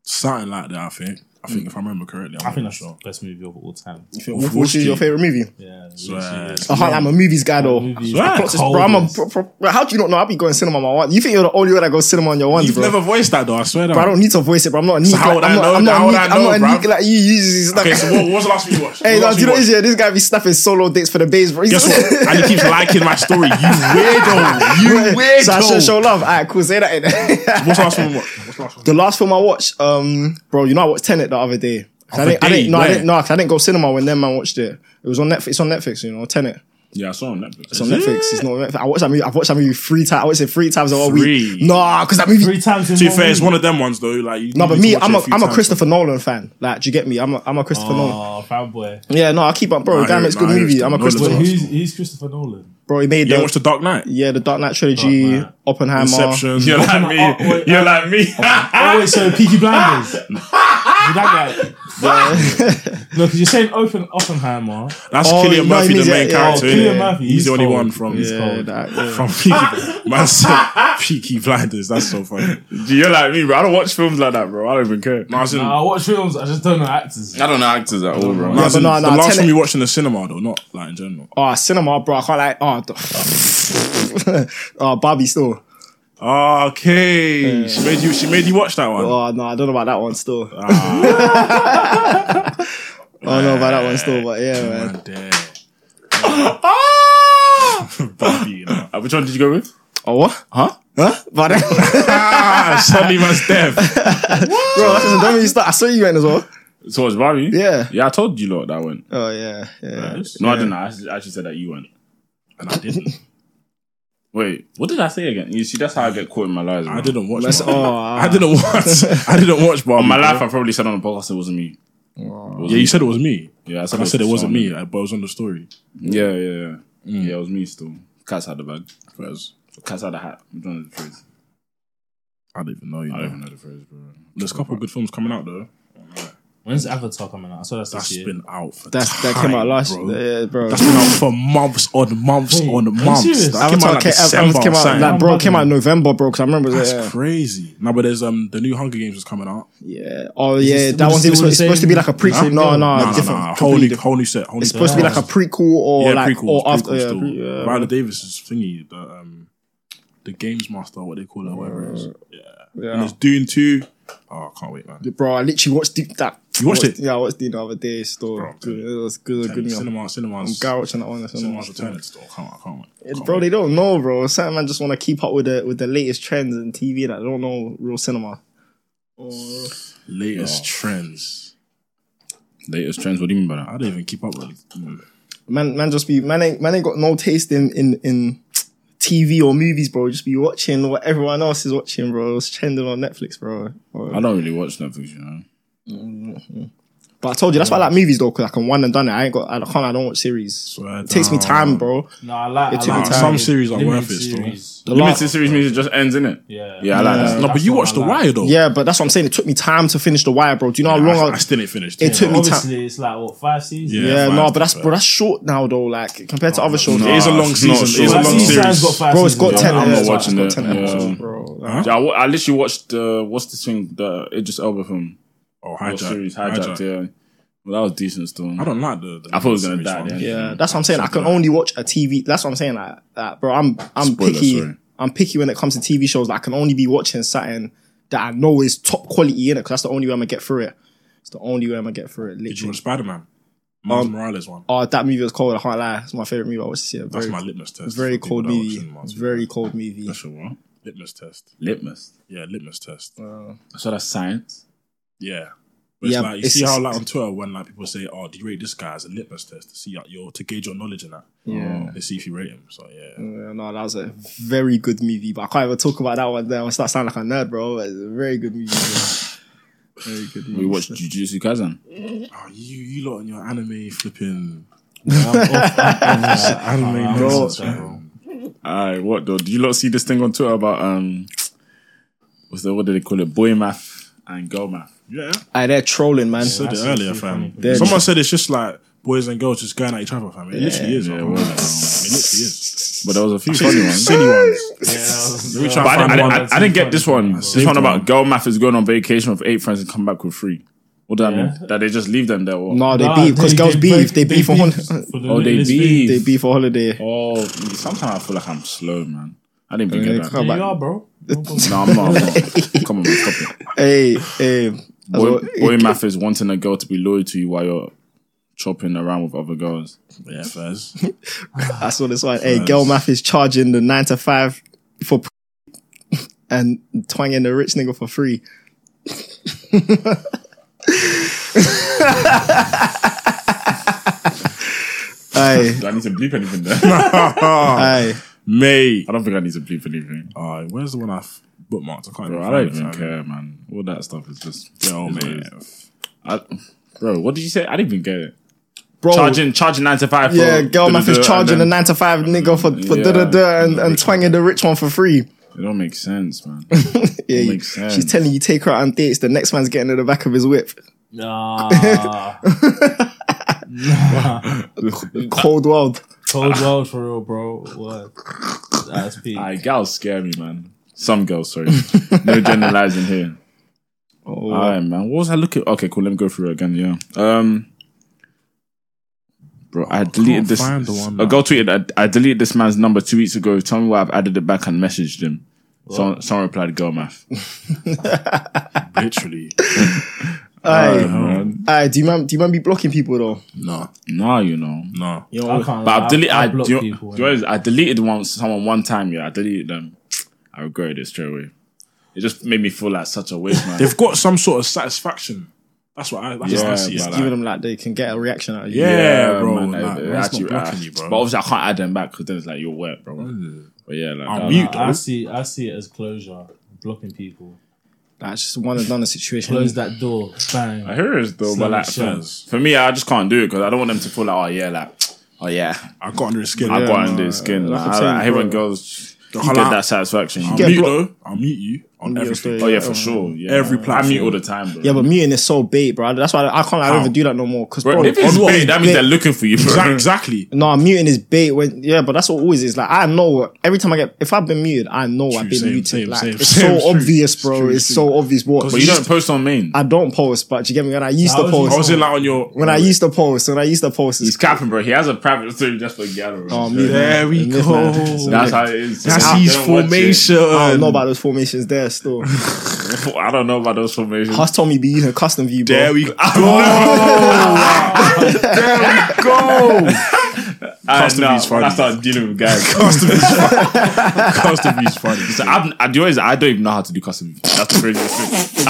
[SPEAKER 3] Something like that, I think. I think if I remember correctly, I'm
[SPEAKER 4] Hmm. I think
[SPEAKER 3] not
[SPEAKER 4] that's the best movie of all time.
[SPEAKER 2] Which is your favorite movie?
[SPEAKER 4] Yeah.
[SPEAKER 3] Swear.
[SPEAKER 4] literally.
[SPEAKER 2] I can't, I'm a movies guy though.
[SPEAKER 4] Movie is
[SPEAKER 3] Swear.
[SPEAKER 4] the
[SPEAKER 2] Props is- Bro, I'm a,
[SPEAKER 4] coldest.
[SPEAKER 2] pro, pro, bro, how do you not know? I'll be going cinema on my one. You think you're the only one that goes cinema on your ones,
[SPEAKER 3] You've
[SPEAKER 2] bro?
[SPEAKER 3] never voiced that though. I swear that.
[SPEAKER 2] Bro, I don't need to voice it, bro. I'm not a neat.
[SPEAKER 3] how
[SPEAKER 2] like-
[SPEAKER 3] would
[SPEAKER 2] I'm
[SPEAKER 3] I
[SPEAKER 2] not,
[SPEAKER 3] know?
[SPEAKER 2] I'm not
[SPEAKER 3] How
[SPEAKER 2] a
[SPEAKER 3] would
[SPEAKER 2] neat,
[SPEAKER 3] I
[SPEAKER 2] I'm not
[SPEAKER 3] know,
[SPEAKER 2] a neat
[SPEAKER 3] bruv?
[SPEAKER 2] like you. you just,
[SPEAKER 3] Okay, so what, what was the last one you watched?
[SPEAKER 2] hey,
[SPEAKER 3] What
[SPEAKER 2] no,
[SPEAKER 3] was
[SPEAKER 2] do
[SPEAKER 3] the
[SPEAKER 2] you know what it
[SPEAKER 3] last you
[SPEAKER 2] is? Yeah, this guy be snapping solo dates for the babes, bro. He's-
[SPEAKER 3] watched? Guess what? And he keeps liking my story. You weirdo. You
[SPEAKER 2] so I should
[SPEAKER 3] weirdo.
[SPEAKER 2] show love. Alright, cool. Say that. innit?
[SPEAKER 3] What's the last one? you watched? What's the last one?
[SPEAKER 2] the last film I watched, um, bro, you know I watched Tenet the other day. 'Cause I
[SPEAKER 3] Other
[SPEAKER 2] didn't, I
[SPEAKER 3] day?
[SPEAKER 2] didn't, no, I
[SPEAKER 3] Where?
[SPEAKER 2] didn't, no, 'cause I didn't go cinema when them man watched it. It was on Netflix. It's on Netflix, you know, Tenet.
[SPEAKER 1] Yeah, I saw on Netflix.
[SPEAKER 2] It's on Netflix. It's not. on Netflix. I watched that movie. I've watched that movie three times. I watched it three times in one
[SPEAKER 3] Three.
[SPEAKER 2] week. Nah, because that movie.
[SPEAKER 4] Three times in
[SPEAKER 3] To be
[SPEAKER 4] one
[SPEAKER 3] fair, it's
[SPEAKER 4] week.
[SPEAKER 3] one of them ones though. Like, you
[SPEAKER 2] No,
[SPEAKER 3] need
[SPEAKER 2] but
[SPEAKER 3] to
[SPEAKER 2] me,
[SPEAKER 3] watch it
[SPEAKER 2] I'm a
[SPEAKER 3] few
[SPEAKER 2] I'm a
[SPEAKER 3] times. Ah.
[SPEAKER 2] Christopher Nolan fan. Like, do you get me? I'm a, I'm a Christopher Nolan.
[SPEAKER 4] Oh, fanboy.
[SPEAKER 2] Yeah, no, I keep on, bro.
[SPEAKER 3] Nah,
[SPEAKER 2] The guy
[SPEAKER 3] yeah,
[SPEAKER 2] makes good
[SPEAKER 3] nah, yeah,
[SPEAKER 2] movies. I'm a
[SPEAKER 3] Nolan.
[SPEAKER 2] Christopher.
[SPEAKER 4] Wait,
[SPEAKER 3] Nolan.
[SPEAKER 4] who's, who's Christopher Nolan?
[SPEAKER 2] Bro, he made
[SPEAKER 3] You
[SPEAKER 2] the,
[SPEAKER 3] didn't watch the Dark Knight,
[SPEAKER 2] yeah the Dark Knight trilogy,
[SPEAKER 4] Dark Knight.
[SPEAKER 2] Oppenheimer.
[SPEAKER 3] Inception.
[SPEAKER 1] You're like
[SPEAKER 4] Oh, wait,
[SPEAKER 3] Ah!
[SPEAKER 1] me. You're like me.
[SPEAKER 4] Oh, wait, so Peaky Blinders. that guy. No, because you're saying open Oppenheimer.
[SPEAKER 3] That's
[SPEAKER 2] Oh,
[SPEAKER 3] Killian
[SPEAKER 2] no, he
[SPEAKER 3] Murphy,
[SPEAKER 2] means
[SPEAKER 3] the
[SPEAKER 2] it-
[SPEAKER 3] main
[SPEAKER 2] yeah,
[SPEAKER 3] character.
[SPEAKER 4] oh,
[SPEAKER 3] innit?
[SPEAKER 4] Cillian Murphy,
[SPEAKER 3] He's
[SPEAKER 4] he's
[SPEAKER 3] the only
[SPEAKER 4] cold.
[SPEAKER 3] one from
[SPEAKER 4] Yeah.
[SPEAKER 2] yeah, that, yeah.
[SPEAKER 3] from Peaky, Man said Peaky Blinders. That's so funny.
[SPEAKER 1] You're like me, bro. I don't watch films like that, bro. I don't even care.
[SPEAKER 3] No, as in-
[SPEAKER 4] Nah, I watch films. I just don't know actors.
[SPEAKER 1] I don't know actors at all, bro.
[SPEAKER 3] no,
[SPEAKER 2] Yeah,
[SPEAKER 3] as
[SPEAKER 2] but
[SPEAKER 3] in
[SPEAKER 2] no, no,
[SPEAKER 3] the
[SPEAKER 2] tell
[SPEAKER 3] last time
[SPEAKER 2] it-
[SPEAKER 3] you watched in the cinema, though, not like in general.
[SPEAKER 2] Oh, cinema, bro. I can't like. Oh, the- oh Barbie still.
[SPEAKER 3] Okay, she made you. She made you watch that one.
[SPEAKER 2] Oh no, I don't know about that one still.
[SPEAKER 3] Ah.
[SPEAKER 2] I don't know about that one still, but yeah, man.
[SPEAKER 3] Man, there. Barbie, you know.
[SPEAKER 1] Uh, Which one did you go with?
[SPEAKER 2] Oh what? Huh? Huh? But then,
[SPEAKER 3] Ah, Sunny Man's death.
[SPEAKER 2] bro, listen, don't really start. I saw you went as well.
[SPEAKER 1] So it's Barbie?
[SPEAKER 2] Yeah.
[SPEAKER 1] Yeah, I told you lot that went.
[SPEAKER 2] Oh yeah, yeah.
[SPEAKER 1] No, I didn't. I actually- I actually said that you went.
[SPEAKER 3] And I didn't.
[SPEAKER 1] Wait, what did I say again? You see, that's how I get caught in my lies. Bro.
[SPEAKER 3] I didn't watch.
[SPEAKER 2] That's-
[SPEAKER 3] Barbie.
[SPEAKER 2] oh,
[SPEAKER 3] I didn't watch. I didn't watch. Barbie,
[SPEAKER 1] On my life,
[SPEAKER 3] bro.
[SPEAKER 1] I probably said on the podcast it wasn't me.
[SPEAKER 3] Yeah, you said it was me.
[SPEAKER 1] Yeah,
[SPEAKER 3] And I said it
[SPEAKER 1] was
[SPEAKER 3] wasn't
[SPEAKER 1] someone.
[SPEAKER 3] me, uh, but it was on the story.
[SPEAKER 1] Yeah, yeah, yeah. Yeah, it was me still. Cats had the bag. Whereas Cats had a hat. I don't know the phrase.
[SPEAKER 3] I don't even know. You
[SPEAKER 1] I
[SPEAKER 3] know.
[SPEAKER 1] don't even know the phrase, bro.
[SPEAKER 3] There's a couple of good films coming out though.
[SPEAKER 4] When's Avatar coming out? I saw that this
[SPEAKER 3] That's
[SPEAKER 4] year.
[SPEAKER 3] been out for
[SPEAKER 2] That's that
[SPEAKER 3] time,
[SPEAKER 2] came out last.
[SPEAKER 3] bro.
[SPEAKER 2] Yeah, bro.
[SPEAKER 3] That's been out for months on months
[SPEAKER 4] Wait,
[SPEAKER 3] on
[SPEAKER 4] are you
[SPEAKER 3] months.
[SPEAKER 4] serious?
[SPEAKER 3] That came out
[SPEAKER 2] Avatar
[SPEAKER 3] like
[SPEAKER 2] came,
[SPEAKER 3] December.
[SPEAKER 2] Avatar came out,
[SPEAKER 3] something.
[SPEAKER 2] like, bro,
[SPEAKER 4] November.
[SPEAKER 2] came out November, bro. Because I remember,
[SPEAKER 3] That's
[SPEAKER 2] yeah,
[SPEAKER 3] crazy. No, but there's um the new Hunger Games was coming out.
[SPEAKER 2] yeah. Oh yeah,
[SPEAKER 4] it
[SPEAKER 2] that one's even
[SPEAKER 4] still the
[SPEAKER 2] supposed, supposed to be like a prequel. No, no,
[SPEAKER 3] no, no,
[SPEAKER 2] different.
[SPEAKER 3] no. Whole
[SPEAKER 2] completely
[SPEAKER 3] new,
[SPEAKER 2] different.
[SPEAKER 3] whole new set. Whole new
[SPEAKER 2] It's
[SPEAKER 3] set.
[SPEAKER 2] supposed to be like a prequel or
[SPEAKER 3] yeah,
[SPEAKER 2] like
[SPEAKER 3] prequels,
[SPEAKER 2] or after.
[SPEAKER 3] prequels
[SPEAKER 2] yeah,
[SPEAKER 3] still.
[SPEAKER 2] pre- yeah,
[SPEAKER 3] Viola Davis's thingy, the um, the games master, what they call it, whatever it is. Yeah. And
[SPEAKER 2] Uh, yeah.
[SPEAKER 3] there's Dune two. Oh, I can't wait, man.
[SPEAKER 2] Bro, I literally watched Deep that.
[SPEAKER 3] You watched
[SPEAKER 2] watched-
[SPEAKER 3] it?
[SPEAKER 2] Yeah, I watched Deep the other day. Still,
[SPEAKER 3] Bro,
[SPEAKER 2] good. it was good. Good. meal.
[SPEAKER 3] Cinema, cinemas,
[SPEAKER 2] Guy watching that one.
[SPEAKER 3] cinemas returning still. Come on, come on,
[SPEAKER 2] Bro, they don't know, bro. Certain man just want to keep up with the with the latest trends in TV that don't know real cinema.
[SPEAKER 3] latest
[SPEAKER 2] Oh.
[SPEAKER 3] trends.
[SPEAKER 1] Latest trends. What do you mean by that?
[SPEAKER 3] I don't even keep up with. Mm.
[SPEAKER 2] Man, man, just be man ain't man ain't got no taste in in in TV or movies, bro. Just be watching what everyone else is watching, bro. It's trending on Netflix, bro.
[SPEAKER 1] I don't really watch Netflix, you know.
[SPEAKER 2] But I told you that's why I like movies though, because I can one and done it. I ain't got I can't. I don't watch series.
[SPEAKER 3] Swear
[SPEAKER 2] It takes me
[SPEAKER 3] down.
[SPEAKER 2] time, bro.
[SPEAKER 4] No, I like.
[SPEAKER 2] It
[SPEAKER 4] I
[SPEAKER 2] took me
[SPEAKER 4] like
[SPEAKER 2] time.
[SPEAKER 3] Some series are
[SPEAKER 4] limited
[SPEAKER 3] worth it, still.
[SPEAKER 4] series.
[SPEAKER 2] The
[SPEAKER 1] Limited
[SPEAKER 2] last-
[SPEAKER 1] series means it just ends, in it.
[SPEAKER 4] Yeah.
[SPEAKER 1] Yeah, I like that.
[SPEAKER 3] No, but
[SPEAKER 4] That's
[SPEAKER 3] you
[SPEAKER 4] what
[SPEAKER 3] watched
[SPEAKER 4] I
[SPEAKER 3] The
[SPEAKER 4] like.
[SPEAKER 3] Wire though.
[SPEAKER 2] Yeah, but that's what I'm saying. It took me time to finish The Wire, bro. Do you know how long
[SPEAKER 3] I,
[SPEAKER 2] I,
[SPEAKER 3] I still didn't finish.
[SPEAKER 2] it took me time?
[SPEAKER 4] Obviously, it's like what five seasons.
[SPEAKER 3] Yeah.
[SPEAKER 2] Yeah, no,
[SPEAKER 3] fine,
[SPEAKER 2] but that's
[SPEAKER 3] fair.
[SPEAKER 2] bro, that's short now though. Like compared to other shows,
[SPEAKER 3] It is a long
[SPEAKER 1] it's
[SPEAKER 3] season.
[SPEAKER 1] not short.
[SPEAKER 3] It's a
[SPEAKER 4] Five
[SPEAKER 3] long
[SPEAKER 4] seasons,
[SPEAKER 3] series.
[SPEAKER 4] got five
[SPEAKER 2] bro. It's
[SPEAKER 4] seasons,
[SPEAKER 2] got ten.
[SPEAKER 4] yeah.
[SPEAKER 1] I'm
[SPEAKER 4] Yeah.
[SPEAKER 1] not
[SPEAKER 2] episodes.
[SPEAKER 1] watching
[SPEAKER 2] It's got
[SPEAKER 1] it,
[SPEAKER 2] 10
[SPEAKER 1] yeah.
[SPEAKER 2] episodes, bro. Like,
[SPEAKER 1] Yeah, I, wa- I literally watched uh, what's this thing the Idris Elba film
[SPEAKER 3] Oh,
[SPEAKER 1] What series hijacked.
[SPEAKER 3] hijack.
[SPEAKER 1] Yeah, well, that was decent still.
[SPEAKER 3] I don't like the. the
[SPEAKER 1] I thought it was gonna
[SPEAKER 3] series
[SPEAKER 1] die,
[SPEAKER 3] one.
[SPEAKER 1] yeah.
[SPEAKER 2] Yeah, that's what I'm saying. I can only watch a TV. That's what I'm saying. Like, like, bro, I'm I'm
[SPEAKER 1] Spoiler,
[SPEAKER 2] picky.
[SPEAKER 1] sorry.
[SPEAKER 2] I'm picky when it comes to TV shows. Like, I can only be watching something that I know is top quality in it. Because that's the only way I'm gonna get through it. It's the only way I'm gonna get through it.
[SPEAKER 3] Did you
[SPEAKER 2] Literally.
[SPEAKER 3] watch Spider Man? Miles Morales one.
[SPEAKER 2] Oh, that movie was cold. I can't lie. It's my favorite movie I watched this year.
[SPEAKER 3] That's
[SPEAKER 2] Very,
[SPEAKER 3] my litmus test.
[SPEAKER 2] very
[SPEAKER 3] for people
[SPEAKER 2] cold
[SPEAKER 3] that watch
[SPEAKER 2] movie.
[SPEAKER 3] cinemas.
[SPEAKER 2] Very cold movie.
[SPEAKER 1] That's a what?
[SPEAKER 3] litmus test.
[SPEAKER 1] Litmus.
[SPEAKER 3] Yeah, litmus test.
[SPEAKER 1] So that's science.
[SPEAKER 3] Yeah. But it's
[SPEAKER 2] Yeah,
[SPEAKER 3] like you
[SPEAKER 2] it's-
[SPEAKER 3] see how
[SPEAKER 2] it's-
[SPEAKER 3] like on Twitter when like people say, "Oh, do you rate this guy as a litmus test to see like, your to gauge your knowledge in that?" Oh,
[SPEAKER 2] Yeah. Mm.
[SPEAKER 3] They see if you rate him. So yeah,
[SPEAKER 2] Yeah, no, that was a very good movie, but I can't even talk about that one. There, I start sounding like a nerd, bro. It's a very good movie. Bro. Very good movie.
[SPEAKER 1] We watched Jujutsu Kaisen.
[SPEAKER 3] oh, you you lot in your anime flipping
[SPEAKER 4] I
[SPEAKER 3] anime
[SPEAKER 4] like
[SPEAKER 3] nonsense,
[SPEAKER 4] that,
[SPEAKER 3] bro.
[SPEAKER 1] Aye, what though? Did you lot see this thing on Twitter about um, what's the what do they call it? Boy math and girl math.
[SPEAKER 3] Yeah,
[SPEAKER 2] Aye, they're trolling, man.
[SPEAKER 3] said it
[SPEAKER 4] That's
[SPEAKER 3] earlier,
[SPEAKER 4] actually
[SPEAKER 3] fam.
[SPEAKER 2] They're
[SPEAKER 3] Someone said it's just like boys and girls just going at each other, fam. It literally is.
[SPEAKER 1] Yeah,
[SPEAKER 3] Yeah,
[SPEAKER 1] well,
[SPEAKER 3] it literally is.
[SPEAKER 1] But there was a few funny ones.
[SPEAKER 3] Silly ones.
[SPEAKER 1] But
[SPEAKER 4] Yeah,
[SPEAKER 1] I, didn't- I,
[SPEAKER 3] Find
[SPEAKER 1] didn't-
[SPEAKER 3] one
[SPEAKER 1] I, I didn't get this one. This
[SPEAKER 3] Saved
[SPEAKER 1] one about
[SPEAKER 3] one.
[SPEAKER 1] girl math is going on vacation with eight friends and come back with three. What does that
[SPEAKER 4] Yeah.
[SPEAKER 1] mean? That they just leave them there? Or?
[SPEAKER 2] No, they beef because girls beef. They beef on holiday.
[SPEAKER 1] Oh, they beef.
[SPEAKER 2] They beef for holiday.
[SPEAKER 1] Oh, sometimes I feel like I'm slow, man. I didn't
[SPEAKER 2] Yeah,
[SPEAKER 1] even get
[SPEAKER 2] come
[SPEAKER 1] that.
[SPEAKER 2] back.
[SPEAKER 4] You are, bro.
[SPEAKER 1] No, I'm not. I'm not. Come on, man, stop it.
[SPEAKER 2] Hey, hey. that's
[SPEAKER 1] Boy,
[SPEAKER 2] what-
[SPEAKER 1] boy math is wanting a girl to be loyal to you while you're chopping around with other girls.
[SPEAKER 3] Yeah, fairs.
[SPEAKER 2] I saw this one. Hey, girl math is charging the nine to five for p- and twanging the rich nigga for free. Aye,
[SPEAKER 1] Do I need to bleep anything there?
[SPEAKER 2] aye.
[SPEAKER 3] Mate.
[SPEAKER 1] I don't think I need to bleep anything.
[SPEAKER 3] Uh, where's the one I f- bookmarked? I can't
[SPEAKER 1] Bro, I
[SPEAKER 3] find
[SPEAKER 1] don't
[SPEAKER 3] it,
[SPEAKER 1] even
[SPEAKER 3] fam.
[SPEAKER 1] care, man. All that stuff is just.
[SPEAKER 3] Yo,
[SPEAKER 1] is what
[SPEAKER 3] man.
[SPEAKER 1] it is. I, bro, what did you say? I didn't even get it.
[SPEAKER 2] Bro,
[SPEAKER 1] Charging, charging nine to five. for
[SPEAKER 2] Oh. yeah, girl math
[SPEAKER 1] duh-duh-duh,
[SPEAKER 2] is
[SPEAKER 1] and
[SPEAKER 2] charging the
[SPEAKER 1] then-
[SPEAKER 2] nine to five nigga for, for
[SPEAKER 1] Yeah.
[SPEAKER 2] da da da and, and twanging the rich one for free.
[SPEAKER 1] It don't make sense, man.
[SPEAKER 2] Yeah,
[SPEAKER 1] That
[SPEAKER 2] you-
[SPEAKER 1] makes sense.
[SPEAKER 2] she's telling you take her out on dates. The next man's getting in the back of his whip.
[SPEAKER 4] Nah. nah.
[SPEAKER 2] Cold world.
[SPEAKER 4] Cold world for real, bro. What? That's peak.
[SPEAKER 1] Aye, gals scare me, man. Some girls, sorry. no generalizing here.
[SPEAKER 2] Oh,
[SPEAKER 1] All right, man. What was I looking? Okay, cool. Let me go through it again. Yeah. Um, bro, I deleted this.
[SPEAKER 3] find the one,
[SPEAKER 1] I go tweeted. I, I deleted this man's number two weeks ago. Tell me why I've added it back and messaged him. Someone, someone replied, "Girl math."
[SPEAKER 3] Literally.
[SPEAKER 2] Aye.
[SPEAKER 1] man.
[SPEAKER 2] Aye, do you man? Do you man be blocking people though?
[SPEAKER 3] No,
[SPEAKER 1] Nah, you know.
[SPEAKER 3] no.
[SPEAKER 2] You
[SPEAKER 4] I
[SPEAKER 2] know,
[SPEAKER 4] can't.
[SPEAKER 1] But I've deleted. I,
[SPEAKER 4] block
[SPEAKER 1] do you-
[SPEAKER 4] people.
[SPEAKER 1] do you know what it is? I deleted once someone one time. Yeah, I deleted them. I regretted it straight away. It just made me feel like such a waste, man.
[SPEAKER 3] They've got some sort of satisfaction. That's what I. That's what I
[SPEAKER 1] Yeah,
[SPEAKER 3] see.
[SPEAKER 1] but
[SPEAKER 3] it
[SPEAKER 2] just
[SPEAKER 3] like.
[SPEAKER 2] giving them like they can get a reaction out of you.
[SPEAKER 3] Yeah, bro.
[SPEAKER 1] man,
[SPEAKER 3] nah,
[SPEAKER 1] it- it
[SPEAKER 3] man's not
[SPEAKER 1] actually-
[SPEAKER 3] blocking
[SPEAKER 1] ah,
[SPEAKER 3] you, bro.
[SPEAKER 1] But obviously, I can't add them back because then it's like you're wet, bro. But yeah, like,
[SPEAKER 3] I'm
[SPEAKER 1] that-
[SPEAKER 3] mute.
[SPEAKER 4] I see. I see it as closure. Blocking people.
[SPEAKER 2] That's just one and done a situation.
[SPEAKER 4] Close that door. Bang.
[SPEAKER 1] Mm. I hear it though,
[SPEAKER 4] Slam
[SPEAKER 1] but like
[SPEAKER 4] it
[SPEAKER 1] for,
[SPEAKER 4] shut.
[SPEAKER 1] for me, I just can't do it because I don't want them to feel like, oh yeah, like, oh yeah,
[SPEAKER 3] I got under his skin.
[SPEAKER 1] I got
[SPEAKER 2] no,
[SPEAKER 1] under his skin.
[SPEAKER 2] like
[SPEAKER 1] Like,
[SPEAKER 2] I'm
[SPEAKER 1] I,
[SPEAKER 2] saying,
[SPEAKER 1] I hate when
[SPEAKER 2] bro.
[SPEAKER 1] girls
[SPEAKER 3] Don't
[SPEAKER 1] get
[SPEAKER 3] allow-
[SPEAKER 1] that satisfaction.
[SPEAKER 3] I'll
[SPEAKER 2] Get
[SPEAKER 3] mute
[SPEAKER 2] blocked.
[SPEAKER 3] though. I'll mute you on
[SPEAKER 2] Mute
[SPEAKER 3] everything.
[SPEAKER 2] your
[SPEAKER 1] oh yeah,
[SPEAKER 2] yeah.
[SPEAKER 1] for sure. Yeah,
[SPEAKER 3] Every
[SPEAKER 1] I
[SPEAKER 3] platform.
[SPEAKER 1] mute all the time, bro.
[SPEAKER 2] Yeah, but muting is so bait, bro. That's why I can't. I don't even do that no more. Cause
[SPEAKER 1] Bro,
[SPEAKER 2] bro,
[SPEAKER 1] if it's
[SPEAKER 2] on what-
[SPEAKER 1] bait, that means
[SPEAKER 2] bait-
[SPEAKER 1] they're looking for you, bro.
[SPEAKER 3] Exac- Exactly.
[SPEAKER 2] No, muting is bait when yeah, but that's what always is. Like I know every time I get if I've been muted, I know I've been
[SPEAKER 3] same,
[SPEAKER 2] muted.
[SPEAKER 3] same,
[SPEAKER 2] like
[SPEAKER 3] same,
[SPEAKER 2] it's
[SPEAKER 3] same,
[SPEAKER 2] so
[SPEAKER 3] it's true.
[SPEAKER 2] obvious,
[SPEAKER 3] It's
[SPEAKER 2] bro.
[SPEAKER 3] true,
[SPEAKER 2] It's,
[SPEAKER 3] it's
[SPEAKER 2] so obvious. What
[SPEAKER 1] But you don't post on main.
[SPEAKER 2] I don't post, but you get me when I used
[SPEAKER 4] How
[SPEAKER 2] to
[SPEAKER 4] do you
[SPEAKER 2] post.
[SPEAKER 3] I was in like on your.
[SPEAKER 2] when I used to post, when I used to post,
[SPEAKER 1] He's
[SPEAKER 2] it's
[SPEAKER 1] capping, bro. He has a private story just for Gallo.
[SPEAKER 2] oh, me,
[SPEAKER 3] There
[SPEAKER 2] man.
[SPEAKER 3] we
[SPEAKER 2] And
[SPEAKER 3] go.
[SPEAKER 2] this, man.
[SPEAKER 1] That's
[SPEAKER 2] It's a myth.
[SPEAKER 1] how it is.
[SPEAKER 3] That's
[SPEAKER 1] I
[SPEAKER 3] his
[SPEAKER 1] don't watch it. Oh,
[SPEAKER 3] formation.
[SPEAKER 2] I don't know about those formations there still.
[SPEAKER 1] I don't know about those formations.
[SPEAKER 2] Hus told me be using custom view, bro.
[SPEAKER 3] There we go.
[SPEAKER 1] Oh, I,
[SPEAKER 3] Custom
[SPEAKER 1] nah,
[SPEAKER 3] is
[SPEAKER 1] when I
[SPEAKER 3] funny.
[SPEAKER 1] started dealing with guys.
[SPEAKER 3] Custom is funny.
[SPEAKER 1] So I'm, I, the way is I don't even know how to do custom. That's the craziest thing. I,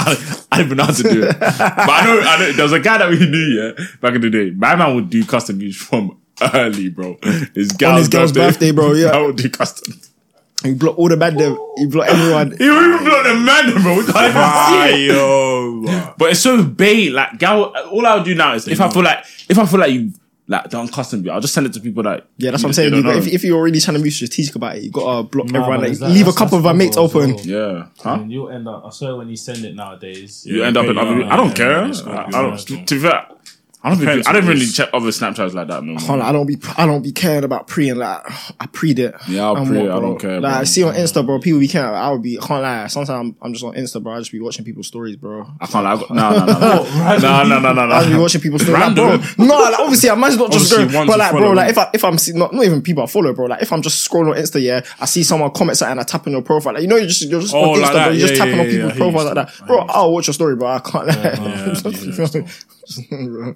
[SPEAKER 1] I don't even know how to do it. But I know, I know there was a guy that we knew yeah, back in the day. My man would do custom use from early, bro. His
[SPEAKER 2] On
[SPEAKER 1] girl's,
[SPEAKER 2] his girl's birthday, bro.
[SPEAKER 1] I
[SPEAKER 2] Yeah,
[SPEAKER 1] would do custom.
[SPEAKER 2] he blocked all the bad dev. He blocked everyone.
[SPEAKER 1] He would even block the man, bro. We can't even see it.
[SPEAKER 3] Ayo.
[SPEAKER 1] But it's so bait. Like, gal, all I would do now is if I
[SPEAKER 2] Mm.
[SPEAKER 1] feel like if I feel like you like done custom view, I'll just send it to people that
[SPEAKER 2] Yeah, that's
[SPEAKER 1] you-
[SPEAKER 2] what
[SPEAKER 1] they
[SPEAKER 2] I'm saying.
[SPEAKER 1] don't
[SPEAKER 2] You got,
[SPEAKER 1] know.
[SPEAKER 2] if, if you're already trying to be strategic about it, you gotta block
[SPEAKER 4] Nah,
[SPEAKER 2] everyone.
[SPEAKER 4] but
[SPEAKER 2] Like,
[SPEAKER 4] it's like-
[SPEAKER 2] leave a
[SPEAKER 4] that's-
[SPEAKER 2] couple of
[SPEAKER 4] that's
[SPEAKER 2] our mates
[SPEAKER 4] football as
[SPEAKER 2] open.
[SPEAKER 4] well.
[SPEAKER 1] yeah,
[SPEAKER 4] I
[SPEAKER 1] huh?
[SPEAKER 2] Mm.
[SPEAKER 4] mean, you'll end up. I swear when you send it nowadays.
[SPEAKER 1] you end up in
[SPEAKER 3] Yeah,
[SPEAKER 1] other.
[SPEAKER 3] yeah,
[SPEAKER 1] I don't
[SPEAKER 3] yeah,
[SPEAKER 1] care.
[SPEAKER 3] yeah, it's
[SPEAKER 1] I,
[SPEAKER 3] not
[SPEAKER 1] I
[SPEAKER 3] good,
[SPEAKER 1] don't.
[SPEAKER 3] it's not.
[SPEAKER 1] To be fair, I don't. Think,
[SPEAKER 3] Depends
[SPEAKER 1] I don't
[SPEAKER 3] on
[SPEAKER 1] really
[SPEAKER 3] this.
[SPEAKER 1] check other Snapchats like that. No, more.
[SPEAKER 2] Hold on, I don't be I don't be caring about pre and like I preed it.
[SPEAKER 1] Yeah, I'll
[SPEAKER 2] And
[SPEAKER 1] pre
[SPEAKER 2] what,
[SPEAKER 1] it, I
[SPEAKER 2] bro?
[SPEAKER 1] don't care,
[SPEAKER 2] Like
[SPEAKER 1] bro.
[SPEAKER 2] I see on Insta, bro, people be caring. I would be can't lie. Sometimes I'm, I'm just on Insta, bro. I just be watching people's stories, bro.
[SPEAKER 1] I can't lie. I got, no, no, no, no, no, no, no, no,
[SPEAKER 2] I be
[SPEAKER 1] no.
[SPEAKER 2] watching people's stories.
[SPEAKER 1] Random.
[SPEAKER 2] Like, bro, no, like, obviously I might not just
[SPEAKER 3] Obviously,
[SPEAKER 2] go,
[SPEAKER 3] ones
[SPEAKER 2] but
[SPEAKER 3] you
[SPEAKER 2] like, bro,
[SPEAKER 3] follow.
[SPEAKER 2] like if I if I'm see, not not even people I follow, bro. Like if I'm just scrolling on Insta, yeah, I see someone comment something and I tap on your profile. Like you know, you just you're just
[SPEAKER 3] Oh,
[SPEAKER 2] on Insta,
[SPEAKER 3] like
[SPEAKER 2] bro.
[SPEAKER 3] that.
[SPEAKER 2] You're just
[SPEAKER 3] Yeah,
[SPEAKER 2] tapping on
[SPEAKER 3] yeah, yeah,
[SPEAKER 2] people's
[SPEAKER 3] I hear you
[SPEAKER 2] profiles like
[SPEAKER 3] still.
[SPEAKER 2] that,
[SPEAKER 3] I
[SPEAKER 2] bro.
[SPEAKER 3] hear you
[SPEAKER 2] I'll watch your story, bro. I can't lie. Bro.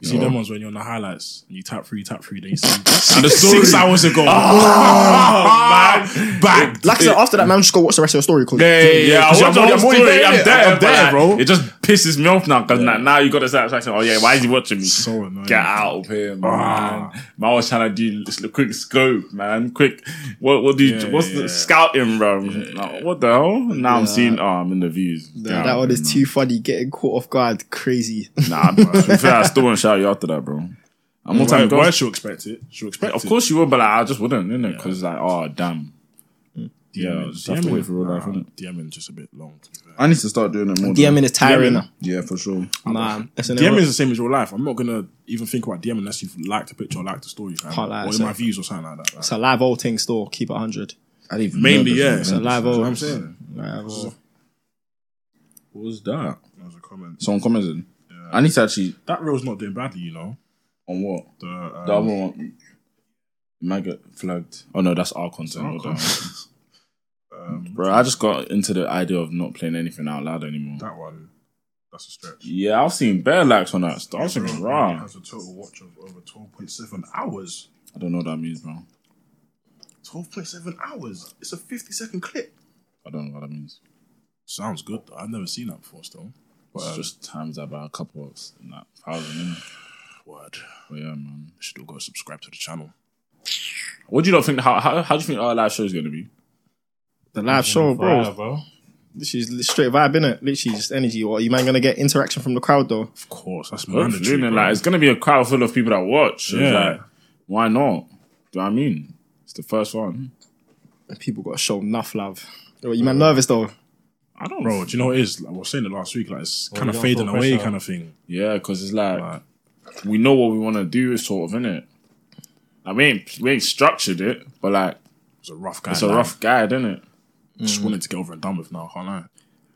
[SPEAKER 3] You see them ones when you're on the highlights and you tap three, tap three, then you see
[SPEAKER 1] And the
[SPEAKER 3] six
[SPEAKER 1] story- Oh,
[SPEAKER 3] hours ago. man. Back.
[SPEAKER 2] Like I said, after that, man, just go watch the rest of your story. Cause
[SPEAKER 1] Yeah, yeah, yeah. I
[SPEAKER 3] 'cause
[SPEAKER 1] watch
[SPEAKER 3] I'm
[SPEAKER 1] I'm,
[SPEAKER 3] always
[SPEAKER 1] story.
[SPEAKER 3] doing it.
[SPEAKER 1] I'm
[SPEAKER 3] I'm
[SPEAKER 1] there,
[SPEAKER 3] there,
[SPEAKER 1] but, like,
[SPEAKER 3] bro.
[SPEAKER 1] It just pisses me off now because now you got the satisfaction. Oh yeah, why is he watching me?
[SPEAKER 3] So annoying.
[SPEAKER 1] Get out of here, man. Man, I was trying to do this little quick scope, man. Quick, what what do you,
[SPEAKER 3] Yeah,
[SPEAKER 1] what's
[SPEAKER 3] yeah.
[SPEAKER 1] the scouting, bro? Like, What the hell? Now I'm seeing. Oh, I'm in the views.
[SPEAKER 2] Yeah, that one is too funny. Getting caught off guard, crazy.
[SPEAKER 1] Nah, bro. to be fair, I still won't shout you after that, bro. I'm all
[SPEAKER 3] Why,
[SPEAKER 1] time.
[SPEAKER 3] why
[SPEAKER 1] girls-
[SPEAKER 3] she'll expect it? She'll expect
[SPEAKER 1] Of
[SPEAKER 3] it.
[SPEAKER 1] course you would, but like, I just wouldn't, innit? Because like, oh damn. Yeah,
[SPEAKER 3] DMing,
[SPEAKER 1] just have to wait for real life, innit?
[SPEAKER 3] DMing just a bit long. to be fair.
[SPEAKER 1] I need to start doing it more. though.
[SPEAKER 2] DMing is tiring.
[SPEAKER 1] DMing. Yeah, for sure.
[SPEAKER 2] Nah, listen,
[SPEAKER 3] DMing is
[SPEAKER 2] everyone-
[SPEAKER 3] the same as real life. I'm not gonna even think about DMing unless you've liked a picture or liked a story, fam.
[SPEAKER 2] Can't lie,
[SPEAKER 3] or in
[SPEAKER 2] so-
[SPEAKER 3] my views or something like that.
[SPEAKER 2] it's a live old thing. Store keep it hundred.
[SPEAKER 1] I didn't even
[SPEAKER 3] Mainly,
[SPEAKER 1] know
[SPEAKER 3] yeah.
[SPEAKER 1] this
[SPEAKER 3] So
[SPEAKER 1] was
[SPEAKER 2] live
[SPEAKER 1] happening.
[SPEAKER 2] old.
[SPEAKER 3] what I'm saying.
[SPEAKER 2] Live old.
[SPEAKER 1] What was that?
[SPEAKER 3] That was a comment.
[SPEAKER 1] Someone commented. I need to actually
[SPEAKER 3] That reel's not doing badly, you know.
[SPEAKER 1] on what
[SPEAKER 3] The, um,
[SPEAKER 1] the other one. Might get flagged. Oh no, that's our content.
[SPEAKER 3] Our
[SPEAKER 1] Hold on.
[SPEAKER 3] um,
[SPEAKER 1] Bro, I just got into the idea of not playing anything out loud anymore.
[SPEAKER 3] that one. That's a stretch.
[SPEAKER 1] Yeah, I've seen bear likes on that. stuff. I was thinking,
[SPEAKER 3] Bro, it
[SPEAKER 1] raw.
[SPEAKER 3] Has a total watch of over twelve point seven hours.
[SPEAKER 1] I don't know what that means, bro.
[SPEAKER 3] Twelve point seven hours. It's a fifty second clip.
[SPEAKER 1] I don't know what that means.
[SPEAKER 3] Sounds good. though. I've never seen that before. Still,
[SPEAKER 1] It's
[SPEAKER 3] um,
[SPEAKER 1] just uh, times that by a couple of nah, thousand. innit?
[SPEAKER 3] word.
[SPEAKER 1] But yeah, man.
[SPEAKER 3] Should go subscribe to the channel.
[SPEAKER 1] What do you not think? How, how how do you think our live show is going to be?
[SPEAKER 2] The live show,
[SPEAKER 4] Fire,
[SPEAKER 2] bro.
[SPEAKER 4] bro.
[SPEAKER 2] This is li- straight vibe, innit? Literally just energy. What you man gonna get interaction from the crowd though?
[SPEAKER 3] Of course, that's
[SPEAKER 1] Hopefully,
[SPEAKER 3] mandatory.
[SPEAKER 1] innit?
[SPEAKER 3] bro.
[SPEAKER 1] like it's going to be a crowd full of people that watch. Yeah.
[SPEAKER 3] Yeah.
[SPEAKER 1] Like, why not? Do you know what I mean? It's the first one.
[SPEAKER 2] And people gotta show enough love. Yo, you man nervous though?
[SPEAKER 1] I don't.
[SPEAKER 3] Bro, do you know what it is? Like, I was saying it last week, like it's
[SPEAKER 4] Well,
[SPEAKER 3] kind
[SPEAKER 4] you
[SPEAKER 3] of
[SPEAKER 4] don't
[SPEAKER 3] fading
[SPEAKER 4] feel
[SPEAKER 3] away
[SPEAKER 4] pressure.
[SPEAKER 3] kind of thing.
[SPEAKER 1] Yeah, because it's like
[SPEAKER 3] Like,
[SPEAKER 1] we know what we want to do, sort of, innit? Like, we ain't we ain't structured it, but like
[SPEAKER 3] it's a rough guy.
[SPEAKER 1] it's a rough guide, isn't it?
[SPEAKER 3] Just wanted to get over and done with now, can't I?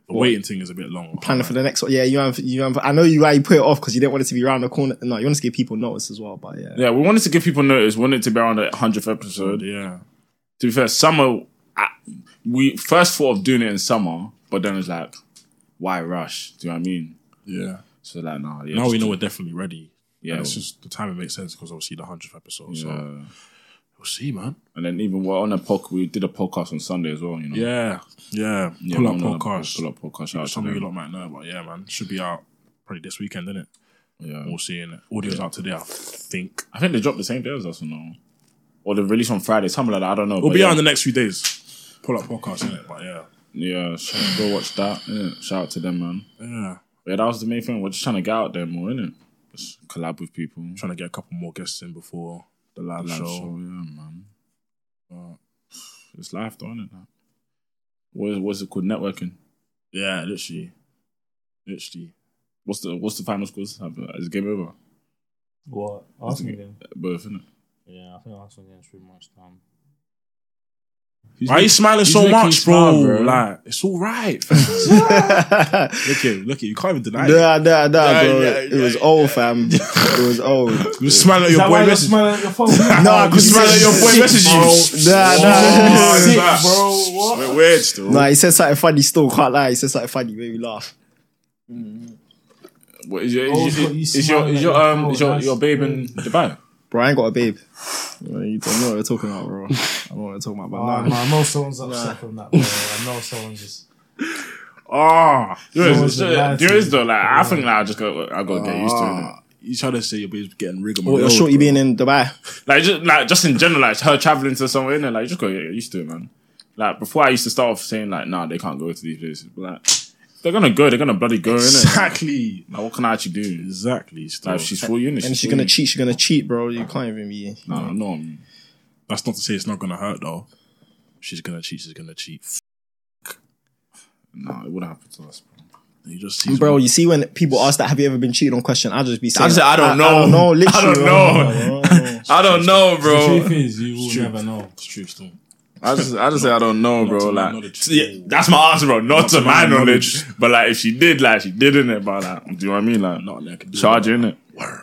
[SPEAKER 3] The waiting thing is a bit long.
[SPEAKER 2] Planning
[SPEAKER 3] can't
[SPEAKER 2] for the
[SPEAKER 3] lie.
[SPEAKER 2] next one. Yeah, you have, you have, I know you why you put it off because you didn't want it to be around the corner. No, you want to give people notice as well, but yeah.
[SPEAKER 1] Yeah, we wanted to give people notice. Wanted to be around the hundredth episode.
[SPEAKER 3] Yeah. Mm.
[SPEAKER 1] To be fair, summer I, we first thought of doing it in summer, but then it's like, why rush? Do you know what I mean?
[SPEAKER 3] Yeah.
[SPEAKER 1] So like, nah. Yeah,
[SPEAKER 3] Now
[SPEAKER 1] just
[SPEAKER 3] we know
[SPEAKER 1] do-
[SPEAKER 3] we're definitely ready.
[SPEAKER 1] Yeah,
[SPEAKER 3] And it's just the timing makes sense because obviously the 100th episode. So
[SPEAKER 1] yeah.
[SPEAKER 3] we'll see, man.
[SPEAKER 1] And then even we're on a pod. We did a podcast on Sunday as well. You know.
[SPEAKER 3] Yeah. Yeah.
[SPEAKER 1] Yeah,
[SPEAKER 3] pull up
[SPEAKER 1] we're on a
[SPEAKER 3] podcast.
[SPEAKER 1] Pull up podcast. Shout out to
[SPEAKER 3] Some of you
[SPEAKER 1] them.
[SPEAKER 3] lot might know, but yeah, man. Should be out probably this weekend, innit?
[SPEAKER 1] Yeah.
[SPEAKER 3] We'll see. Innit? Audio's out today, I think.
[SPEAKER 1] I think they dropped the same day as us or no? Or they released on Friday, something like that. I don't know.
[SPEAKER 3] We'll
[SPEAKER 1] but
[SPEAKER 3] be
[SPEAKER 1] yeah.
[SPEAKER 3] out in the next few days. Pull up podcast, innit? But yeah.
[SPEAKER 1] Yeah, sh- go watch that. innit? Shout out to them, man.
[SPEAKER 3] Yeah.
[SPEAKER 1] Yeah, that was the main thing. We're just trying to get out there more, innit? Just collab with people.
[SPEAKER 3] Trying to get a couple more guests in before the live,
[SPEAKER 1] Live
[SPEAKER 3] show.
[SPEAKER 1] show, yeah, man. But it's life, though, innit? Like, What, what's it called? Networking.
[SPEAKER 3] Yeah, literally. Literally.
[SPEAKER 1] What's the What's the final scores? Is it game over?
[SPEAKER 4] What? Arsenal game?
[SPEAKER 1] Both, innit?
[SPEAKER 4] Yeah, I think Arsenal game's pretty much done.
[SPEAKER 3] Why are you smiling
[SPEAKER 1] he's
[SPEAKER 3] so
[SPEAKER 1] making
[SPEAKER 3] much,
[SPEAKER 1] you smile,
[SPEAKER 3] bro?
[SPEAKER 1] bro.
[SPEAKER 3] Like, it's all right. look at him, look at him. You can't even deny it.
[SPEAKER 2] Nah, nah, nah, bro.
[SPEAKER 3] yeah,
[SPEAKER 2] it was old, fam. it was old.
[SPEAKER 3] You smile at
[SPEAKER 4] Is
[SPEAKER 3] your
[SPEAKER 4] that why
[SPEAKER 3] boy
[SPEAKER 4] you're
[SPEAKER 3] message.
[SPEAKER 4] smiling at your phone?
[SPEAKER 2] Nah,
[SPEAKER 3] You smile at your boy message you.
[SPEAKER 2] Nah,
[SPEAKER 3] Oh,
[SPEAKER 2] nah.
[SPEAKER 3] is that-
[SPEAKER 4] Bro, what?
[SPEAKER 3] We're weird still.
[SPEAKER 2] Nah, he said something funny still, can't lie. He said something funny, made me laugh.
[SPEAKER 1] What, is your,
[SPEAKER 4] Oh,
[SPEAKER 1] is, your,
[SPEAKER 4] God, you
[SPEAKER 1] is, your,
[SPEAKER 4] smiling
[SPEAKER 1] is
[SPEAKER 4] at
[SPEAKER 1] your,
[SPEAKER 4] your
[SPEAKER 1] um,
[SPEAKER 4] phone,
[SPEAKER 1] is your,
[SPEAKER 4] Oh, that's
[SPEAKER 1] your babe in Dubai?
[SPEAKER 2] Bro, I ain't got a babe. Well, You don't know what you're talking about, bro. I don't know what you're talking about.
[SPEAKER 4] Nah,
[SPEAKER 2] But
[SPEAKER 4] nah,
[SPEAKER 2] nah.
[SPEAKER 4] I know someone's upset from that, bro. I know someone's just.
[SPEAKER 1] Ah, there
[SPEAKER 4] No
[SPEAKER 1] is,
[SPEAKER 4] one's
[SPEAKER 1] there
[SPEAKER 4] allowed
[SPEAKER 1] there
[SPEAKER 4] to.
[SPEAKER 1] is though. Like, I think like, I just got, I got to get used to it. innit?
[SPEAKER 3] Ah, Uh-huh. You trying to say your babe's getting rigor?
[SPEAKER 2] What, your shorty being in Dubai?
[SPEAKER 1] Like just like just in general, like her traveling to somewhere, innit? Like you just gotta get used to it, man. Like before, I used to start off saying like, nah, they can't go to these places, but like they're gonna go, they're gonna bloody go, innit?
[SPEAKER 3] Exactly.
[SPEAKER 1] Like what can I actually do?
[SPEAKER 3] Exactly. Still.
[SPEAKER 1] Like if she's for you, innit?
[SPEAKER 2] And if she's
[SPEAKER 1] for
[SPEAKER 2] gonna
[SPEAKER 1] you.
[SPEAKER 2] cheat, she's gonna cheat, bro. You can't even be.
[SPEAKER 1] Nah, no, I'm-
[SPEAKER 3] That's not to say it's not gonna hurt though. She's gonna cheat. She's gonna cheat.
[SPEAKER 1] nah, it wouldn't happen to us. Bro.
[SPEAKER 3] You just see,
[SPEAKER 2] Bro, you see when people ask that, have you ever been cheated on question? I'll just be saying,
[SPEAKER 1] just say, I don't
[SPEAKER 2] I
[SPEAKER 1] know.
[SPEAKER 2] don't
[SPEAKER 1] I
[SPEAKER 2] know, literally.
[SPEAKER 1] don't
[SPEAKER 2] bro. I don't know.
[SPEAKER 1] I don't know,
[SPEAKER 4] The
[SPEAKER 1] bro.
[SPEAKER 4] truth is, you will
[SPEAKER 3] true.
[SPEAKER 4] never know.
[SPEAKER 3] It's true. Still,
[SPEAKER 1] I just, I just say I don't know, bro.
[SPEAKER 3] to my
[SPEAKER 1] Like
[SPEAKER 3] knowledge.
[SPEAKER 1] yeah, that's my answer, bro. Not, to my
[SPEAKER 3] my
[SPEAKER 1] knowledge, but like if she did, like she did in it, but like, do you know what I mean? Like
[SPEAKER 3] not that.
[SPEAKER 1] charge in it.
[SPEAKER 3] Word.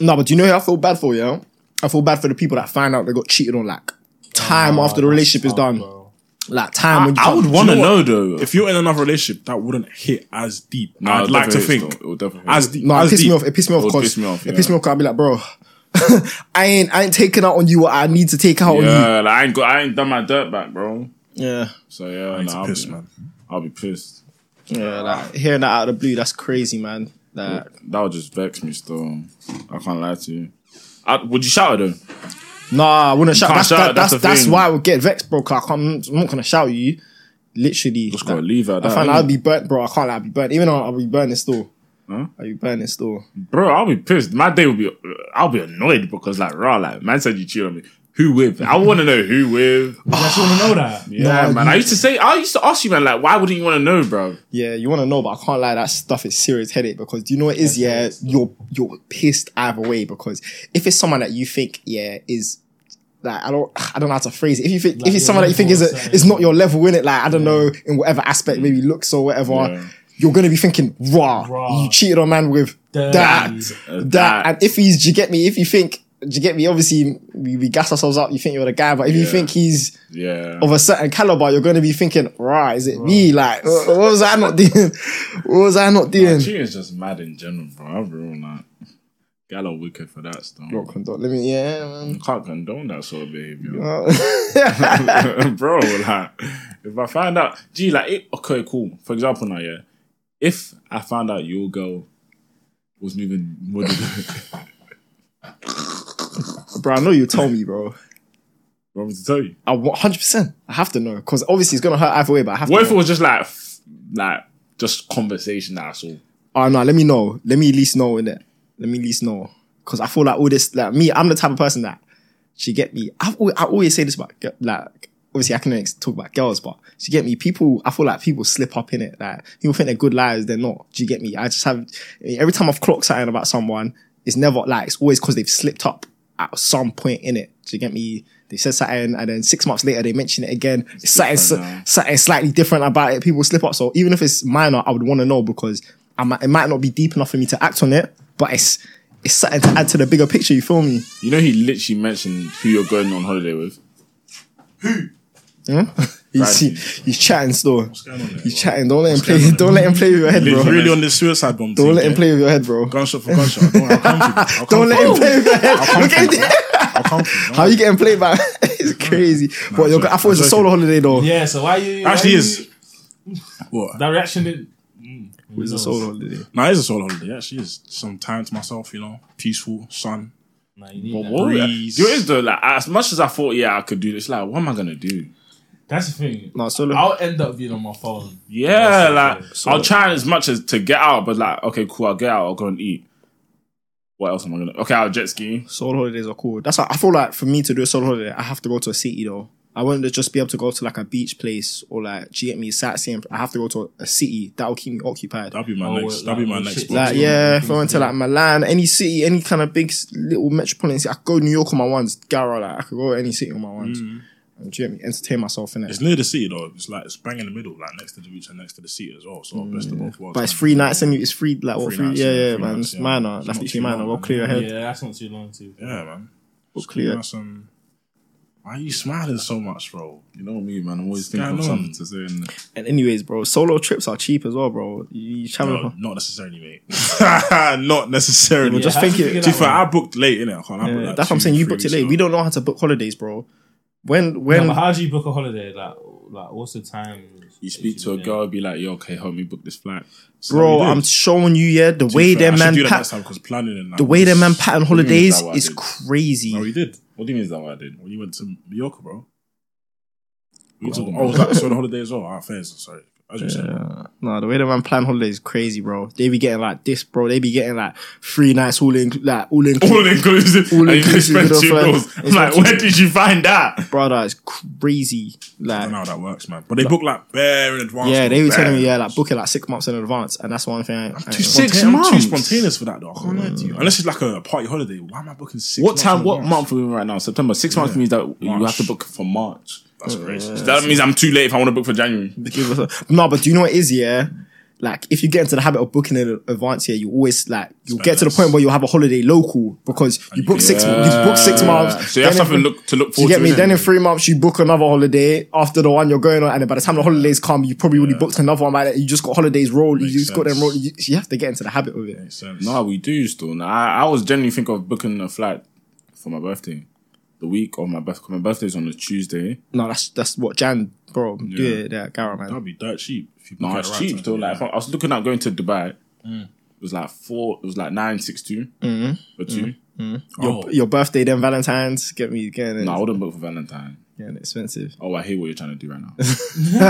[SPEAKER 2] No, but do you know who I feel bad for, yeah? I feel bad for the people that find out they got cheated on, like, time
[SPEAKER 4] Nah,
[SPEAKER 2] after the
[SPEAKER 4] that's
[SPEAKER 2] relationship is
[SPEAKER 4] tough,
[SPEAKER 2] done.
[SPEAKER 4] bro.
[SPEAKER 2] Like, time when you
[SPEAKER 1] I
[SPEAKER 2] can't-
[SPEAKER 1] would want to
[SPEAKER 3] you know
[SPEAKER 1] know, though.
[SPEAKER 3] If you're in another relationship, that wouldn't hit as deep.
[SPEAKER 1] Nah,
[SPEAKER 3] I'd
[SPEAKER 1] it
[SPEAKER 3] like to
[SPEAKER 1] definitely is,
[SPEAKER 3] think
[SPEAKER 1] though. It would definitely
[SPEAKER 3] as
[SPEAKER 1] is.
[SPEAKER 3] deep.
[SPEAKER 2] No, it
[SPEAKER 3] as
[SPEAKER 2] pissed
[SPEAKER 3] deep.
[SPEAKER 2] me off. It pissed me off
[SPEAKER 1] Oh, It would
[SPEAKER 2] because
[SPEAKER 1] piss me off,
[SPEAKER 2] it pissed
[SPEAKER 1] yeah.
[SPEAKER 2] me off. 'cause I'd be like, bro, I ain't, I ain't taking out on you what I need to take out on you.
[SPEAKER 1] Yeah, like, I ain't go, I ain't done my dirt back, bro.
[SPEAKER 2] Yeah,
[SPEAKER 1] So yeah,
[SPEAKER 3] I need
[SPEAKER 1] nah,
[SPEAKER 3] to
[SPEAKER 1] I'll,
[SPEAKER 3] piss,
[SPEAKER 1] be,
[SPEAKER 3] man.
[SPEAKER 1] I'll be pissed.
[SPEAKER 2] yeah. Like hearing that out of the blue, that's crazy, man. Like,
[SPEAKER 1] That would just vex me still. I can't lie to you. I, would you shout at them?
[SPEAKER 2] nah, I wouldn't shout.
[SPEAKER 1] can't
[SPEAKER 2] That's
[SPEAKER 1] shout,
[SPEAKER 2] that,
[SPEAKER 1] that's
[SPEAKER 2] that's
[SPEAKER 1] the
[SPEAKER 2] that's,
[SPEAKER 1] thing.
[SPEAKER 2] why I would get vexed, bro. 'cause I can't, I'm not gonna shout at you. Literally,
[SPEAKER 1] Just
[SPEAKER 2] like,
[SPEAKER 1] gotta leave it at
[SPEAKER 2] I
[SPEAKER 1] that.
[SPEAKER 2] find
[SPEAKER 1] innit?
[SPEAKER 2] I'd be burnt, bro. I can't. I'd be burnt. Even though I'll be burning still.
[SPEAKER 1] Huh?
[SPEAKER 2] I'll be burning still.
[SPEAKER 1] bro, I'll be pissed. My day will be. I'll be annoyed because like raw, like man said you cheated on me. Who with? I want to know who with.
[SPEAKER 3] Oh,
[SPEAKER 4] You just want to know that.
[SPEAKER 1] Yeah,
[SPEAKER 2] Nah,
[SPEAKER 1] man. I used to say. I used to ask you, man. Like, why wouldn't you want to know, bro?
[SPEAKER 2] Yeah, you want to know, but I can't lie. That stuff is serious headache because do you know what it is? Yeah, you're you're pissed either way because if it's someone that you think yeah is like I don't I don't know how to phrase it. If you think
[SPEAKER 4] Like
[SPEAKER 2] if it's
[SPEAKER 4] your
[SPEAKER 2] someone that you think is
[SPEAKER 4] level or
[SPEAKER 2] a,
[SPEAKER 4] something.
[SPEAKER 2] is not your level in it, like I don't know in whatever aspect maybe looks or whatever,
[SPEAKER 1] Yeah.
[SPEAKER 2] you're gonna be thinking raw.
[SPEAKER 4] Rah.
[SPEAKER 2] You cheated on man with
[SPEAKER 4] Dirty.
[SPEAKER 2] that
[SPEAKER 1] Uh,
[SPEAKER 2] that. And if he's, do you get me? If you think, do you get me? Obviously, we, we gas ourselves up. You think you're the guy, but if you
[SPEAKER 1] Yeah.
[SPEAKER 2] think he's
[SPEAKER 1] yeah.
[SPEAKER 2] of a certain caliber, you're going to be thinking, right, is it me? Like, wh- what was I not doing? What was I not doing?
[SPEAKER 1] Cheating's just mad in general, bro. I real like. Gal are wicked for that stuff.
[SPEAKER 2] Not condone- Let me, yeah, man.
[SPEAKER 1] Can't condone that sort of behavior.
[SPEAKER 2] Uh,
[SPEAKER 1] bro. Like, if I find out, gee, like, it, okay, cool. For example, now, yeah, if I found out your girl was moving, would
[SPEAKER 2] bro, I know you told me, bro.
[SPEAKER 1] want me to tell you?
[SPEAKER 2] I 100%. I have to know because obviously it's going to hurt either way, but I have
[SPEAKER 1] What
[SPEAKER 2] to
[SPEAKER 1] if it
[SPEAKER 2] know.
[SPEAKER 1] was just like, f- like, just conversation that I saw?
[SPEAKER 2] Oh, no, let me know. Let me at least know, innit? Let me at least know. Because I feel like all this, like me, I'm the type of person that, she get me. I've, al- I always say this about, ge- like, obviously I can ex- talk about girls, but do you get me? People, I feel like people slip up in it. Like people think they're good liars, they're not. Do you get me? I just have every time I've clocked something about someone, it's never like it's always because they've slipped up at some point in it. Do you get me? They said something, and then six months later they mention it again. It's something,
[SPEAKER 1] different now.
[SPEAKER 2] something slightly different about it. People slip up, so even if it's minor, I would want to know because I might, it might not be deep enough for me to act on it, but it's it's something to add to the bigger picture. You feel me?
[SPEAKER 1] You know, he literally mentioned who you're going on holiday with.
[SPEAKER 2] You see, Hmm? he's chatting still. He's chatting. Don't let him play. Don't let him play with your head, bro.
[SPEAKER 3] really on this suicide bomb.
[SPEAKER 2] Don't
[SPEAKER 3] team,
[SPEAKER 2] let him
[SPEAKER 3] yeah?
[SPEAKER 2] play with your head, bro.
[SPEAKER 3] Gunshot for gunshot. Don't, I'll come to you. I'll come
[SPEAKER 2] Don't
[SPEAKER 3] for
[SPEAKER 2] let him
[SPEAKER 3] you.
[SPEAKER 2] play with your head.
[SPEAKER 3] I'll come
[SPEAKER 2] Look
[SPEAKER 3] for
[SPEAKER 2] at
[SPEAKER 3] you.
[SPEAKER 2] him.
[SPEAKER 3] I'll come for you.
[SPEAKER 2] How you getting played back? it's crazy. But you're, I thought it was a
[SPEAKER 3] I'm
[SPEAKER 2] solo holiday though.
[SPEAKER 4] Yeah, so why you why
[SPEAKER 3] Actually
[SPEAKER 4] you-
[SPEAKER 3] is. What?
[SPEAKER 4] that reaction didn't Mm,
[SPEAKER 2] It was a solo holiday.
[SPEAKER 3] Nah, it is a solo holiday. Actually, is some time to myself. You know, peaceful sun.
[SPEAKER 4] nah, you need
[SPEAKER 1] But
[SPEAKER 4] that.
[SPEAKER 1] what would I-
[SPEAKER 3] Breeze.
[SPEAKER 1] You know, it's though, like, as much as I thought, yeah, I could do this, like, what am I going to do?
[SPEAKER 4] That's the thing.
[SPEAKER 2] No solo.
[SPEAKER 4] I'll end up being on my phone.
[SPEAKER 1] Yeah,
[SPEAKER 4] That's
[SPEAKER 1] like,
[SPEAKER 4] it.
[SPEAKER 1] I'll try as much as to get out, but like, okay, cool, I'll get out, I'll go and eat. What else am I going to Okay, I'll jet ski.
[SPEAKER 2] Solo holidays are cool. That's why I feel like for me to do a solo holiday, I have to go to a city though. I want to just be able to go to like a beach place or like do you get me sightseeing. I have to go to a city that will keep me occupied.
[SPEAKER 3] That'll be my
[SPEAKER 4] Oh,
[SPEAKER 3] next.
[SPEAKER 4] well,
[SPEAKER 3] that'll be my
[SPEAKER 4] like,
[SPEAKER 3] next.
[SPEAKER 4] shit.
[SPEAKER 3] Box.
[SPEAKER 2] Like
[SPEAKER 4] Yeah.
[SPEAKER 2] yeah,
[SPEAKER 4] Yeah.
[SPEAKER 2] if I went to like Milan, any city, any kind of big s- little metropolitan city, I could go New York on my ones, Gara, like I could go any city on my ones. And do you get me? Entertain myself in it.
[SPEAKER 3] Mm. It's near the sea though. It's like it's bang in the middle, like next to the beach and next to the sea as well. So best of both worlds.
[SPEAKER 2] Mm. But it's free nights and it's free like what
[SPEAKER 3] Free
[SPEAKER 2] free,
[SPEAKER 3] nights,
[SPEAKER 2] yeah,
[SPEAKER 3] yeah,
[SPEAKER 2] yeah,
[SPEAKER 3] free
[SPEAKER 2] man.
[SPEAKER 3] nights,
[SPEAKER 2] it's
[SPEAKER 3] yeah.
[SPEAKER 2] minor. That's
[SPEAKER 3] It's not
[SPEAKER 2] literally
[SPEAKER 3] too
[SPEAKER 2] minor.
[SPEAKER 3] long,
[SPEAKER 2] We'll
[SPEAKER 3] man.
[SPEAKER 2] clear your head.
[SPEAKER 4] Yeah, that's not too long too.
[SPEAKER 3] Yeah, man.
[SPEAKER 2] We'll
[SPEAKER 3] Clear.
[SPEAKER 2] clear.
[SPEAKER 3] Nice and, why are you smiling so much, bro?
[SPEAKER 1] You know me, man. I'm always
[SPEAKER 3] Yeah, I
[SPEAKER 1] thinking of
[SPEAKER 3] know.
[SPEAKER 1] something to say. innit?
[SPEAKER 2] And anyways, bro, solo trips are cheap as well, bro. You, you travel.
[SPEAKER 3] No, not necessarily, mate. not necessarily.
[SPEAKER 2] just
[SPEAKER 4] how do you
[SPEAKER 2] think it-
[SPEAKER 4] figure
[SPEAKER 3] To be
[SPEAKER 4] that
[SPEAKER 3] fair,
[SPEAKER 4] one?
[SPEAKER 3] I booked late, innit? I can't. I
[SPEAKER 2] Yeah,
[SPEAKER 3] booked, like,
[SPEAKER 2] that's what I'm
[SPEAKER 3] two,
[SPEAKER 2] saying. You
[SPEAKER 3] three
[SPEAKER 2] booked it
[SPEAKER 3] weeks
[SPEAKER 2] late.
[SPEAKER 3] ago.
[SPEAKER 2] We don't know how to book holidays, bro. When
[SPEAKER 4] Yeah,
[SPEAKER 2] when
[SPEAKER 4] but how do you book a holiday? Like, like what's the time?
[SPEAKER 1] You speak to a girl, be like, yo, okay, help me book this flight.
[SPEAKER 3] So
[SPEAKER 2] bro,
[SPEAKER 3] we did.
[SPEAKER 2] I'm
[SPEAKER 3] To
[SPEAKER 2] showing you, yeah, the
[SPEAKER 3] be
[SPEAKER 2] way
[SPEAKER 3] fair,
[SPEAKER 2] their
[SPEAKER 3] I should
[SPEAKER 2] man
[SPEAKER 3] do that
[SPEAKER 2] pat,
[SPEAKER 3] next time because planning and
[SPEAKER 2] the way their man pattern
[SPEAKER 1] do you mean is
[SPEAKER 2] holidays
[SPEAKER 1] that what I
[SPEAKER 2] is
[SPEAKER 1] did?
[SPEAKER 2] crazy.
[SPEAKER 3] No, we did.
[SPEAKER 1] What do you mean is that what I did?
[SPEAKER 3] When you went to Mallorca, bro. We
[SPEAKER 1] Oh,
[SPEAKER 3] took,
[SPEAKER 1] man.
[SPEAKER 3] oh, was that so the holiday as well? Ah, fair. so Sorry, as you said.
[SPEAKER 2] Yeah. No, the way the man plan holidays is crazy, bro. They be getting like this, bro. They be getting like three nights all in, like all in,
[SPEAKER 1] All inclusive.
[SPEAKER 2] All
[SPEAKER 1] and you just
[SPEAKER 2] inclusive,
[SPEAKER 1] spent
[SPEAKER 2] good
[SPEAKER 1] two
[SPEAKER 2] offer.
[SPEAKER 1] bills. I'm like, where did you find that?
[SPEAKER 2] brother. It's crazy.
[SPEAKER 3] I don't know
[SPEAKER 2] Like,
[SPEAKER 3] how that works, man. But they book like bare in advance.
[SPEAKER 2] yeah,
[SPEAKER 3] bro,
[SPEAKER 2] they were
[SPEAKER 3] bare.
[SPEAKER 2] telling me, yeah, like book it like six months in advance, and that's one thing. I, I-
[SPEAKER 3] Too
[SPEAKER 1] Six
[SPEAKER 3] spontaneous- I'm
[SPEAKER 1] months?
[SPEAKER 3] too spontaneous for that though. I can't lie
[SPEAKER 2] Mm.
[SPEAKER 3] to you. Unless it's like a party holiday. Why am I booking six?
[SPEAKER 1] What
[SPEAKER 3] months
[SPEAKER 1] time?
[SPEAKER 3] in
[SPEAKER 1] What
[SPEAKER 3] advance?
[SPEAKER 1] month are we in right now? September. Six months means that you have
[SPEAKER 3] March.
[SPEAKER 1] to book for March.
[SPEAKER 3] That's crazy.
[SPEAKER 1] That means I'm too late if I want to book for January.
[SPEAKER 2] give us a- no, but do you know what it is? Yeah, like if you get into the habit of booking in advance, yeah, you always like you'll
[SPEAKER 3] Spend
[SPEAKER 2] get to the
[SPEAKER 3] less.
[SPEAKER 2] point where you'll have a holiday local because you book six, you book six months.
[SPEAKER 1] So you have
[SPEAKER 2] then in
[SPEAKER 1] something
[SPEAKER 2] three-
[SPEAKER 1] look, to look
[SPEAKER 2] Do
[SPEAKER 1] forward
[SPEAKER 2] you get
[SPEAKER 1] to.
[SPEAKER 2] me?
[SPEAKER 1] innit?
[SPEAKER 2] Then in three months, you book another holiday after the one you're going on, and then by the time the holidays come, you probably already booked another one. By then, you just got holidays roll. You
[SPEAKER 3] Makes
[SPEAKER 2] just got them
[SPEAKER 3] sense.
[SPEAKER 2] roll. You, you have to get into the habit of it.
[SPEAKER 3] Makes sense.
[SPEAKER 1] No, we do still. Now, I, I was generally thinking of booking a flight for my birthday, the week of my birthday. My birthday's on a Tuesday.
[SPEAKER 2] No, that's that's what Jan, bro. Yeah, do it, yeah, Garrett, man.
[SPEAKER 3] that'd be dirt cheap. If you book
[SPEAKER 1] No,
[SPEAKER 3] it
[SPEAKER 1] it's
[SPEAKER 3] right
[SPEAKER 1] cheap
[SPEAKER 3] time,
[SPEAKER 1] still.
[SPEAKER 3] yeah.
[SPEAKER 1] Like if I I was looking at going to Dubai. It was like four. It was like nine six two for two.
[SPEAKER 3] oh,
[SPEAKER 2] Your birthday, then Valentine's. Get me getting it,
[SPEAKER 1] No, I wouldn't book for Valentine.
[SPEAKER 2] getting expensive.
[SPEAKER 1] Oh, I hear what you're trying to do right now.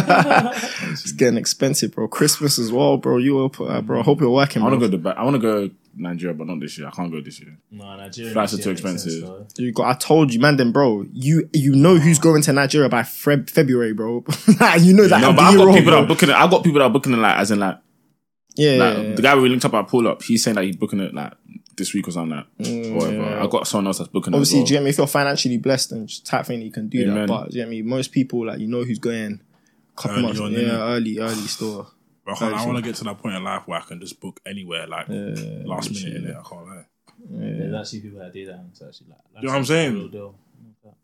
[SPEAKER 2] It's getting expensive, bro. Christmas as well, bro. You up, uh, bro? I hope you're working.
[SPEAKER 1] I
[SPEAKER 2] Bro.
[SPEAKER 1] want to go Dubai. I want to go Nigeria, but not this year. I can't go this year.
[SPEAKER 4] No, Nigeria.
[SPEAKER 1] Flights are
[SPEAKER 4] yeah,
[SPEAKER 1] too
[SPEAKER 4] makes sense,
[SPEAKER 1] expensive.
[SPEAKER 4] though.
[SPEAKER 2] You got. I told you, man. Then, bro, you you know who's going to Nigeria by Feb- February, bro. you know that.
[SPEAKER 1] No,
[SPEAKER 2] I'm
[SPEAKER 1] but I've
[SPEAKER 2] wrong,
[SPEAKER 1] got people that
[SPEAKER 2] bro.
[SPEAKER 1] are booking it. I've got people that are booking it like as in like,
[SPEAKER 2] yeah,
[SPEAKER 1] like
[SPEAKER 2] yeah, yeah.
[SPEAKER 1] the guy we linked up at pull up. He's saying that he's booking it like this week or something like or whatever. I got someone else that's booking.
[SPEAKER 2] Mm, Obviously,
[SPEAKER 1] it as
[SPEAKER 2] do you
[SPEAKER 1] well.
[SPEAKER 2] get me? If you're financially blessed, then just type thing you can do
[SPEAKER 1] Amen.
[SPEAKER 2] that. But do you get me? Most people, like you know, who's going. Couple
[SPEAKER 3] Early
[SPEAKER 2] months,
[SPEAKER 3] on,
[SPEAKER 2] yeah,
[SPEAKER 3] innit?
[SPEAKER 2] early, early store.
[SPEAKER 3] Bro, I, can't- I want to get to that point in life where I can just book anywhere, like last minute in it. I can't lie.
[SPEAKER 4] There's actually people that do that. and It's actually like, that's
[SPEAKER 3] know what I'm saying?
[SPEAKER 4] a real deal.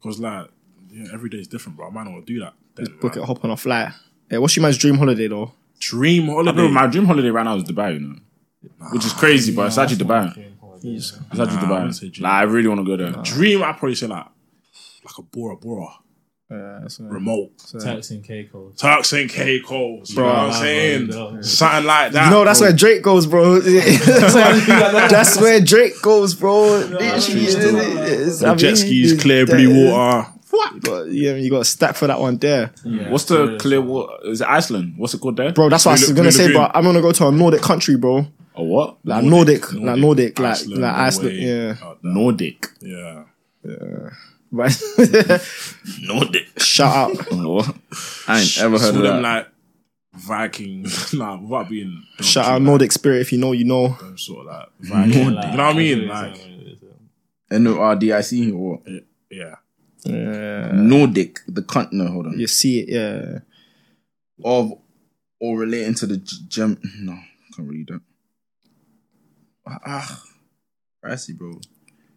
[SPEAKER 3] Because like yeah, every day is different, bro. I might not want to do that. Then,
[SPEAKER 2] Book it,
[SPEAKER 3] like,
[SPEAKER 2] hop on a flight. Yeah, what's your man's dream holiday though?
[SPEAKER 3] Dream holiday.
[SPEAKER 1] Bro, my dream holiday right now is Dubai, you know, which is crazy, but it's actually Dubai. It's actually
[SPEAKER 3] Nah, I wouldn't say
[SPEAKER 1] Dubai.
[SPEAKER 3] dream.
[SPEAKER 1] Nah, I really want to go there.
[SPEAKER 3] dream. I probably say like like a Bora Bora,
[SPEAKER 2] Uh, that's, uh,
[SPEAKER 3] remote
[SPEAKER 4] Turks and Caicos.
[SPEAKER 3] Turks and Caicos. Bro, you know what I'm saying
[SPEAKER 4] Bro.
[SPEAKER 3] something like that.
[SPEAKER 2] You know, that's
[SPEAKER 3] bro.
[SPEAKER 2] where Drake goes, bro. that's, where, that's where Drake goes, bro. Literally,
[SPEAKER 3] still.
[SPEAKER 2] it's- I
[SPEAKER 3] The jet
[SPEAKER 2] mean,
[SPEAKER 3] skis,
[SPEAKER 2] it's-
[SPEAKER 3] clear
[SPEAKER 2] that
[SPEAKER 3] blue
[SPEAKER 2] is-
[SPEAKER 3] water.
[SPEAKER 2] You got, yeah, you got a stack for that one there.
[SPEAKER 4] Yeah,
[SPEAKER 1] What's the
[SPEAKER 4] serious.
[SPEAKER 1] clear water? Is it Iceland? What's it called there?
[SPEAKER 2] Bro, that's what I was
[SPEAKER 3] Blue-
[SPEAKER 2] going to
[SPEAKER 3] Blue
[SPEAKER 2] say, bro.
[SPEAKER 3] Lagoon.
[SPEAKER 2] I'm going to go to a Nordic country, bro.
[SPEAKER 1] A what?
[SPEAKER 2] Like Nordic, like Nordic, like,
[SPEAKER 3] Iceland,
[SPEAKER 2] like Iceland.
[SPEAKER 3] Norway.
[SPEAKER 2] Yeah.
[SPEAKER 3] Oh,
[SPEAKER 1] Nordic.
[SPEAKER 3] Yeah.
[SPEAKER 2] Right.
[SPEAKER 3] No dick.
[SPEAKER 2] Shout out.
[SPEAKER 1] What? I ain't ever heard of
[SPEAKER 3] Some of
[SPEAKER 1] that.
[SPEAKER 3] them like Vikings. nah, without being don't
[SPEAKER 2] Shout
[SPEAKER 3] you
[SPEAKER 2] out
[SPEAKER 3] like
[SPEAKER 2] Nordic Spirit if you know, you know.
[SPEAKER 3] them sort of like Vikings. you know what I mean? Like
[SPEAKER 1] N O R D I C or what?
[SPEAKER 3] yeah.
[SPEAKER 2] Yeah.
[SPEAKER 1] Nordic, the cunt. No, hold on.
[SPEAKER 2] You see it, yeah.
[SPEAKER 1] Of or relating to the G- gem. No, can't read that. Ah, I see, bro.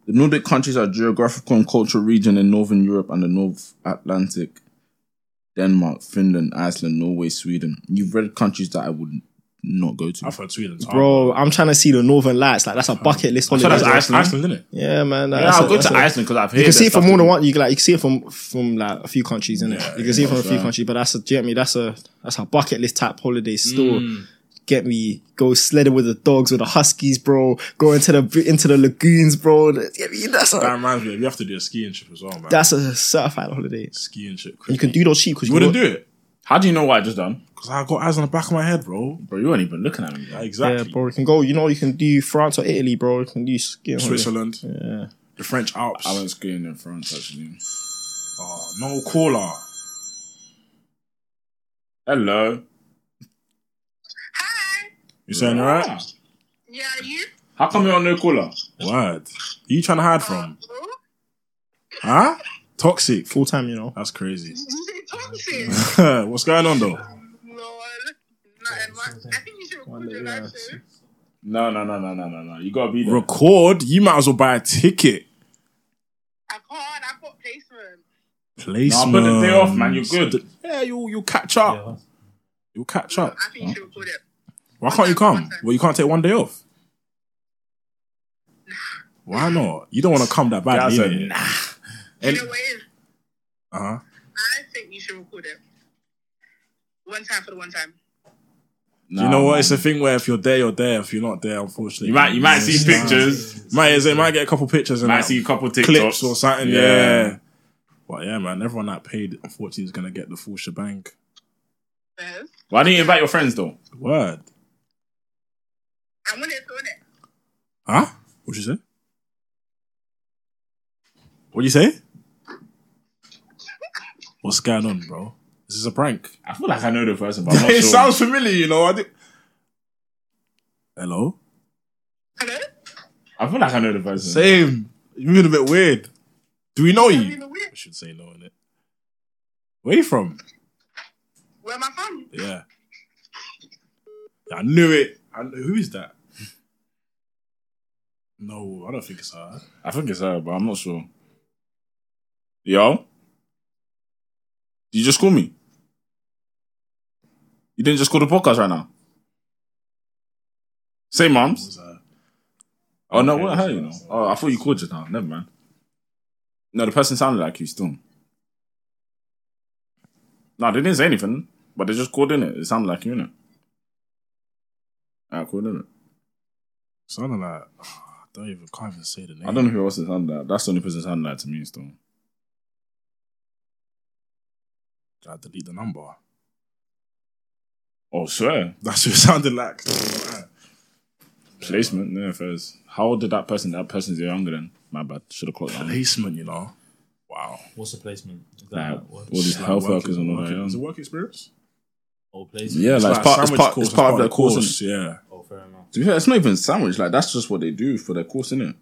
[SPEAKER 1] The Nordic countries are geographical and cultural region in Northern Europe and the North Atlantic. Denmark, Finland, Iceland, Norway, Sweden. You've read countries that I would not go to.
[SPEAKER 3] I've heard Sweden's hard.
[SPEAKER 2] Bro, I'm trying to see the Northern Lights. Like that's a bucket list holiday.
[SPEAKER 3] Iceland, isn't it?
[SPEAKER 2] Yeah, man.
[SPEAKER 1] yeah,
[SPEAKER 2] that's
[SPEAKER 1] I'll
[SPEAKER 2] a-
[SPEAKER 1] go
[SPEAKER 2] that's
[SPEAKER 1] to
[SPEAKER 2] a-
[SPEAKER 1] Iceland because I've heard
[SPEAKER 2] You can see it
[SPEAKER 1] that
[SPEAKER 2] from
[SPEAKER 1] stuff to
[SPEAKER 2] more than
[SPEAKER 1] be-
[SPEAKER 2] one. You can like you can see it from from like a few countries, innit? you can see it from a few countries, but that's a do you get me. That's a that's a bucket list type holiday. Still get me go sledding with the dogs with the huskies, bro. Go into the into the lagoons, bro. Get me, that's
[SPEAKER 3] That
[SPEAKER 2] a
[SPEAKER 3] reminds me. You have to do a skiing trip as well, man.
[SPEAKER 2] that's a certified holiday.
[SPEAKER 3] skiing trip.
[SPEAKER 2] You can do those cheap because
[SPEAKER 3] You wouldn't do it
[SPEAKER 1] How do you know what I just done?
[SPEAKER 3] because I got eyes on the back of my head, bro.
[SPEAKER 1] Bro, you weren't even looking at me.
[SPEAKER 3] Yeah,
[SPEAKER 1] Like,
[SPEAKER 2] Yeah,
[SPEAKER 3] exactly.
[SPEAKER 2] bro. You can go. You know, you can do France or Italy, bro. You can do skiing. holiday.
[SPEAKER 3] Switzerland, the French Alps.
[SPEAKER 1] I went skiing in France actually.
[SPEAKER 3] Oh, no caller.
[SPEAKER 1] Hello.
[SPEAKER 6] Hi.
[SPEAKER 3] You saying all right?
[SPEAKER 6] Yeah, are you?
[SPEAKER 1] Ah. How come you're on no caller?
[SPEAKER 3] Word. Who you trying to hide from?
[SPEAKER 6] Hello?
[SPEAKER 3] Huh? Toxic.
[SPEAKER 2] Full time, you know.
[SPEAKER 3] That's crazy.
[SPEAKER 6] You say toxic.
[SPEAKER 3] What's going on though?
[SPEAKER 6] Lol. Nothing much. I think you should record your live show.
[SPEAKER 1] No, no, no, no, no, no, no. You gotta be there.
[SPEAKER 3] Record. You might as well buy a ticket.
[SPEAKER 6] I can't. I've got placement.
[SPEAKER 1] Nah,
[SPEAKER 3] Placement.
[SPEAKER 1] put the day off, man. You're good.
[SPEAKER 3] Yeah, you'll you'll catch up. You'll catch up.
[SPEAKER 6] I think you should record it.
[SPEAKER 3] Why can't you come? Well, you can't take one day off. Why not? You don't want to come that bad,
[SPEAKER 1] Guys are
[SPEAKER 3] innit?
[SPEAKER 6] You know what it is?
[SPEAKER 3] Uh huh.
[SPEAKER 6] I think you should record it. One time for the one time.
[SPEAKER 3] you know
[SPEAKER 1] Nah,
[SPEAKER 3] what?
[SPEAKER 1] man.
[SPEAKER 3] It's a thing where if you're there, you're there. If you're not there, unfortunately,
[SPEAKER 1] You might, you might see
[SPEAKER 3] Nah.
[SPEAKER 1] pictures.
[SPEAKER 3] Might as- they might get a couple pictures and
[SPEAKER 1] Might
[SPEAKER 3] like,
[SPEAKER 1] see a couple TikToks
[SPEAKER 3] clips or something. Yeah.
[SPEAKER 1] Yeah.
[SPEAKER 3] But yeah, man, everyone that paid unfortunately is gonna get the full shebang.
[SPEAKER 6] Yes.
[SPEAKER 1] Why didn't you invite your friends though?
[SPEAKER 3] Word,
[SPEAKER 6] I want it, so it.
[SPEAKER 3] huh? What you say? What you say? What's going on, bro? This is a prank.
[SPEAKER 1] I feel like I know the person, but I'm not sure.
[SPEAKER 3] familiar, you know. I did... Hello.
[SPEAKER 6] Hello?
[SPEAKER 1] I feel like I know the person.
[SPEAKER 3] Same. You've been a bit weird. Do we know
[SPEAKER 6] I'm
[SPEAKER 3] you?
[SPEAKER 6] in the weird.
[SPEAKER 3] I should say no in it. Where you from?
[SPEAKER 6] Where am I from?
[SPEAKER 3] Yeah. Yeah, I knew it. I kn- who is that? No, I don't think it's her.
[SPEAKER 1] I think it's her, but I'm not sure. Yo, Did you just call me? You didn't just call the podcast right now. Say,
[SPEAKER 3] It
[SPEAKER 1] moms.
[SPEAKER 3] was her.
[SPEAKER 1] Oh no,
[SPEAKER 3] Okay,
[SPEAKER 1] what?
[SPEAKER 3] that's
[SPEAKER 1] How you
[SPEAKER 3] what
[SPEAKER 1] know?
[SPEAKER 3] I said.
[SPEAKER 1] Oh, I thought you called just now. Never mind. No, the person sounded like you still. No, they didn't say anything, but they just called in it. It sounded like you, innit? I called in it.
[SPEAKER 3] Sounded like I don't even can't even say the name.
[SPEAKER 1] I don't know who else it sounded like. That's the only person it sounded like to me still.
[SPEAKER 3] I delete the number.
[SPEAKER 1] Oh, swear.
[SPEAKER 3] That's who it sounded like.
[SPEAKER 1] Placement, yeah, first. How old did that person? That person's younger than. My bad. Should have clocked that.
[SPEAKER 3] Placement, you know. Wow.
[SPEAKER 4] What's the placement? Is that
[SPEAKER 1] Like,
[SPEAKER 4] how it
[SPEAKER 1] all
[SPEAKER 4] works?
[SPEAKER 1] these
[SPEAKER 3] Like
[SPEAKER 1] health
[SPEAKER 3] work-
[SPEAKER 1] workers and all that.
[SPEAKER 3] work- Is it
[SPEAKER 1] yeah.
[SPEAKER 3] work experience?
[SPEAKER 4] Or placement?
[SPEAKER 1] Yeah, like, it's part, it's
[SPEAKER 3] sandwich
[SPEAKER 1] part,
[SPEAKER 3] course,
[SPEAKER 1] it's part of their course. innit?
[SPEAKER 3] Yeah.
[SPEAKER 4] Oh, fair enough.
[SPEAKER 1] To be fair, it's not even sandwich. Like that's just what they do for their course, isn't it?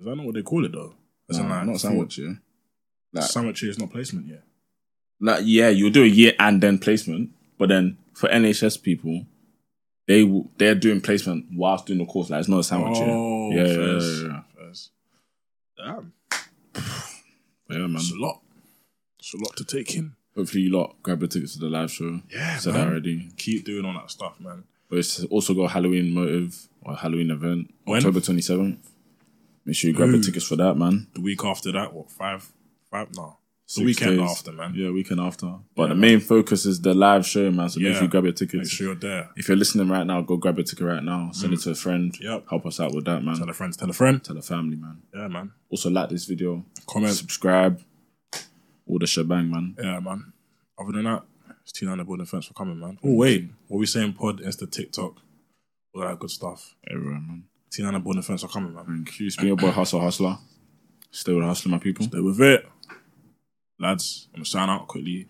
[SPEAKER 3] Is that not what they call it though? As in, like,
[SPEAKER 1] not sandwich, yeah. Like,
[SPEAKER 3] Sandwich here is not placement yet.
[SPEAKER 1] like yeah, you'll do a year and then placement, but then for NHS people, they w- they're doing placement whilst doing the course. Like it's not a sandwich. year.
[SPEAKER 3] Oh,
[SPEAKER 1] yeah, yeah, yeah,
[SPEAKER 3] first,
[SPEAKER 1] yeah, yeah.
[SPEAKER 3] first. Damn.
[SPEAKER 1] yeah, man.
[SPEAKER 3] It's a lot. It's a lot to take in.
[SPEAKER 1] Hopefully, you lot grab your tickets to the live show.
[SPEAKER 3] Yeah,
[SPEAKER 1] said that
[SPEAKER 3] man.
[SPEAKER 1] already.
[SPEAKER 3] Keep doing all that stuff, man.
[SPEAKER 1] But it's also got Halloween motive or Halloween event
[SPEAKER 3] When?
[SPEAKER 1] October twenty seventh. Make sure you grab your
[SPEAKER 3] Ooh.
[SPEAKER 1] tickets for that, man.
[SPEAKER 3] The week after that, what five? Five? No, it's the
[SPEAKER 1] Six
[SPEAKER 3] weekend
[SPEAKER 1] days.
[SPEAKER 3] after, man.
[SPEAKER 1] Yeah, weekend after. But
[SPEAKER 3] Yeah,
[SPEAKER 1] the
[SPEAKER 3] man.
[SPEAKER 1] main focus is the live show, man. So make
[SPEAKER 3] Yeah.
[SPEAKER 1] sure you grab your
[SPEAKER 3] Make
[SPEAKER 1] tickets.
[SPEAKER 3] sure you're there.
[SPEAKER 1] If you're listening right now, go grab your ticket right now. Send it to a friend.
[SPEAKER 3] Yep.
[SPEAKER 1] Help us out with that, man.
[SPEAKER 3] Tell a friend. Tell a friend.
[SPEAKER 1] Tell the family, man.
[SPEAKER 3] Yeah, man.
[SPEAKER 1] Also like this video,
[SPEAKER 3] Comment.
[SPEAKER 1] subscribe, all the shebang, man.
[SPEAKER 3] Yeah, man. Other than that, it's T Nine the Building Fence for coming, man. Oh wait, what we saying? Pod, Insta, TikTok, all that good stuff.
[SPEAKER 1] Everyone, man.
[SPEAKER 3] T Nine the Building Fence for coming, man.
[SPEAKER 1] Thank you. It's been your boy Hustle Hustler. Stay with Hustler, my people.
[SPEAKER 3] Stay with it. lads, I'm gonna sign out quickly.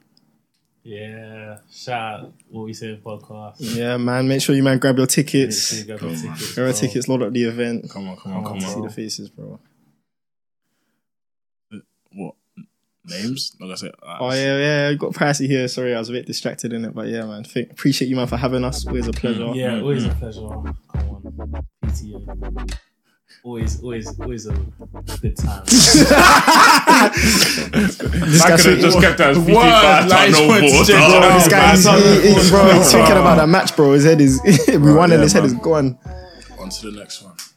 [SPEAKER 4] Yeah. Shout out what we say in podcast.
[SPEAKER 2] Yeah, man. Make sure you man grab your
[SPEAKER 4] Make sure you
[SPEAKER 2] tickets.
[SPEAKER 4] grab your tickets,
[SPEAKER 2] Grab your
[SPEAKER 4] bro.
[SPEAKER 2] tickets. Load up the event.
[SPEAKER 3] Come on, come on, come
[SPEAKER 2] I see
[SPEAKER 3] on.
[SPEAKER 2] the faces, bro.
[SPEAKER 3] What names? Like I said, uh,
[SPEAKER 2] Oh yeah, yeah. You got pricey here. Sorry, I was a bit distracted in it, but yeah, man. Think, appreciate you, man, for having us. Always a pleasure.
[SPEAKER 4] Yeah, always a pleasure. Come on, PTO. Always, always, always a good time.
[SPEAKER 2] This
[SPEAKER 1] I
[SPEAKER 2] guy's
[SPEAKER 1] could have just kept that as PT five time
[SPEAKER 3] like,
[SPEAKER 1] no
[SPEAKER 3] it's
[SPEAKER 1] balls. Oh,
[SPEAKER 3] just-
[SPEAKER 2] This guy,
[SPEAKER 1] man.
[SPEAKER 2] he's, he- he- bro, he's thinking about that match, bro. His head is, we won and his head is gone.
[SPEAKER 3] on to the next one.